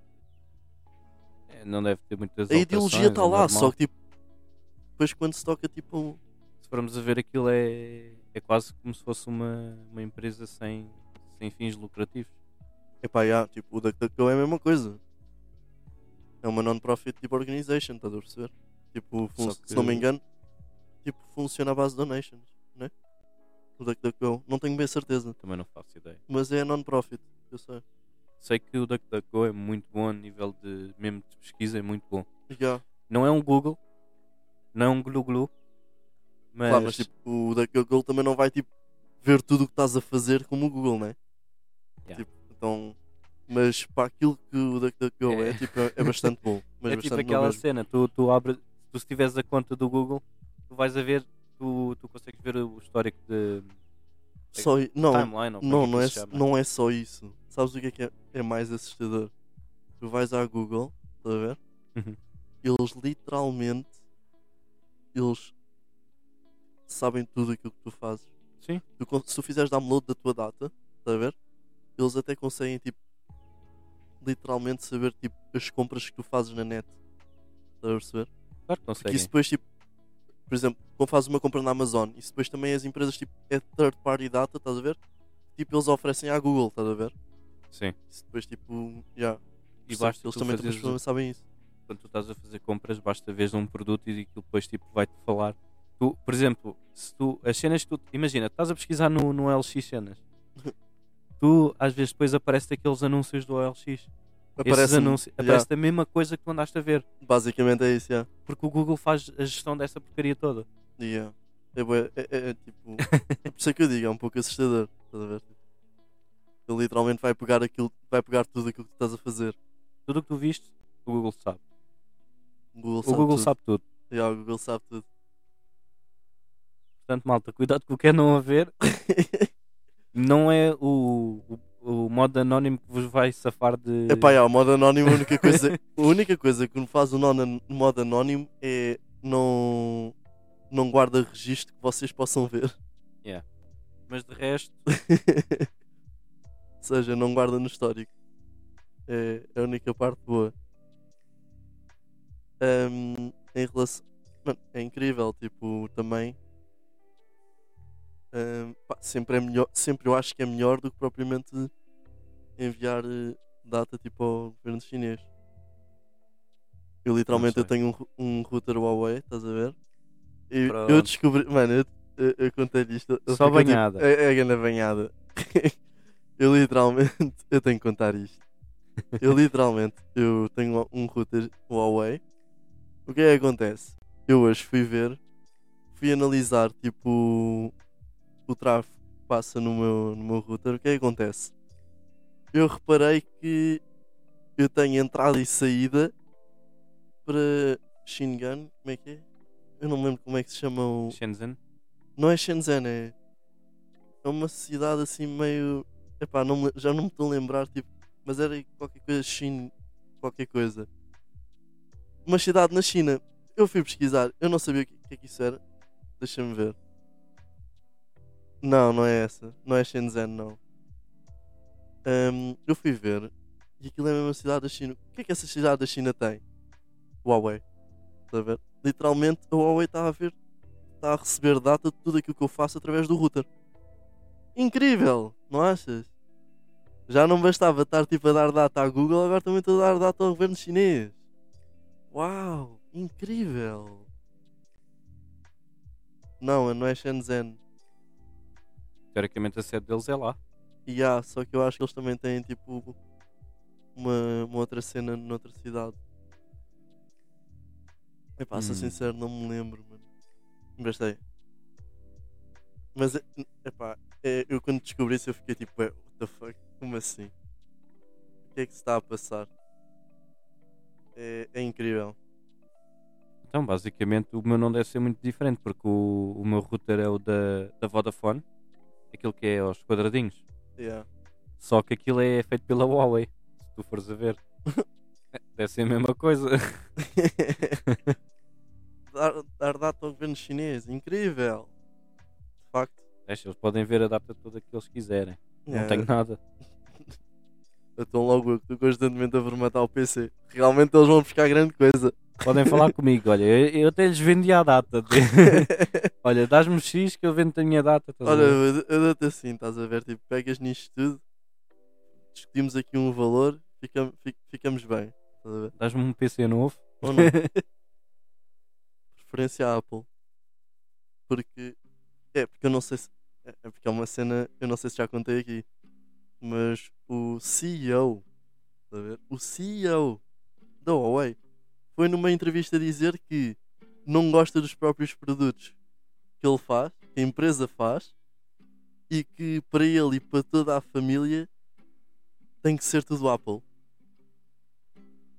[SPEAKER 2] É, Não deve ter muitas
[SPEAKER 1] A ideologia
[SPEAKER 2] alterações,
[SPEAKER 1] está
[SPEAKER 2] é
[SPEAKER 1] lá,
[SPEAKER 2] normal.
[SPEAKER 1] só que tipo. Depois quando se toca, tipo.
[SPEAKER 2] Se formos a ver, aquilo é, é quase como se fosse uma, uma empresa sem, sem fins lucrativos.
[SPEAKER 1] Epá, já, tipo, o DuckDuckGo é a mesma coisa. é uma non-profit tipo organization, estás a perceber? Tipo, fun-
[SPEAKER 2] Só que-
[SPEAKER 1] se não me engano, tipo, funciona à base de donations, né? O DuckDuckGo. Não tenho bem certeza,
[SPEAKER 2] Também não faço ideia.
[SPEAKER 1] mas é non-profit, eu sei.
[SPEAKER 2] Sei que o DuckDuckGo é muito bom a nível de mesmo de pesquisa, é muito bom.
[SPEAKER 1] Yeah.
[SPEAKER 2] Não é um Google, não é um Glu-Glu, mas,
[SPEAKER 1] Claro, mas tipo, o DuckDuckGo também não vai tipo, ver tudo o que estás a fazer como o Google, né?
[SPEAKER 2] Yeah.
[SPEAKER 1] Tipo, então, mas para aquilo que o DuckDuckGo é,
[SPEAKER 2] É.
[SPEAKER 1] tipo, é, é bastante bom. Mas
[SPEAKER 2] é
[SPEAKER 1] bastante
[SPEAKER 2] tipo
[SPEAKER 1] bom
[SPEAKER 2] aquela
[SPEAKER 1] mesmo.
[SPEAKER 2] cena, tu, tu abres, tu se tiveres a conta do Google, tu vais a ver, tu, tu consegues ver o histórico de
[SPEAKER 1] Só, não,
[SPEAKER 2] timeline ou como
[SPEAKER 1] Não,
[SPEAKER 2] que
[SPEAKER 1] não é,
[SPEAKER 2] se chama.
[SPEAKER 1] não é só isso. Sabes o que é que é, é mais assustador? Tu vais à Google, estás a ver?
[SPEAKER 2] Uhum.
[SPEAKER 1] Eles literalmente eles sabem tudo aquilo que tu fazes.
[SPEAKER 2] Sim.
[SPEAKER 1] Tu con- se tu fizeres download da tua data, estás a ver? Eles até conseguem tipo literalmente saber tipo as compras que tu fazes na net. Estás a perceber?
[SPEAKER 2] Claro que
[SPEAKER 1] Porque
[SPEAKER 2] conseguem.
[SPEAKER 1] isso depois, tipo, por exemplo, quando fazes uma compra na Amazon, isso depois também as empresas, tipo, é third party data, estás a ver? Tipo, eles oferecem à Google, estás a ver?
[SPEAKER 2] Sim.
[SPEAKER 1] Isso depois, tipo, já.
[SPEAKER 2] E basta
[SPEAKER 1] eles
[SPEAKER 2] tu
[SPEAKER 1] também,
[SPEAKER 2] fazeres
[SPEAKER 1] também sabem isso.
[SPEAKER 2] quando tu estás a fazer compras, basta veres um produto e aquilo depois tipo, vai-te falar. Tu, por exemplo, se tu, as cenas que tu. Imagina, estás a pesquisar no, no LX cenas. tu, às vezes, depois aparece aqueles anúncios do LX. Esses
[SPEAKER 1] Aparece,
[SPEAKER 2] anúncios, aparece a mesma coisa que tu andaste a ver.
[SPEAKER 1] basicamente é isso, já.
[SPEAKER 2] Porque o Google faz a gestão dessa porcaria toda.
[SPEAKER 1] Yeah. É, bué- é, é, é, tipo, é por isso é que eu digo, é um pouco assustador, estás a ver? Ele literalmente vai pegar aquilo, vai pegar tudo aquilo que tu estás a fazer.
[SPEAKER 2] Tudo o que tu viste, o Google sabe.
[SPEAKER 1] O Google
[SPEAKER 2] o
[SPEAKER 1] sabe
[SPEAKER 2] Google
[SPEAKER 1] tudo.
[SPEAKER 2] sabe tudo.
[SPEAKER 1] Yeah, o Google sabe tudo.
[SPEAKER 2] Portanto, malta, cuidado com o que é não a ver. Não é o, o, o modo anónimo que vos vai safar de.
[SPEAKER 1] Epá, é. yeah, o modo anónimo, a única coisa, a única coisa que me faz o nono- modo anónimo é não, não guarda registro que vocês possam ver.
[SPEAKER 2] Mas de resto,
[SPEAKER 1] Ou seja, não guarda no histórico. É a única parte boa. Ahm, em relação. Mano, é incrível, tipo, também. ahm, pá, sempre é melhor, sempre eu acho que é melhor do que propriamente enviar eh, data tipo ao governo chinês. Eu literalmente
[SPEAKER 2] Não
[SPEAKER 1] eu
[SPEAKER 2] sei.
[SPEAKER 1] tenho um, ru- um router Huawei, estás a ver? E
[SPEAKER 2] Pronto.
[SPEAKER 1] eu descobri, mano, eu, eu, eu contei-lhe isto. eu
[SPEAKER 2] Só
[SPEAKER 1] fiquei, tipo,
[SPEAKER 2] banhada.
[SPEAKER 1] é, é a grande banhada. eu literalmente, eu tenho que contar isto. Eu literalmente, eu tenho um router Huawei. O que é que acontece? Eu hoje fui ver, fui analisar tipo o tráfego que passa no meu, no meu router. O que é que acontece? Eu reparei que eu tenho entrada e saída para Shingan. Como é que é? Eu não me lembro como é que se chama o,
[SPEAKER 2] Shenzhen.
[SPEAKER 1] não é Shenzhen, é. É uma cidade assim meio. Epá, não me- já não me estou a lembrar, tipo. Mas era qualquer coisa, China. Qualquer coisa. Uma cidade na China. Eu fui pesquisar, eu não sabia o que, o que é que isso era. Deixa-me ver. Não, não é essa. Não é Shenzhen, não. Ahm, eu fui ver. E aquilo é mesmo a cidade da China. O que é que essa cidade da China tem? Huawei. Está a ver? Literalmente, a Huawei está a ver está a receber data de tudo aquilo que eu faço através do router. Incrível, não achas? Já não bastava estar tipo a dar data à Google, agora também estou a dar data ao governo chinês. Uau, incrível. Não, não é Shenzhen.
[SPEAKER 2] Teoricamente a sede deles é lá.
[SPEAKER 1] E há, só que eu acho que eles também têm tipo uma, uma outra cena noutra cidade. Epá, sou
[SPEAKER 2] Hum.
[SPEAKER 1] sincero, não me lembro, mano. Bastei. Mas, é- epá, é, eu quando descobri isso eu fiquei tipo, "Ué, what the fuck, como assim? O que é que se está a passar? É, é incrível.
[SPEAKER 2] Então, basicamente, o meu não deve ser muito diferente, porque o, o meu router é o da, da Vodafone, aquele que é aos quadradinhos.
[SPEAKER 1] Yeah.
[SPEAKER 2] Só que aquilo é feito pela Huawei, se tu fores a ver. deve ser a mesma coisa.
[SPEAKER 1] dar, dar data ao governo chinês, incrível. De facto. é,
[SPEAKER 2] Deixa, eles podem ver a data toda que eles quiserem. Não
[SPEAKER 1] yeah.
[SPEAKER 2] tenho nada.
[SPEAKER 1] Então logo eu que estou constantemente a formatar o PC. Realmente eles vão buscar grande coisa.
[SPEAKER 2] Podem falar comigo. Olha, eu, eu até lhes vendi a data. Olha, dás-me X que eu vendo a minha data. estás a
[SPEAKER 1] Olha,
[SPEAKER 2] ver?
[SPEAKER 1] eu, eu dou-te assim, estás a ver? Tipo, pegas nisto tudo, discutimos aqui um valor, ficam- fi- ficamos bem. Estás Estás a ver?
[SPEAKER 2] Dás-me um PC novo.
[SPEAKER 1] Ou não? Preferência à Apple. Porque. É, porque eu não sei se. É é porque é uma cena. Eu não sei se já contei aqui. Mas o CEO. Estás a ver? O CEO da Huawei foi numa entrevista dizer que não gosta dos próprios produtos que ele faz, que a empresa faz, e que para ele e para toda a família tem que ser tudo Apple.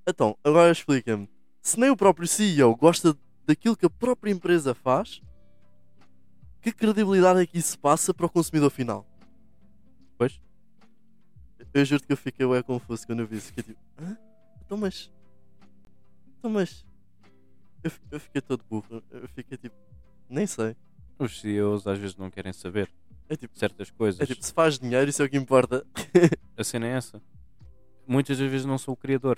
[SPEAKER 1] Então, agora explica-me. Se nem o próprio CEO gosta daquilo que a própria empresa faz, que credibilidade é que isso passa para o consumidor final?
[SPEAKER 2] Pois.
[SPEAKER 1] Eu juro que eu fiquei ué confuso quando eu vi isso. Fiquei tipo, hã? Então, mas. Então, mas. Eu, fi- eu fiquei todo burro. Eu fiquei tipo, nem sei.
[SPEAKER 2] Os CEOs às vezes não querem saber
[SPEAKER 1] É tipo,
[SPEAKER 2] certas coisas.
[SPEAKER 1] é tipo se faz dinheiro, isso é o que importa.
[SPEAKER 2] A cena é essa. Muitas das vezes não sou o criador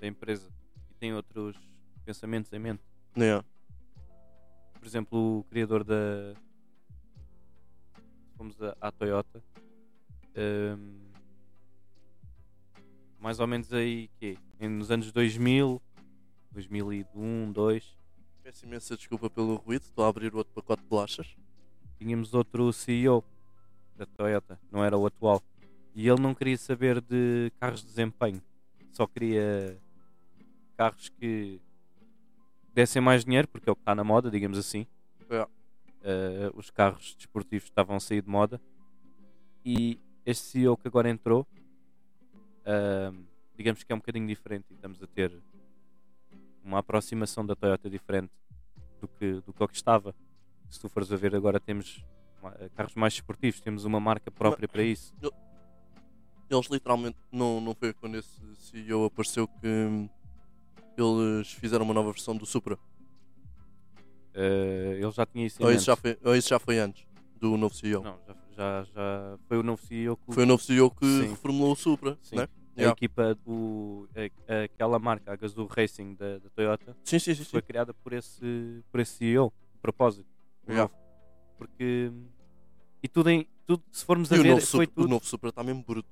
[SPEAKER 2] da empresa e tem outros pensamentos em mente.
[SPEAKER 1] Não é?
[SPEAKER 2] Por exemplo, o criador da. Fomos a- à Toyota. Ahm, mais ou menos aí, quê? Em- Nos anos 2000, 2001, 2002,
[SPEAKER 1] Peço imensa desculpa pelo ruído, estou a abrir outro pacote de bolachas.
[SPEAKER 2] tínhamos outro CEO da Toyota, não era o atual. E ele não queria saber de carros de desempenho, só queria carros que dessem mais dinheiro, porque é o que está na moda, digamos assim.
[SPEAKER 1] É.
[SPEAKER 2] Eh, os carros desportivos estavam a sair de moda. E este CEO que agora entrou, ahm, digamos que é um bocadinho diferente e estamos a ter uma aproximação da Toyota diferente do que, do que o que estava. Se tu fores a ver, agora temos ma- eh, carros mais esportivos, temos uma marca própria para isso.
[SPEAKER 1] Eles literalmente, não, não foi quando esse CEO apareceu que hum, eles fizeram uma nova versão do Supra.
[SPEAKER 2] Eh, ele já tinha isso em
[SPEAKER 1] Ou isso,
[SPEAKER 2] mente.
[SPEAKER 1] já foi, ou isso já foi antes do novo CEO?
[SPEAKER 2] Não, já, já, já foi o novo CEO que
[SPEAKER 1] Foi o novo CEO que
[SPEAKER 2] Sim.
[SPEAKER 1] reformulou o Supra,
[SPEAKER 2] Sim.
[SPEAKER 1] né?
[SPEAKER 2] a
[SPEAKER 1] Yeah.
[SPEAKER 2] equipa do a- aquela marca, a Gazoo Racing da, da Toyota,
[SPEAKER 1] Sim, sim, sim. sim.
[SPEAKER 2] foi criada por esse por esse CEO, de propósito. O
[SPEAKER 1] Yeah.
[SPEAKER 2] novo. Porque e tudo em tudo, se formos
[SPEAKER 1] E
[SPEAKER 2] a
[SPEAKER 1] o
[SPEAKER 2] ver,
[SPEAKER 1] novo, Supra,
[SPEAKER 2] foi
[SPEAKER 1] o
[SPEAKER 2] tudo.
[SPEAKER 1] novo Supra está mesmo bruto.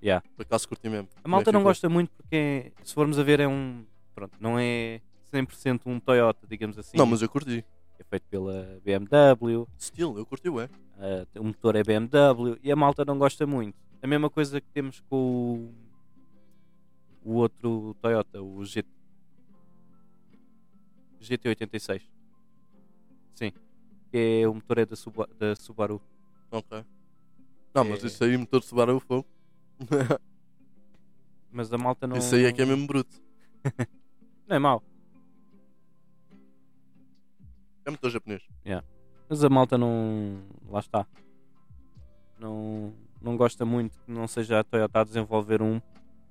[SPEAKER 2] Yeah.
[SPEAKER 1] Por acaso curti mesmo.
[SPEAKER 2] A malta
[SPEAKER 1] Como
[SPEAKER 2] não
[SPEAKER 1] é que ficou?
[SPEAKER 2] gosta muito porque se formos a ver é um, pronto, não é 100% um Toyota, digamos assim.
[SPEAKER 1] Não, mas eu curti.
[SPEAKER 2] É feito pela BMW,
[SPEAKER 1] Still, eu curti, ué.
[SPEAKER 2] Ah, o motor é BMW e a malta não gosta muito. A mesma coisa que temos com o, o outro Toyota, o G, GT86. Sim. Que é o motor é da, Suba- da Subaru.
[SPEAKER 1] Ok. Não, mas
[SPEAKER 2] É.
[SPEAKER 1] isso aí, motor de Subaru, fogo.
[SPEAKER 2] Mas a malta não.
[SPEAKER 1] Isso aí é que é mesmo bruto.
[SPEAKER 2] Não é mau.
[SPEAKER 1] É motor japonês.
[SPEAKER 2] Mas a malta não. Lá está. Não, não gosta muito que não seja a Toyota a desenvolver um.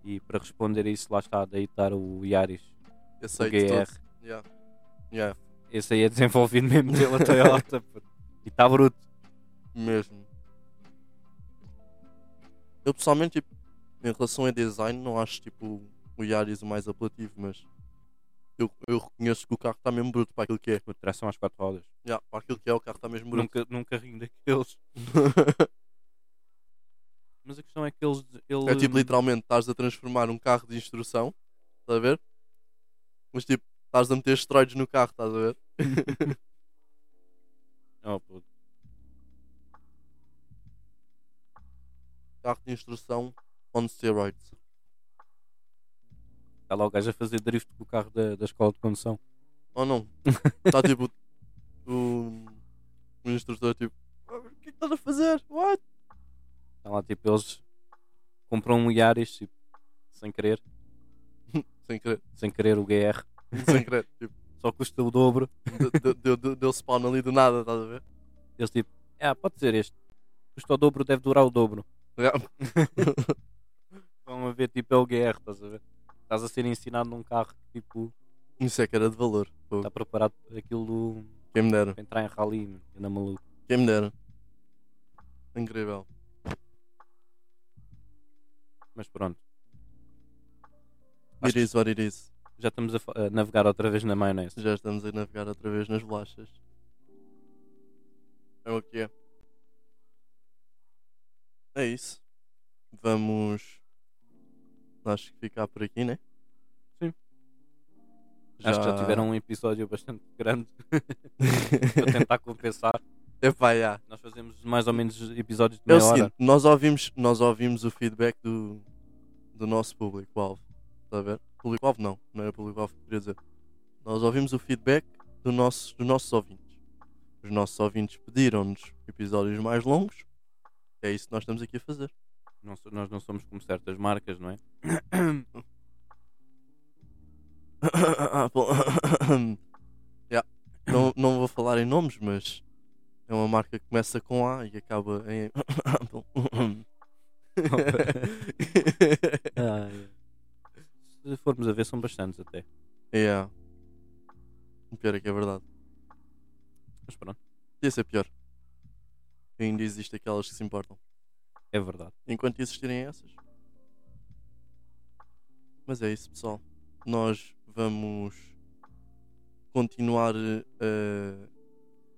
[SPEAKER 2] E para responder a isso, lá está, daí estar o Yaris.
[SPEAKER 1] Esse
[SPEAKER 2] O
[SPEAKER 1] aí de
[SPEAKER 2] GR.
[SPEAKER 1] todos. Yeah. Yeah,
[SPEAKER 2] Esse aí é desenvolvido mesmo pela Toyota. puto. e está bruto.
[SPEAKER 1] mesmo. Eu pessoalmente, tipo, em relação a design, não acho tipo o Yaris o mais apelativo, mas eu, eu reconheço que o carro está mesmo bruto para aquilo que é.
[SPEAKER 2] Puto, tração às quatro rodas.
[SPEAKER 1] Yeah, para aquilo que é, o carro está mesmo bruto.
[SPEAKER 2] Nunca, nunca rindo daqueles. Mas a questão é que eles. Ele...
[SPEAKER 1] É tipo, literalmente, estás a transformar um carro de instrução, estás a ver? Mas tipo, estás a meter esteroides no carro, estás a ver?
[SPEAKER 2] Oh, puto.
[SPEAKER 1] Carro de instrução on steroids.
[SPEAKER 2] Está tá lá o gajo a fazer drift com o carro da, da escola de condução.
[SPEAKER 1] Ou não? Está tipo o, o instrutor tipo. "Ah, O que é que estás a fazer? What?
[SPEAKER 2] Está lá tipo, eles compram um Yaris, tipo, sem querer.
[SPEAKER 1] Sem querer,
[SPEAKER 2] Sem querer o GR.
[SPEAKER 1] sem querer. Tipo,
[SPEAKER 2] Só custa o dobro.
[SPEAKER 1] de- de- deu, deu, deu spawn ali do nada, estás a ver?
[SPEAKER 2] Eles tipo, ah, pode ser este. Custa o dobro, deve durar o dobro.
[SPEAKER 1] Yeah.
[SPEAKER 2] Vão a ver, tipo, é o GR, estás a ver? Estás a ser ensinado num carro que, tipo,
[SPEAKER 1] Isso é que era de valor. pô.
[SPEAKER 2] está preparado para aquilo
[SPEAKER 1] Quem me dera,
[SPEAKER 2] para entrar em rally, mano. Anda maluco.
[SPEAKER 1] quem me dera. Incrível.
[SPEAKER 2] Mas pronto. Acho
[SPEAKER 1] It
[SPEAKER 2] que
[SPEAKER 1] is what it is.
[SPEAKER 2] já estamos a, fa- a navegar outra vez na maionese.
[SPEAKER 1] Já estamos a navegar outra vez nas bolachas. É o que é. É isso. Vamos. Acho que ficar por aqui, né?
[SPEAKER 2] Acho que já tiveram um episódio bastante grande para tentar compensar.
[SPEAKER 1] Epá, yeah.
[SPEAKER 2] Nós fazemos mais ou menos episódios de
[SPEAKER 1] É o
[SPEAKER 2] meia hora.
[SPEAKER 1] seguinte, nós ouvimos, nós ouvimos o feedback do, do nosso público-alvo. Está a ver? Público-alvo não, não era público-alvo que queria dizer. Nós ouvimos o feedback do nosso, dos nossos ouvintes. Os nossos ouvintes pediram-nos episódios mais longos. É isso que nós estamos aqui a fazer.
[SPEAKER 2] Não so- nós não somos como certas marcas, não é?
[SPEAKER 1] Apple. Yeah. não, não vou falar em nomes, mas é uma marca que começa com A e acaba em Apple.
[SPEAKER 2] Ah, é. Se formos a ver, são bastantes até.
[SPEAKER 1] yeah. É. O pior é que é verdade.
[SPEAKER 2] Mas pronto,
[SPEAKER 1] Podia ser pior. Ainda existe aquelas que se importam.
[SPEAKER 2] é verdade.
[SPEAKER 1] Enquanto existirem essas. Mas é isso, pessoal. Nós vamos continuar eh,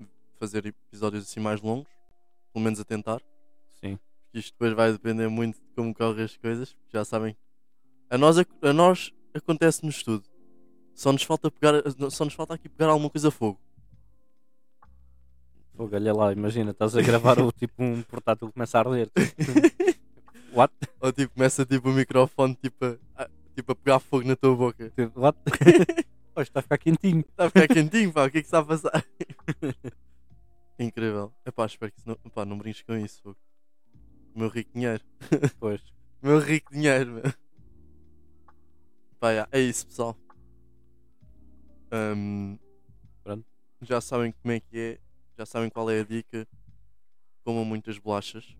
[SPEAKER 1] a fazer episódios assim mais longos. Pelo menos a tentar.
[SPEAKER 2] Sim.
[SPEAKER 1] porque isto depois vai depender muito de como correm as coisas, porque já sabem. A nós, a nós acontece-nos tudo. Só nos, falta pegar, só nos falta aqui pegar alguma coisa a fogo.
[SPEAKER 2] Fogo, olha lá, imagina, estás a gravar o tipo um portátil começa a arder. What?
[SPEAKER 1] Ou tipo, começa tipo o microfone tipo a, a- tipo, a pegar fogo na tua boca.
[SPEAKER 2] Tipo, What? Hoje está a ficar quentinho.
[SPEAKER 1] Está a ficar quentinho, pá, o que é que está a passar? Incrível. Epá, espero que isso não, epá, não brinques com isso, fogo. Meu rico dinheiro.
[SPEAKER 2] Pois.
[SPEAKER 1] Meu rico dinheiro, meu. Pá, já, é isso, pessoal. Ahm,
[SPEAKER 2] Pronto.
[SPEAKER 1] Já sabem como é que é. Já sabem qual é a dica. Comam muitas bolachas.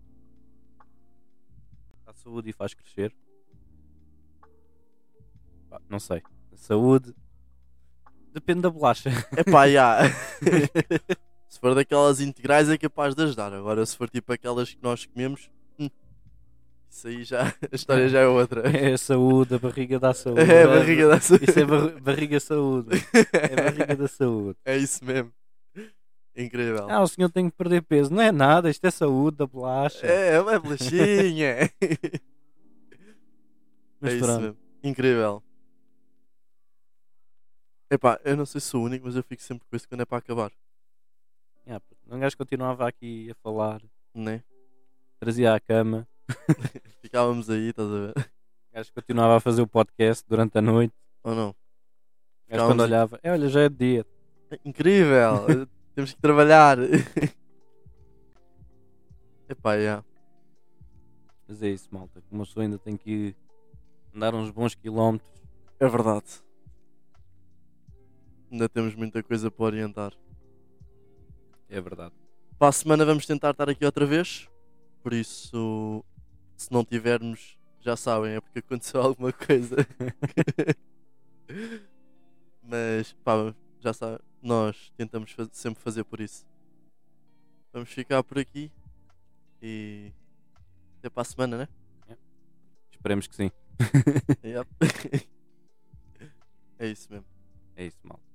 [SPEAKER 2] Dá saúde e faz crescer. Pá, não sei. Saúde. Depende da bolacha.
[SPEAKER 1] É pá, já. se for daquelas integrais, é capaz de ajudar. Agora, se for tipo aquelas que nós comemos, hum, isso aí já. A história já é outra.
[SPEAKER 2] É saúde, a barriga dá saúde.
[SPEAKER 1] É a barriga da
[SPEAKER 2] Isso é barri- barriga saúde. É barriga da saúde.
[SPEAKER 1] É isso mesmo. Incrível.
[SPEAKER 2] Ah, o senhor tem que perder peso. Não é nada, isto é saúde da bolacha.
[SPEAKER 1] É, é uma bolachinha.
[SPEAKER 2] Mas
[SPEAKER 1] é isso
[SPEAKER 2] pronto.
[SPEAKER 1] mesmo. Incrível. Epá, eu não sei se sou o único, mas eu fico sempre com isso quando é para acabar,
[SPEAKER 2] Ah, pô, Um gajo continuava aqui a falar,
[SPEAKER 1] né?
[SPEAKER 2] trazia à cama.
[SPEAKER 1] Ficávamos aí, estás a ver?
[SPEAKER 2] Um gajo continuava a fazer o podcast durante a noite.
[SPEAKER 1] Ou não?
[SPEAKER 2] Um gajo quando
[SPEAKER 1] Ficávamos-
[SPEAKER 2] olhava, é, olha, já é de dia.
[SPEAKER 1] É incrível! Temos que trabalhar! Epá, yeah.
[SPEAKER 2] Mas é isso, malta. Como eu sou, ainda tenho que andar uns bons quilómetros.
[SPEAKER 1] é verdade. Ainda temos muita coisa para orientar.
[SPEAKER 2] É verdade.
[SPEAKER 1] Para a semana vamos tentar estar aqui outra vez. Por isso, se não tivermos, já sabem, é porque aconteceu alguma coisa. Mas, pá, já sabem, nós tentamos fa- sempre fazer por isso. Vamos ficar por aqui e até para a semana, né?
[SPEAKER 2] Esperemos que sim.
[SPEAKER 1] Yep. é isso mesmo.
[SPEAKER 2] É isso, malta.